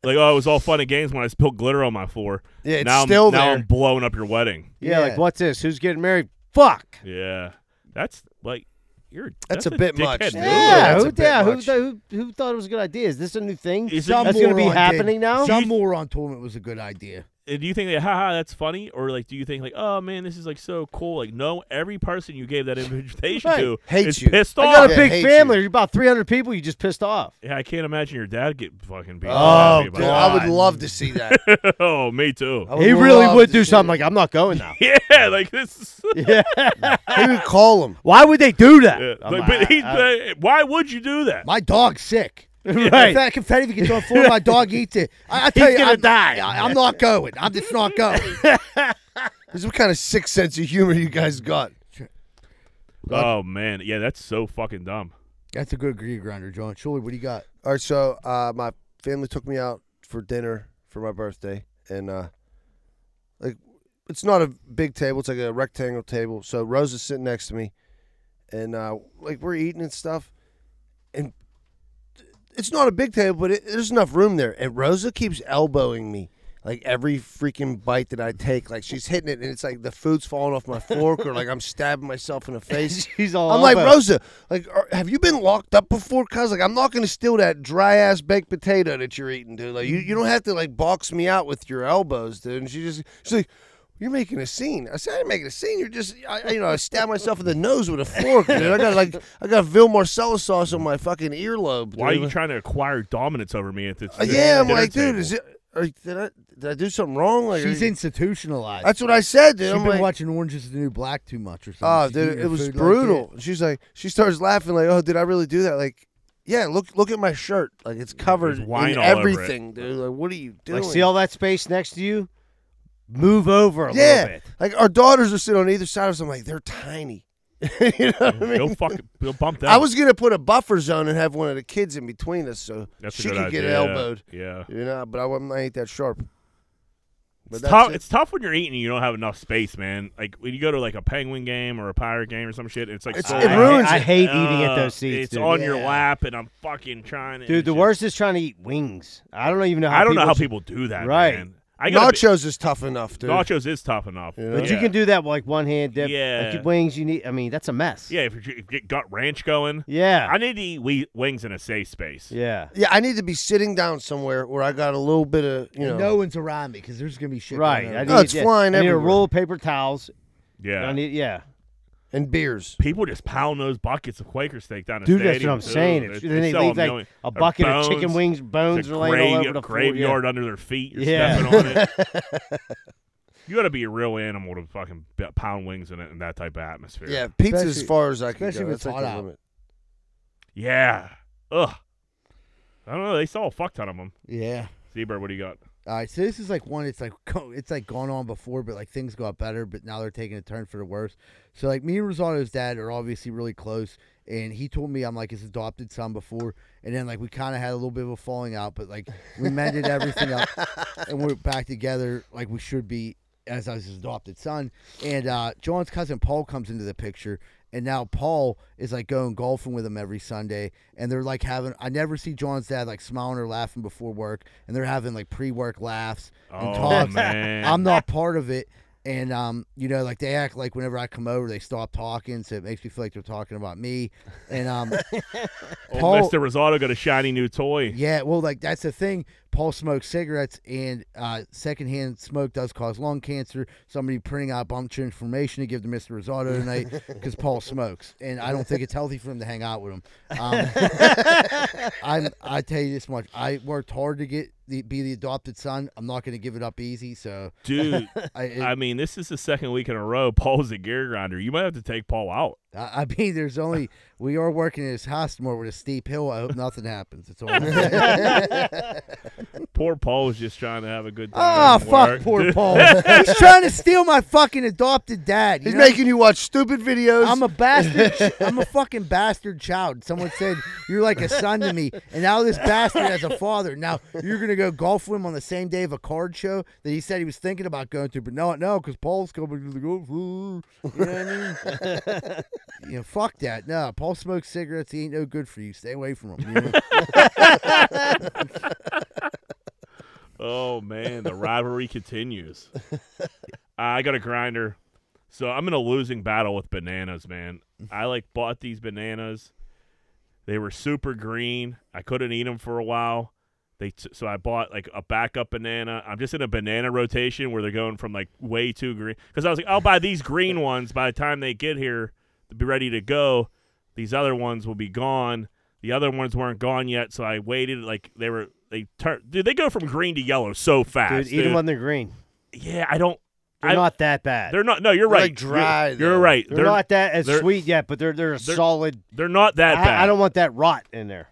D: it was all fun and games when I spilled glitter on my floor.
C: Yeah, it's
D: now
C: still
D: I'm, Now
C: there.
D: I'm blowing up your wedding.
B: Yeah,
H: Yeah.
B: like what's this? Who's getting married? Fuck.
D: Yeah, that's like you're.
C: That's a bit much,
D: dickhead
C: dude.
D: move.
C: Yeah,
B: Yeah,
C: that's a
B: who,
C: bit
B: yeah who,
C: much.
B: who, who thought it was a good idea? Is this a new thing?
D: Is it,
H: Some
B: That's gonna be
H: moron did-
B: happening now?
H: Some moron told him it was a good idea.
D: and do you think that haha that's funny or like do you think like oh man this is like so cool like no every person you gave that invitation
B: Right.
D: to
C: Hates
D: is
C: you.
D: pissed
B: I
D: off
B: got a
C: Yeah,
B: big
C: hate
B: family. There's about 300 people you just pissed off.
D: yeah i can't imagine your dad get fucking beat
C: Oh,
D: happy
C: dude, I
D: about
C: would love to see that.
D: that. oh me too
C: I
B: He really
C: love
B: would
C: to
B: do
C: see
B: something like, I'm not going now.
D: yeah like this is
B: yeah.
C: it. He would call him.
B: Why would they do that?
D: yeah.
B: I'm
D: Like,
B: like,
D: but he,
B: I-
D: but why would you do that
H: My dog's sick.
B: Right.
H: If that confetti gets on the floor, my dog eats it. I, I tell
B: He's
H: you,
B: gonna
H: I'm,
B: die.
H: I, am not going. I'm just not going.
C: This is what kind of sick sense of humor you guys got.
D: oh man yeah that's so fucking dumb
H: That's a good greed grinder, John. Surely, what do you got?
C: All right, so uh, my family took me out for dinner for my birthday, and uh, like it's not a big table; it's like a rectangle table. So Rose is sitting next to me, and uh, like we're eating and stuff, and it's not a big table, but it, there's enough room there. And Rosa keeps elbowing me. Like every freaking bite that I take, like she's hitting it, and it's like the food's falling off my fork, or like I'm stabbing myself in the face.
B: She's all
C: I'm like
B: elbow.
C: Rosa, like are, have you been locked up before? Cause like I'm not gonna steal that dry ass baked potato that you're eating, dude. Like you, you don't have to like box me out with your elbows, dude. And she just she's like, you're making a scene. I said I ain't making a scene. You're just I, I- you know I stabbed myself in the nose with a fork, dude. I got like I got Vil Marcella sauce on my fucking earlobe.
D: why are
C: dude.
D: you trying to acquire dominance over me at this
C: Uh, yeah, I'm
D: dinner
C: like, dude,
D: table?
C: is it? Are, did I did I do something wrong? Like
H: She's
C: are you-
H: institutionalized.
C: That's what I said, dude.
H: She's
C: I'm
H: been
C: like,
H: watching Orange Is the New Black too much, or something.
C: Oh,
H: She's
C: dude,
H: eating
C: it
H: her
C: was
H: food like
C: brutal. She's like, she starts laughing, like, "Oh, did I really do that?" Like, yeah, look, look at my shirt. Like, it's covered
D: There's wine
C: in
D: all over it.
C: everything, dude. Like, what are you doing?
B: Like, see all that space next to you? Move over a
C: yeah,
B: little bit.
C: like our daughters are sitting on either side of us. I'm like, they're tiny. you know what I mean?
D: go fucking go bump that
C: I was gonna put a buffer zone and have one of the kids in between us, so
D: that's a
C: she
D: good
C: could
D: idea.
C: get elbowed.
D: yeah
C: You know, but I, wasn't- I ain't that sharp. But
D: It's
C: that's
D: tough.
C: it.
D: It's tough when you're eating and you don't have enough space, man. Like when you go to like a penguin game or a pirate game or some shit, it's like
C: It's-
D: so
C: it
D: loud.
C: ruins
B: I, I
C: it.
B: hate eating
D: Uh,
B: at those seats.
D: It's
B: dude.
D: on your lap, and I'm fucking trying. to-
B: Dude,
D: it's
B: the
D: just-
B: worst is trying to eat wings. I don't even know how
D: I don't know how
B: people-
D: people do that.
B: Right.
D: man. I got
C: Nachos is tough enough, dude.
D: nachos is tough enough,
C: You know?
B: But you can do that with like one hand dip.
D: Yeah.
B: Like wings, you need. I mean, that's a mess.
D: Yeah, if you get got ranch going,
B: Yeah.
D: I need to eat we- wings in a safe space.
B: yeah.
C: Yeah, I need to be sitting down somewhere where I got a little bit of you know.
H: It. No one's around me because there's gonna be shit.
B: Right.
H: going
B: I
H: on.
C: No,
B: need-
C: it's flying
B: I need a
C: everywhere.
B: roll of paper towels.
D: Yeah.
B: I need. Yeah.
C: and beers.
D: People just pound those buckets of Quaker steak down the
B: Dude,
D: stadium.
B: that's what I'm
D: too.
B: saying.
D: They-
B: It's,
D: they
B: then they
D: sell
B: leave
D: them,
B: like
D: you know,
B: a
D: their
B: bucket of chicken
D: bones,
B: wings, bones
D: the
B: are laying all
D: grave-
B: over the floor. yeah.
D: graveyard under their feet. You're
B: Yeah.
D: stepping on it. You got to be a real animal to fucking b- pound wings in, it in that type of atmosphere.
C: Yeah, pizza as
H: Especially-
C: far as I can
H: especially
C: go.
H: if it's
C: That's like
H: hot
C: the
H: out.
C: limit.
D: Yeah. Ugh. I don't know. They sell a fuck ton of them.
H: Yeah.
D: Zebra, what do you got?
H: All right. Uh, So this is like one. It's like co- it's like gone on before, but like things got better, but now they're taking a turn for the worse. So like me and Rosado's dad are obviously really close, and he told me I'm like his adopted son before, and then like we kind of had a little bit of a falling out, but like we mended everything up, and we're back together like we should be as I was his adopted son. And uh, John's cousin Paul comes into the picture. And now Paul is like going golfing with him every Sunday. And they're like having, I never see John's dad like smiling or laughing before work. And they're having like pre work laughs and
D: Oh,
H: talks.
D: man.
H: I'm not part of it. And, um, you know, like they act like whenever I come over, they stop talking. So it makes me feel like they're talking about me. And, um, Paul-
D: Old Mr. Rosado got a shiny new toy.
H: yeah, well, like that's the thing. Paul smokes cigarettes, and uh, secondhand smoke does cause lung cancer. Somebody printing out a bunch of information to give to Mr. Rosado tonight because Paul smokes, and I don't think it's healthy for him to hang out with him. Um, I'm, I tell you this much: I worked hard to get the, be the adopted son. I'm not going to give it up easy. So,
D: Dude,
H: I, it,
D: I
H: I,
D: mean, this is the second week in a row. Paul's a gear grinder. You might have to take Paul out.
H: I mean, there's only we are working in his house tomorrow with a steep hill. I hope nothing happens. That's all. I'm saying.
D: Poor Paul was just trying to have a good
H: Oh,
D: time. at
H: fuck
D: work.
H: poor
D: Dude,
H: Paul. He's trying to steal my fucking adopted dad. you
C: He's
H: know?
C: making you watch stupid videos.
H: I'm a bastard. ch- I'm a fucking bastard child. Someone said you're like a son to me, and now this bastard has a father. Now you're gonna go golf with him on the same day of a card show that he said he was thinking about going to, but no, no, because Paul's coming to the golf. You know what I mean? you know, fuck that. No, Paul smokes cigarettes. He ain't no good for you. Stay away from him. you know?
D: Oh man, the rivalry continues. I got a grinder, so I'm in a losing battle with bananas, man. I like bought these bananas. They were super green. I couldn't eat them for a while. They t- so I bought like a backup banana. I'm just in a banana rotation where they're going from like way too green because I was like, I'll buy these green ones by the time they get here to be ready to go. These other ones will be gone. The other ones weren't gone yet, so I waited. Like they were, they turn. Dude, they go from green to yellow so
B: Dude,
D: fast.
B: eat them when they're green.
D: yeah, I don't.
B: They're
D: I-
B: not that bad.
D: They're not. No, you're
C: They're,
D: right.
C: like, dry,
D: You're, you're
C: though.
D: right.
B: They're
D: They're
B: not that as
D: they're-
B: sweet yet, but they're they're a
D: they're-
B: solid.
D: They're not that
B: I-
D: bad.
B: I, don't want that rot in there.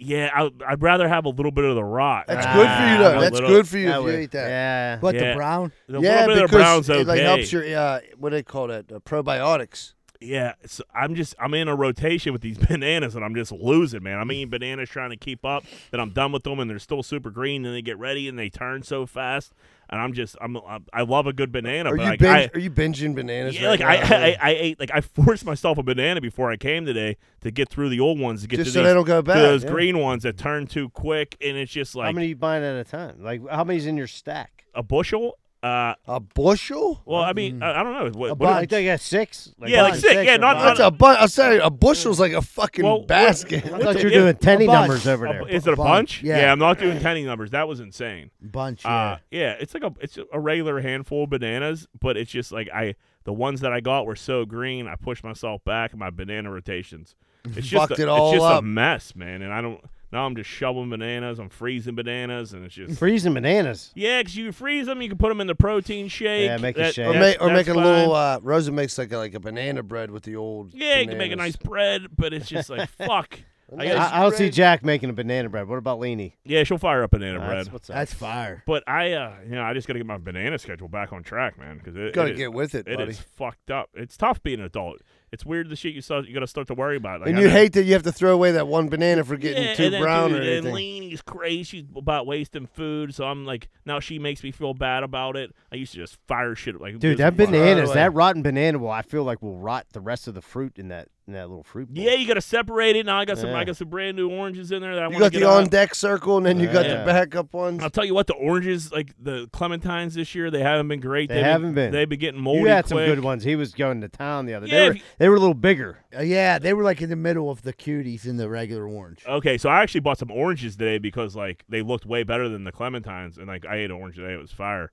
D: Yeah, I, I'd rather have a little bit of the rot.
C: That's
B: Ah,
C: good for you though.
D: a
C: That's
D: little-
C: good for you
B: That
C: if you
B: would-
C: eat that.
B: Yeah.
A: But
D: Yeah.
A: the brown,
D: A
C: yeah,
D: little bit of
C: because
D: the brown's okay.
C: it like helps your uh, what do they call that? Uh, probiotics.
D: Yeah, so I'm just I'm in a rotation with these bananas and I'm just losing, man. I'm eating bananas trying to keep up. Then I'm done with them and they're still super green. Then they get ready and they turn so fast. And I'm just I'm I'm- I love a good banana,
C: Are
D: but
C: you
D: like, I,
C: binge, are you binging bananas?
D: yeah,
C: right
D: like I,
C: now, man?
D: I I ate like I forced myself a banana before I came today to get through the old ones to get
C: just
D: to
C: so
D: these,
C: they don't go
D: to
C: bad.
D: those
C: yeah.
D: green ones that turn too quick. And it's just like
B: how many you buying at a time? Like how many's in your stack?
D: a bushel. Uh,
C: A bushel?
D: well, I mean, I, I don't know. What,
A: A
D: what
A: bunch.
D: are-
B: Like they got six.
D: Yeah, like six, yeah,
B: or
D: not-
B: five.
C: That's a bun. I said a bushel's like a fucking
D: Well, what-
C: basket.
B: I thought you were
D: Yeah,
B: doing tenny
A: a bunch.
B: numbers over
D: a-
B: there.
D: is it a
A: bunch.
D: bunch?
A: Yeah.
D: I'm not doing tiny numbers. That was insane.
A: bunch.
D: Uh,
A: Yeah.
D: yeah, it's like a it's a regular handful of bananas, but it's just like I the ones that I got were so green. I pushed myself back in my banana rotations. It's just
C: Fucked
D: a,
C: it all
D: it's just
C: up.
D: a mess, man. And I don't now I'm just shoveling bananas. I'm freezing bananas, and it's just
B: Freezing bananas.
D: yeah, because you can freeze them, you can put them in the protein shake.
B: Yeah, make a shake.
C: or
B: That's-
C: make, or
D: that's
C: make a
D: fine.
C: little. Uh, Rosa makes like a, like a banana bread with the old.
D: yeah, you can make a nice
C: bananas.
D: bread, but it's just like fuck. I
C: Yeah,
D: gotta-
B: I, I don't see
C: bread.
B: Jack making a banana bread. What about Leany?
D: yeah, she'll fire up banana
B: That's
D: bread.
B: what's up.
A: That's fire.
D: But I, uh, you know, I just gotta get my banana schedule back on track, man. Because it,
C: Gotta
D: it is-
C: get with it,
D: It
C: buddy.
D: is fucked up. It's tough being an adult. It's weird the shit you start, you got to start to worry about. Like,
C: and
D: I
C: you
D: know-
C: hate that you have to throw away that one banana for getting
D: yeah,
C: too
D: and then,
C: brown
D: dude,
C: or
D: And
C: anything.
D: Lainey's crazy. She's about wasting food. So I'm like, now she makes me feel bad about it. I used to just fire shit like
B: Dude,
D: this
B: that
D: is fun.
B: bananas,
C: away.
B: that rotten banana will I feel like will rot the rest of the fruit in that in that little fruit bowl.
D: Yeah, you got to separate it. Now I got some.
B: Yeah.
D: I got some brand new oranges in there that I
C: You
D: want
C: got
D: to
C: the on deck circle, and then you got
B: Yeah.
C: the backup ones.
D: I'll tell you what, the oranges, like the clementines this year, they haven't been great.
B: They
D: They've
B: haven't been.
D: They've been getting moldy.
B: You had some
D: quick.
B: good ones. He was going to town the other.
D: Yeah,
B: they were
D: if you-
B: they were a little bigger.
A: Uh, yeah, they were like in the middle of the cuties in the regular orange.
D: Okay, so I actually bought some oranges today because like they looked way better than the clementines, and like I ate an orange today, it was fire.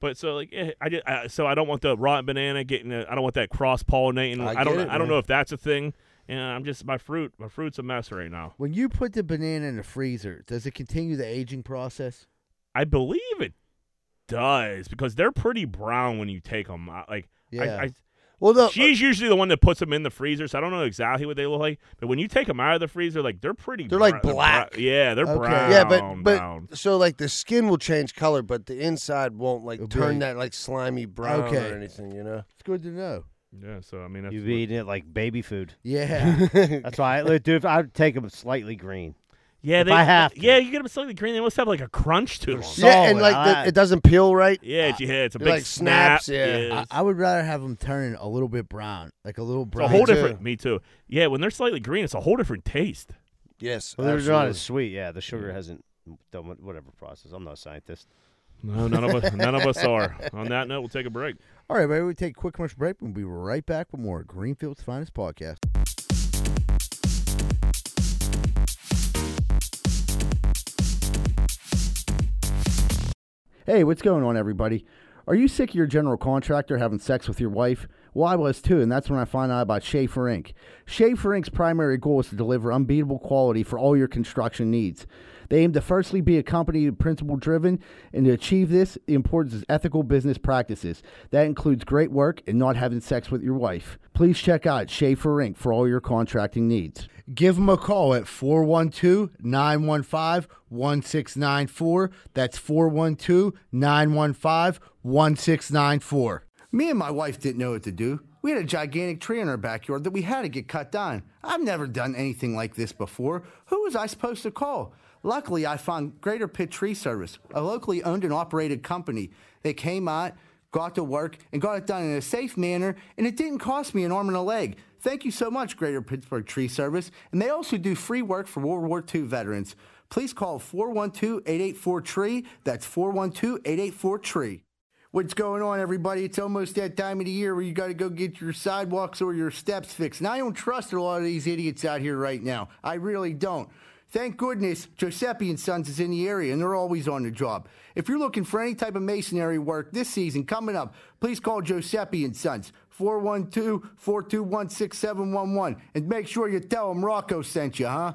D: But so like eh, I, just, I so I don't want the rotten banana getting. I I don't want that cross pollinating.
C: I
D: I, don't.
C: get it,
D: I don't
C: man.
D: know if that's a thing. And I'm just my fruit. My fruit's a mess right now.
A: When you put the banana in the freezer, does it continue the aging process?
D: I believe it does because they're pretty brown when you take them. Like
A: Yeah.
D: I,
C: Well,
D: I,
C: no,
D: she's usually the one that puts them in the freezer, so I don't know exactly what they look like. But when you take them out of the freezer, like they're pretty.
C: They're, like,
D: brown- brou-
C: black.
D: yeah, they're
A: Okay.
D: brown.
C: yeah, but but
D: brown.
C: so like the skin will change color, but the inside won't like
A: It'll be
C: turn
A: like-
C: that like slimy brown
A: Okay.
C: or anything. You know,
A: It's good to know.
D: yeah. So I mean, that's
B: You
D: what-
B: be eating it like baby food.
A: Yeah.
B: That's why, I, look, dude, if I would take them slightly green.
D: Yeah,
B: If
D: they, uh,
B: I have to.
D: Yeah, you get them slightly green. They must have like a crunch to them.
C: yeah, and
B: Solid.
C: like
B: I-
C: the, it doesn't peel right. Ah,
D: Yeah, it's, yeah, it's a
C: They're
D: big
C: like
D: snap.
C: snaps, yeah.
A: I,
D: it's
A: I would rather have them turn a little bit brown, like a little brown.
D: a whole
C: Me too.
D: different. Me too. Yeah, when they're slightly green, it's a whole different taste.
C: Yes,
B: Well, they're not
C: absolutely.
B: as sweet. Yeah, the sugar hasn't done what- whatever process. I'm not a scientist.
D: No, none of us, none of us are. On that note, we'll take a break.
A: All right, baby, we take a quick commercial break. We'll be right back with more Greenfield's Finest Podcast. Hey, what's going on, everybody? Are you sick of your general contractor having sex with your wife? Well, I was too, and that's when I found out about Schaefer Inc. Schaefer Inc.'s primary goal is to deliver unbeatable quality for all your construction needs. They aim to firstly be a company principle driven, and to achieve this, the importance is ethical business practices. That includes great work and not having sex with your wife. Please check out Schaefer Inc. for all your contracting needs. Give them a call at 412 915 1694. That's 412 915 1694. Me and my wife didn't know what to do. We had a gigantic tree in our backyard that we had to get cut down. I've never done anything like this before. Who was I supposed to call? Luckily, I found Greater Pitt Tree Service, a locally owned and operated company. They came out, got to work, and got it done in a safe manner, and it didn't cost me an arm and a leg. Thank you so much, Greater Pittsburgh Tree Service. And they also do free work for World War II veterans.
I: please call 412 884
A: E
I: TREE. That's 412 884 TREE. What's going on, everybody? It's almost that time of the year where you got to go get your sidewalks or your steps fixed. And I don't trust a lot of these idiots out here right now. I really don't. Thank goodness Giuseppe and Sons is in the area and they're always on the job. If you're looking for any type of masonry work this season coming up, please call Giuseppe and Sons 412-421-6711 and make sure you tell them Rocco sent you, huh?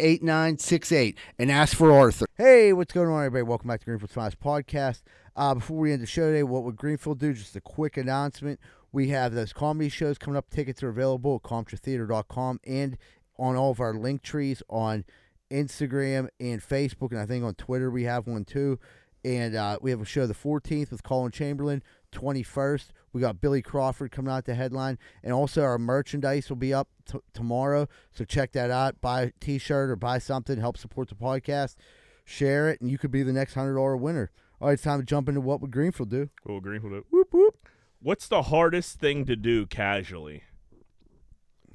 I: 8968 and ask for Arthur.
A: Hey, what's going on, everybody? Welcome back to Greenfield Smiles Podcast. Uh, before we end the show today, what would Greenfield do? Just a quick announcement. We have those comedy shows coming up. Tickets are available at ComtraTheater.com and on all of our link trees on Instagram and Facebook. And I think on Twitter we have one too. And uh, we have a show the 14th with Colin Chamberlain, 21st. We got Billy Crawford coming out to headline, and also our merchandise will be up t- tomorrow. So check that out. Buy a T-shirt or buy something. Help support the podcast. Share it, and you could be the next hundred dollar winner. All right, it's time to jump into what would Greenfield do.
D: Cool, Greenfield. up.
A: Whoop whoop.
D: What's the hardest thing to do casually?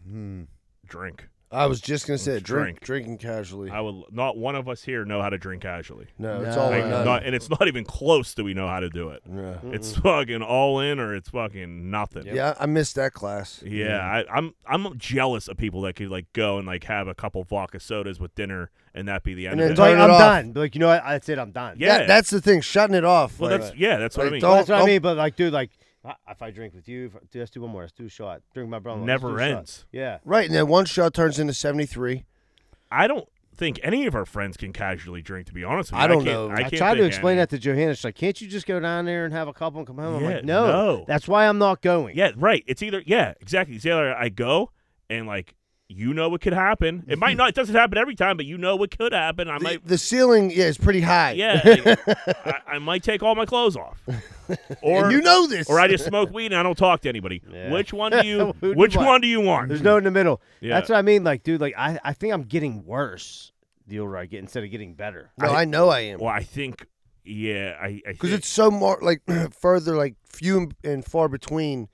C: Hmm.
D: Drink.
C: I was just gonna say drink,
D: Drink. Uh,
C: drinking casually.
D: I would not one of us here know how to drink casually.
C: No, it's
A: No.
C: all
D: Like,
C: or none.
D: not- and it's not even close that we know how to do it.
C: Uh, yeah.
D: It's fucking all in or it's fucking nothing.
C: yeah, I missed that class.
D: Yeah, I, I'm I'm jealous of people that could like go and like have a couple vodka sodas with dinner and that be the end
C: And then
D: of it.
C: talk-
B: Like,
C: Turn it
B: I'm
C: off.
B: done. Like you know, what? that's it. I'm done.
D: yeah,
C: That- that's the thing. Shutting it off.
D: well,
C: like-
D: that's yeah, that's what I
C: like,
D: mean.
C: don't-
B: Well, that's what I mean. But like, dude, like I- if I drink with you, if, dude, let's do one more. Let's do a shot. Drink with my brother. let's
D: Never
B: do a shot.
D: ends.
B: Yeah.
C: right, and then one shot turns into seventy-three.
D: I don't think any of our friends can casually drink. To be honest, with you.
C: I don't
D: can't-
C: know.
D: I,
B: I,
D: can't
B: tried to
D: think
B: explain
D: any.
B: that to Johanna. She's like, "Can't you just go down there and have a couple and come home?" I'm
D: Yeah,
B: like, "No,
D: no.
B: that's why I'm not going."
D: Yeah, right. It's either yeah, exactly. It's either I go and like you know what could happen. It might not. It doesn't happen every time, but you know what could happen. I
C: The,
D: might.
C: the ceiling, yeah, is pretty high.
D: Yeah, like, I, I might take all my clothes off, or
C: and you know this.
D: or I just smoke weed and I don't talk to anybody.
B: Yeah.
D: Which one do you?
B: Who do
D: which
B: what?
D: one do you want?
B: There's no in the middle.
D: Yeah.
B: That's what I mean. Like, dude, like I, I think I'm getting worse the older I get instead of getting better.
C: no, I, know I am
D: Well, I think yeah, I
C: because it's so more like further, like few and- and far between.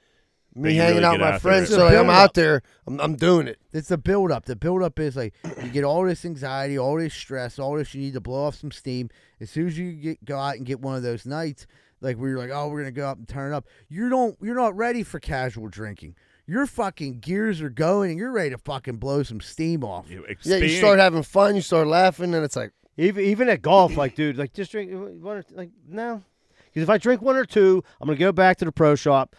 D: That
C: Me
D: you
C: hanging
D: really
C: out
D: get
C: with my
D: after
C: friends,
D: it.
C: so like, I'm
D: Yeah.
C: out there. I'm, I'm doing it.
A: It's the build up. The build up is like you get all this anxiety, all this stress, all this. You need to blow off some steam. As soon as you get go out and get one of those nights, like where you're like, oh, we're gonna go out and turn up. You don't. You're not ready for casual drinking. Your fucking gears are going, and you're ready to fucking blow some steam off.
D: you
C: Yeah, you
D: expand-
C: start having fun, you start laughing, and it's like
B: Even even at golf, like, dude, like just drink one or two, like no, because if I drink one or two, I'm gonna go back to the pro shop.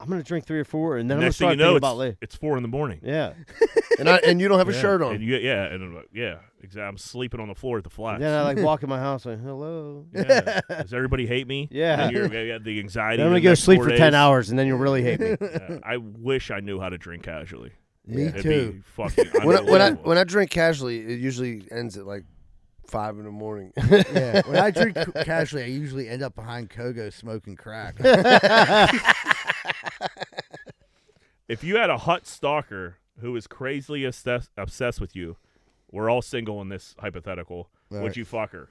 B: I'm gonna drink three or four, and then
D: Next
B: I'm
D: thing
B: gonna start thinking
D: you know, it's,
B: about later.
D: it's four in the morning.
B: Yeah.
C: and I and you don't have a
D: Yeah.
C: shirt on.
D: And you, yeah, and I'm like, yeah, exactly. I'm sleeping on the floor at the flat.
B: And then I like walk in my house like, hello.
D: Yeah. Does everybody hate me?
B: Yeah.
D: And you're, you got the anxiety.
B: Then I'm
D: the
B: gonna go
D: next
B: sleep
D: four
B: for
D: days.
B: ten hours, and then you'll really hate me.
D: Yeah, I wish I knew how to drink casually.
A: Me
D: It'd
A: too.
D: Be fucking
C: when I, when I
D: unbelievable.
C: when I drink casually, it usually ends at like five in the morning.
A: yeah. When I drink ca- casually, I usually end up behind Kogo smoking crack.
D: if you had a hot stalker who is crazily obsessed, obsessed with you, we're all single in this hypothetical. Would
A: Right.
D: you fuck her?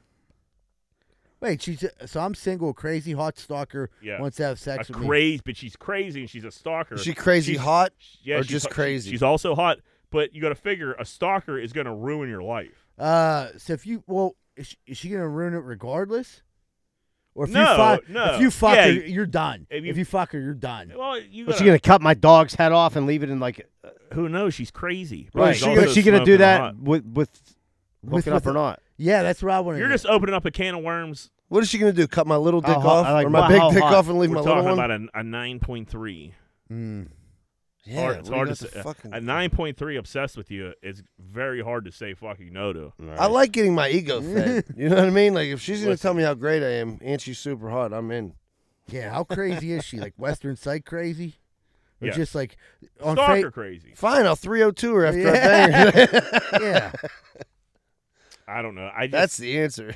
A: Wait, she's so I'm single, crazy hot stalker.
D: Yeah.
A: Wants to have sex
D: a
A: with me.
D: crazy, but she's crazy and she's a stalker.
C: Is she crazy
D: She's-
C: hot?
D: yeah,
C: or
D: she's
C: just
D: hot- she-
C: crazy?
D: She's also hot, but you got to figure a stalker is going to ruin your life.
A: Uh, so if you well, is she, is she gonna ruin it regardless? Or if
D: No,
A: you fuck,
D: no.
A: if you fuck
D: Yeah,
A: her,
D: you-
A: you're done.
D: if
A: If
D: you-
A: you, fuck her, you're done.
D: Well, you
B: What's
D: got
B: she gonna cut my dog's head off and leave it in like?
D: Who knows? She's crazy. but
B: Right.
D: she's
C: she
D: also
B: But she gonna do
D: smoking
B: that
D: hot.
B: with with
A: With-
B: hooking
A: with
B: up or
A: the-
B: not?
A: Yeah, that's what I want to.
D: You're just opening up a can of worms.
C: What is she gonna do? Cut my little
B: How
C: dick
B: hot-
C: off
B: I like-
C: or my
B: wow,
C: big
B: how
C: dick
B: hot.
C: off and leave
D: We're
C: my little
D: talking
C: one?
D: about a, a 9.3.
C: Mm. yeah,
D: Hard- it's
C: what do you
D: hard to
C: got
D: say.
C: fucking-
D: A 9.3 obsessed with you is very hard to say fucking no to.
C: I like getting my ego fed. you know what I mean? Like if she's gonna tell me how great I am and she's super hot, I'm in.
A: yeah, how crazy is she? Like Western Psych crazy, or
D: Yeah.
A: just like on
D: Stalker
A: fa-
C: oh
D: crazy.
C: Fine, I'll 302 her after I
A: Yeah.
C: bang her.
A: Yeah,
D: I don't know. I just,
C: That's the answer.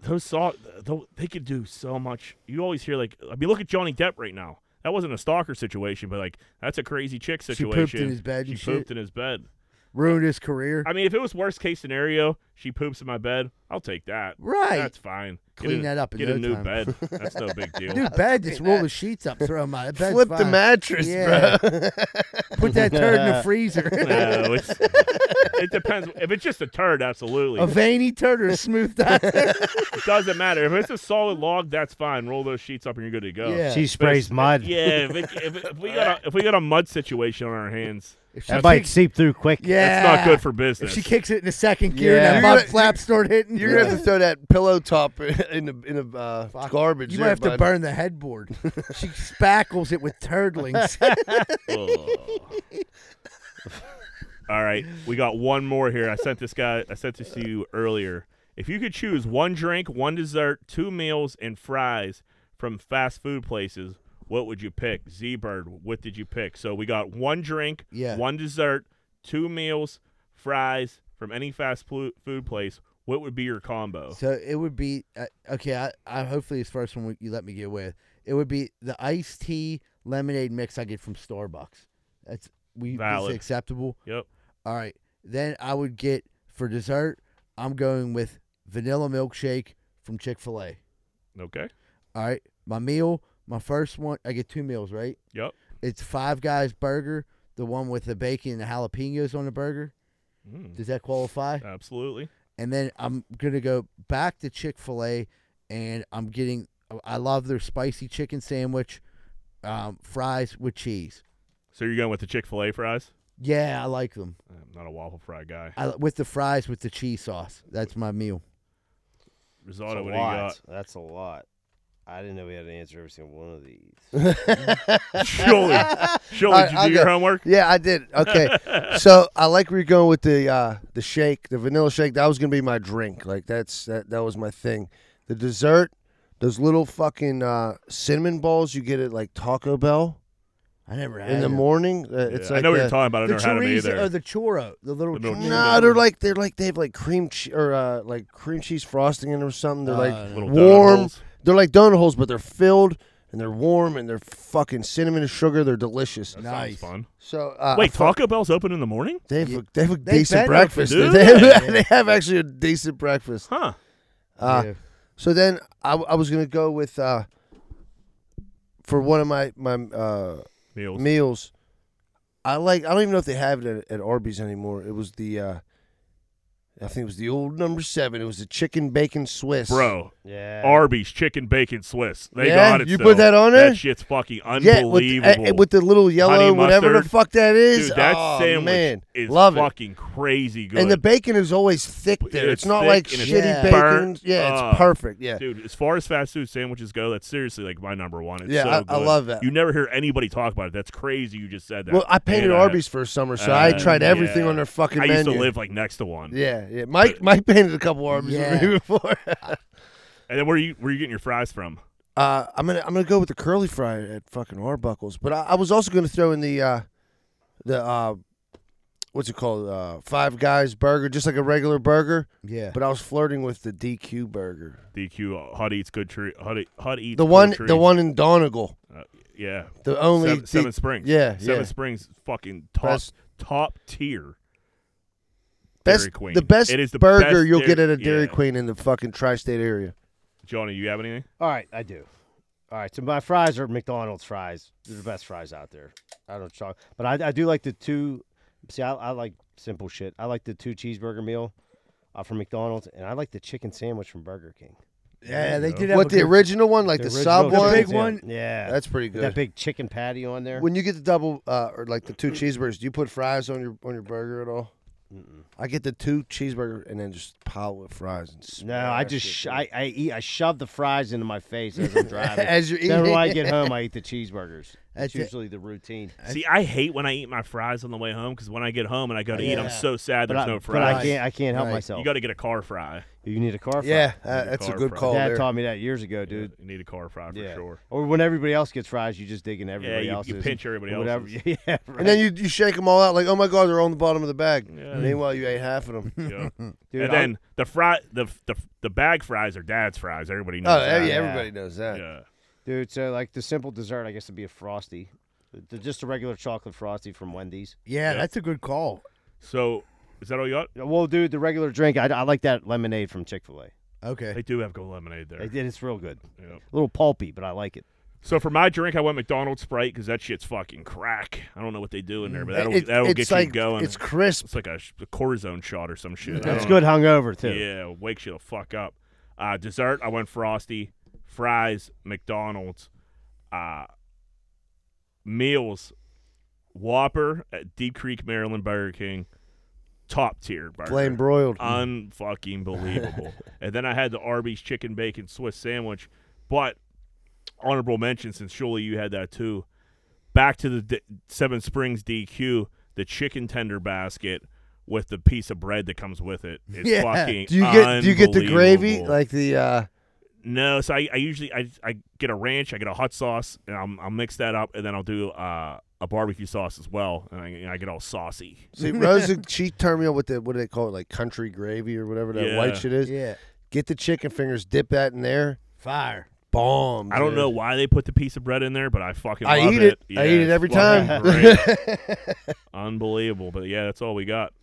D: those saw tho- they could do so much. You always hear like, I mean, look at Johnny Depp right now. That wasn't a stalker situation, but like that's a crazy chick
A: She
D: situation.
A: pooped in his bed
D: She
A: and
D: pooped
A: shit.
D: in his bed.
A: Ruined his career.
D: I mean, if it was worst case scenario, she poops in my bed. I'll take that.
A: Right.
D: That's fine. Get
A: Clean
D: a-
A: that up in
D: Get a
A: no
D: new
A: time.
D: bed. That's no big deal.
A: Dude, bed, just roll the sheets up, throw them out. Bed's
C: Flip the
A: fine.
C: mattress,
A: Yeah.
C: bro.
A: Put that turd in the freezer.
D: No, it's, it depends. If it's just a turd, absolutely.
A: a veiny turd or a smooth turd.
D: It doesn't matter. If it's a solid log, that's fine. Roll those sheets up and you're good to go.
A: Yeah.
B: She sprays mud.
D: Yeah, if, it, if, it- if we got a, if we got a mud situation on our hands,
A: If she
B: That might
A: kick-
B: seep through quick.
A: yeah.
D: that's not good for
A: If
D: business.
A: she kicks it in the second gear
C: Yeah.
A: and that
C: You're
A: mud
C: gonna-
A: flap start hitting,
C: You're gonna have to throw that pillow top in the in the uh,
A: Fuck.
C: garbage.
A: You
C: there,
A: might have to
C: bud.
A: burn the headboard. she spackles it with turdlings.
D: All right, we got one more here. I sent this guy. I sent this to you earlier. If you could choose one drink, one dessert, two meals, and fries from fast food places, what would you pick? Z Bird, what did you pick? So we got one drink,
A: Yeah.
D: one dessert, two meals, fries from any fast plu- food place. What would be your combo?
A: So it would be uh, okay. I, I hopefully this first one you let me get with. It would be the iced tea lemonade mix I get from Starbucks. That's we
D: Valid.
A: is acceptable.
D: Yep.
A: All right. Then I would get for dessert. I'm going with vanilla milkshake from Chick Fil A.
D: Okay.
A: All right. My meal. My first one. I get two meals. Right.
D: Yep.
A: It's Five Guys burger. The one with the bacon and the jalapenos on the burger.
D: Mm,
A: Does that qualify?
D: absolutely.
A: and then I'm gonna go back to Chick Fil A, and I'm getting I love their spicy chicken sandwich, um, fries with cheese.
D: So you're going with the Chick Fil A fries?
A: Yeah, I like them.
D: I'm not a waffle fry guy.
A: I, with the fries with the cheese sauce. That's my meal.
B: That's
D: Risotto,
B: a
D: what do you got?
B: lot. That's a lot. I didn't know we had an answer every single one of these.
D: Surely, surely,
C: All right,
D: did you
C: I'll
D: do your
C: go.
D: homework?
C: Yeah, I did. Okay, so I like where you're going with the uh, the shake, the vanilla shake. That was gonna be my drink. Like that's that that was my thing. The dessert, those little fucking uh, cinnamon balls you get at like Taco Bell
A: I never had
C: in the
A: them.
C: morning. Uh, it's
D: Yeah,
C: like
D: I know what
C: a-
D: you're talking about. I
A: The
D: never had them
A: chorizo
D: either.
A: or the choro, the little
D: The little
A: chorizo.
C: No, they're like they're like they have like cream che- or uh, like cream cheese frosting in them or something. They're like
A: Uh,
D: Little
C: warm.
D: donut holes.
C: They're like donut holes, but they're filled and they're warm and they're fucking cinnamon and sugar. They're delicious.
D: That
A: Nice.
D: sounds fun.
C: So uh,
D: Wait,
C: I fuck-
D: Taco Bell's open in the morning?
C: They have a, they have a
A: They
C: decent
A: better if
C: breakfast.
D: they do
C: They have,
A: that.
C: they have actually a decent breakfast.
D: Huh.
C: Uh,
A: Yeah.
C: So then I, w- I was gonna go with uh, for one of my my uh,
D: Meals.
C: meals. I like. I don't even know if they have it at, at Arby's anymore. It was the. Uh, I think it was the old number seven. It was the chicken bacon Swiss.
D: Bro,
B: Yeah.
D: Arby's chicken bacon Swiss. They
C: Yeah,
D: got it.
C: you
D: still.
C: put that on there?
D: That shit's fucking
C: Yeah, with, the-
D: unbelievable.
C: eh, with the little yellow,
D: Honey
C: whatever the
D: mustard.
C: fuck that is.
D: Dude, that
C: oh,
D: sandwich
C: man.
D: is
C: Love it.
D: fucking crazy good.
C: And the bacon is always thick there.
D: It's
C: It's, not
D: thick
C: like
D: and it's
C: shitty bacon.
D: burnt.
C: Yeah,
D: Ah.
C: it's perfect. Yeah.
D: Dude, as far as fast food sandwiches go, that's seriously like my number one. It's
C: Yeah,
D: so
C: I- I
D: good.
C: love that.
D: You never hear anybody talk about it. That's crazy. You just said that.
C: Well, I
D: And
C: painted Arby's for a summer, so I
D: uh,
C: tried everything
D: yeah.
C: on their fucking
D: I
C: menu.
D: used to live like next to one.
C: Yeah, yeah. Mike, Mike painted a couple Arby's
A: Yeah.
C: for me before.
D: And then where you where you getting your fries from?
C: Uh, I'm gonna I'm gonna go with the curly fry at fucking Arbuckles, but I, I was also gonna throw in the uh, the uh, what's it called uh, Five Guys burger, just like a regular burger.
A: yeah.
C: But I was flirting with the DQ burger,
D: DQ Hut Eats Good Tree. Hut, Eat- Hut Eats
C: the
D: Good
C: one
D: Treats.
C: the one in Donegal,
D: Uh, yeah.
C: the only
D: Seven,
C: D-
D: Seven Springs.
C: Yeah,
D: Seven
C: yeah.
D: Springs fucking top
C: Best-
D: top tier. Dairy
C: best
D: Queen.
C: the best
D: It is the
C: burger
D: best
C: you'll
D: Dairy-
C: get at a Dairy
D: yeah.
C: Queen in the fucking tri-state area.
D: Johnny, you have anything?
B: All right, I do. All right, so my fries are McDonald's fries. They're the best fries out there. I don't talk, but I, I do like the two. See, I, I like simple shit. I like the two cheeseburger meal uh, from McDonald's, and I like the chicken sandwich from Burger King.
A: yeah, they did have
C: What
A: a
C: the
A: good-
C: original one, like the,
B: original
C: sub
B: chicken
C: one,
A: big one?
B: Yeah,
C: That's pretty
B: with
C: good.
B: that big chicken patty on there.
C: When you get the double uh, or like the two cheeseburgers, do you put fries on your on your burger at all? I get the two cheeseburger and then just pile of fries and smash
B: No, I just
C: it,
B: sh-
C: dude.
B: I I eat I shove the fries into my face as I'm driving.
C: as you're eating.
B: then when I get home, I eat the cheeseburgers.
A: That's
B: It's
A: it.
B: usually the routine.
D: See, I hate when I eat my fries on the way home because when I get home and I go to eat,
A: Yeah.
D: I'm so sad
B: But
D: there's
B: I,
D: no
B: but I
D: fries.
B: can't. I can't help
A: Right.
D: you
B: myself.
D: got to get a car fry.
B: You need a car. fry.
C: Yeah,
D: Need
C: uh,
D: a
C: that's a
D: car
C: good
D: fry.
C: call
B: Dad
C: there.
B: taught me that years ago, dude.
D: You need a car fry for
B: Yeah.
D: sure.
B: Or when everybody else gets fries, you just dig in
D: Yeah,
B: everybody
D: you,
B: else's.
D: you pinch everybody
B: or whatever.
D: else's.
B: Yeah, right.
C: And then you, you shake them all out like, oh my god, they're on the bottom of the bag.
D: Yeah.
C: Meanwhile, you ate half of them.
D: Yeah.
B: Dude,
D: and
B: I'll-
D: then the fry, the, the the bag fries are dad's fries. Everybody
C: oh,
D: knows
C: yeah,
D: that.
B: yeah.
C: everybody knows that.
D: Yeah.
B: dude. So like the simple dessert, I guess would be a frosty, The- just a regular chocolate frosty from Wendy's.
A: Yeah,
D: Yeah.
A: that's a good call.
D: So is that all you got?
B: Yeah, Well, dude, the regular drink, I, I like that lemonade from Chick Fil A.
A: Okay.
D: They do have good lemonade there.
B: It, it's real good.
D: Yeah.
B: A little pulpy, but I like it.
D: So for my drink, I went McDonald's Sprite because that shit's fucking crack. I don't know what they do in there, but that'll
C: It-
D: that'll
C: Mm, it's
D: get
C: like,
D: you going.
C: It's Mm, crisp.
D: It's like a, sh- a cortisone shot or some shit. I
B: It's
D: don't
B: good hungover
D: know.
B: too.
D: Yeah, wakes you the fuck up. Uh, dessert, I went frosty, fries, McDonald's, uh, meals, Whopper at Deep Creek, Maryland Burger King, top tier burger.
C: Flame broiled.
D: Unfucking believable. and then I had the Arby's chicken bacon Swiss sandwich. But honorable mention, since surely you had that too. Back to the D- Seven Springs DQ, the chicken tender basket with the piece of bread that comes with it. It's
A: Yeah.
D: fucking
C: do you get do you get the gravy
D: unbelievable.
C: like the uh,
D: No, so I, I usually I, I get a ranch, I get a hot sauce, and I'm, I'll mix that up, and then I'll do uh, a barbecue sauce as well, and I, and I get all saucy.
C: see Rosa? She turned me on with the what do they call it like country gravy or whatever that
D: Yeah.
C: white shit is.
A: Yeah.
C: Get the chicken fingers, dip that in there.
A: Fire.
C: Bomb.
D: I don't
C: dude.
D: know why they put the piece of bread in there, but I fucking
C: I
D: love
C: eat it. I eat it
D: it's
C: every
D: fucking
C: time.
D: great. Unbelievable, but yeah, that's all we got.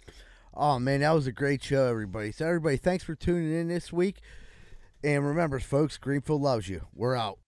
A: Oh man, that was a great show, everybody. So everybody, thanks for tuning in this week. And remember, folks, Greenfield loves you. We're out.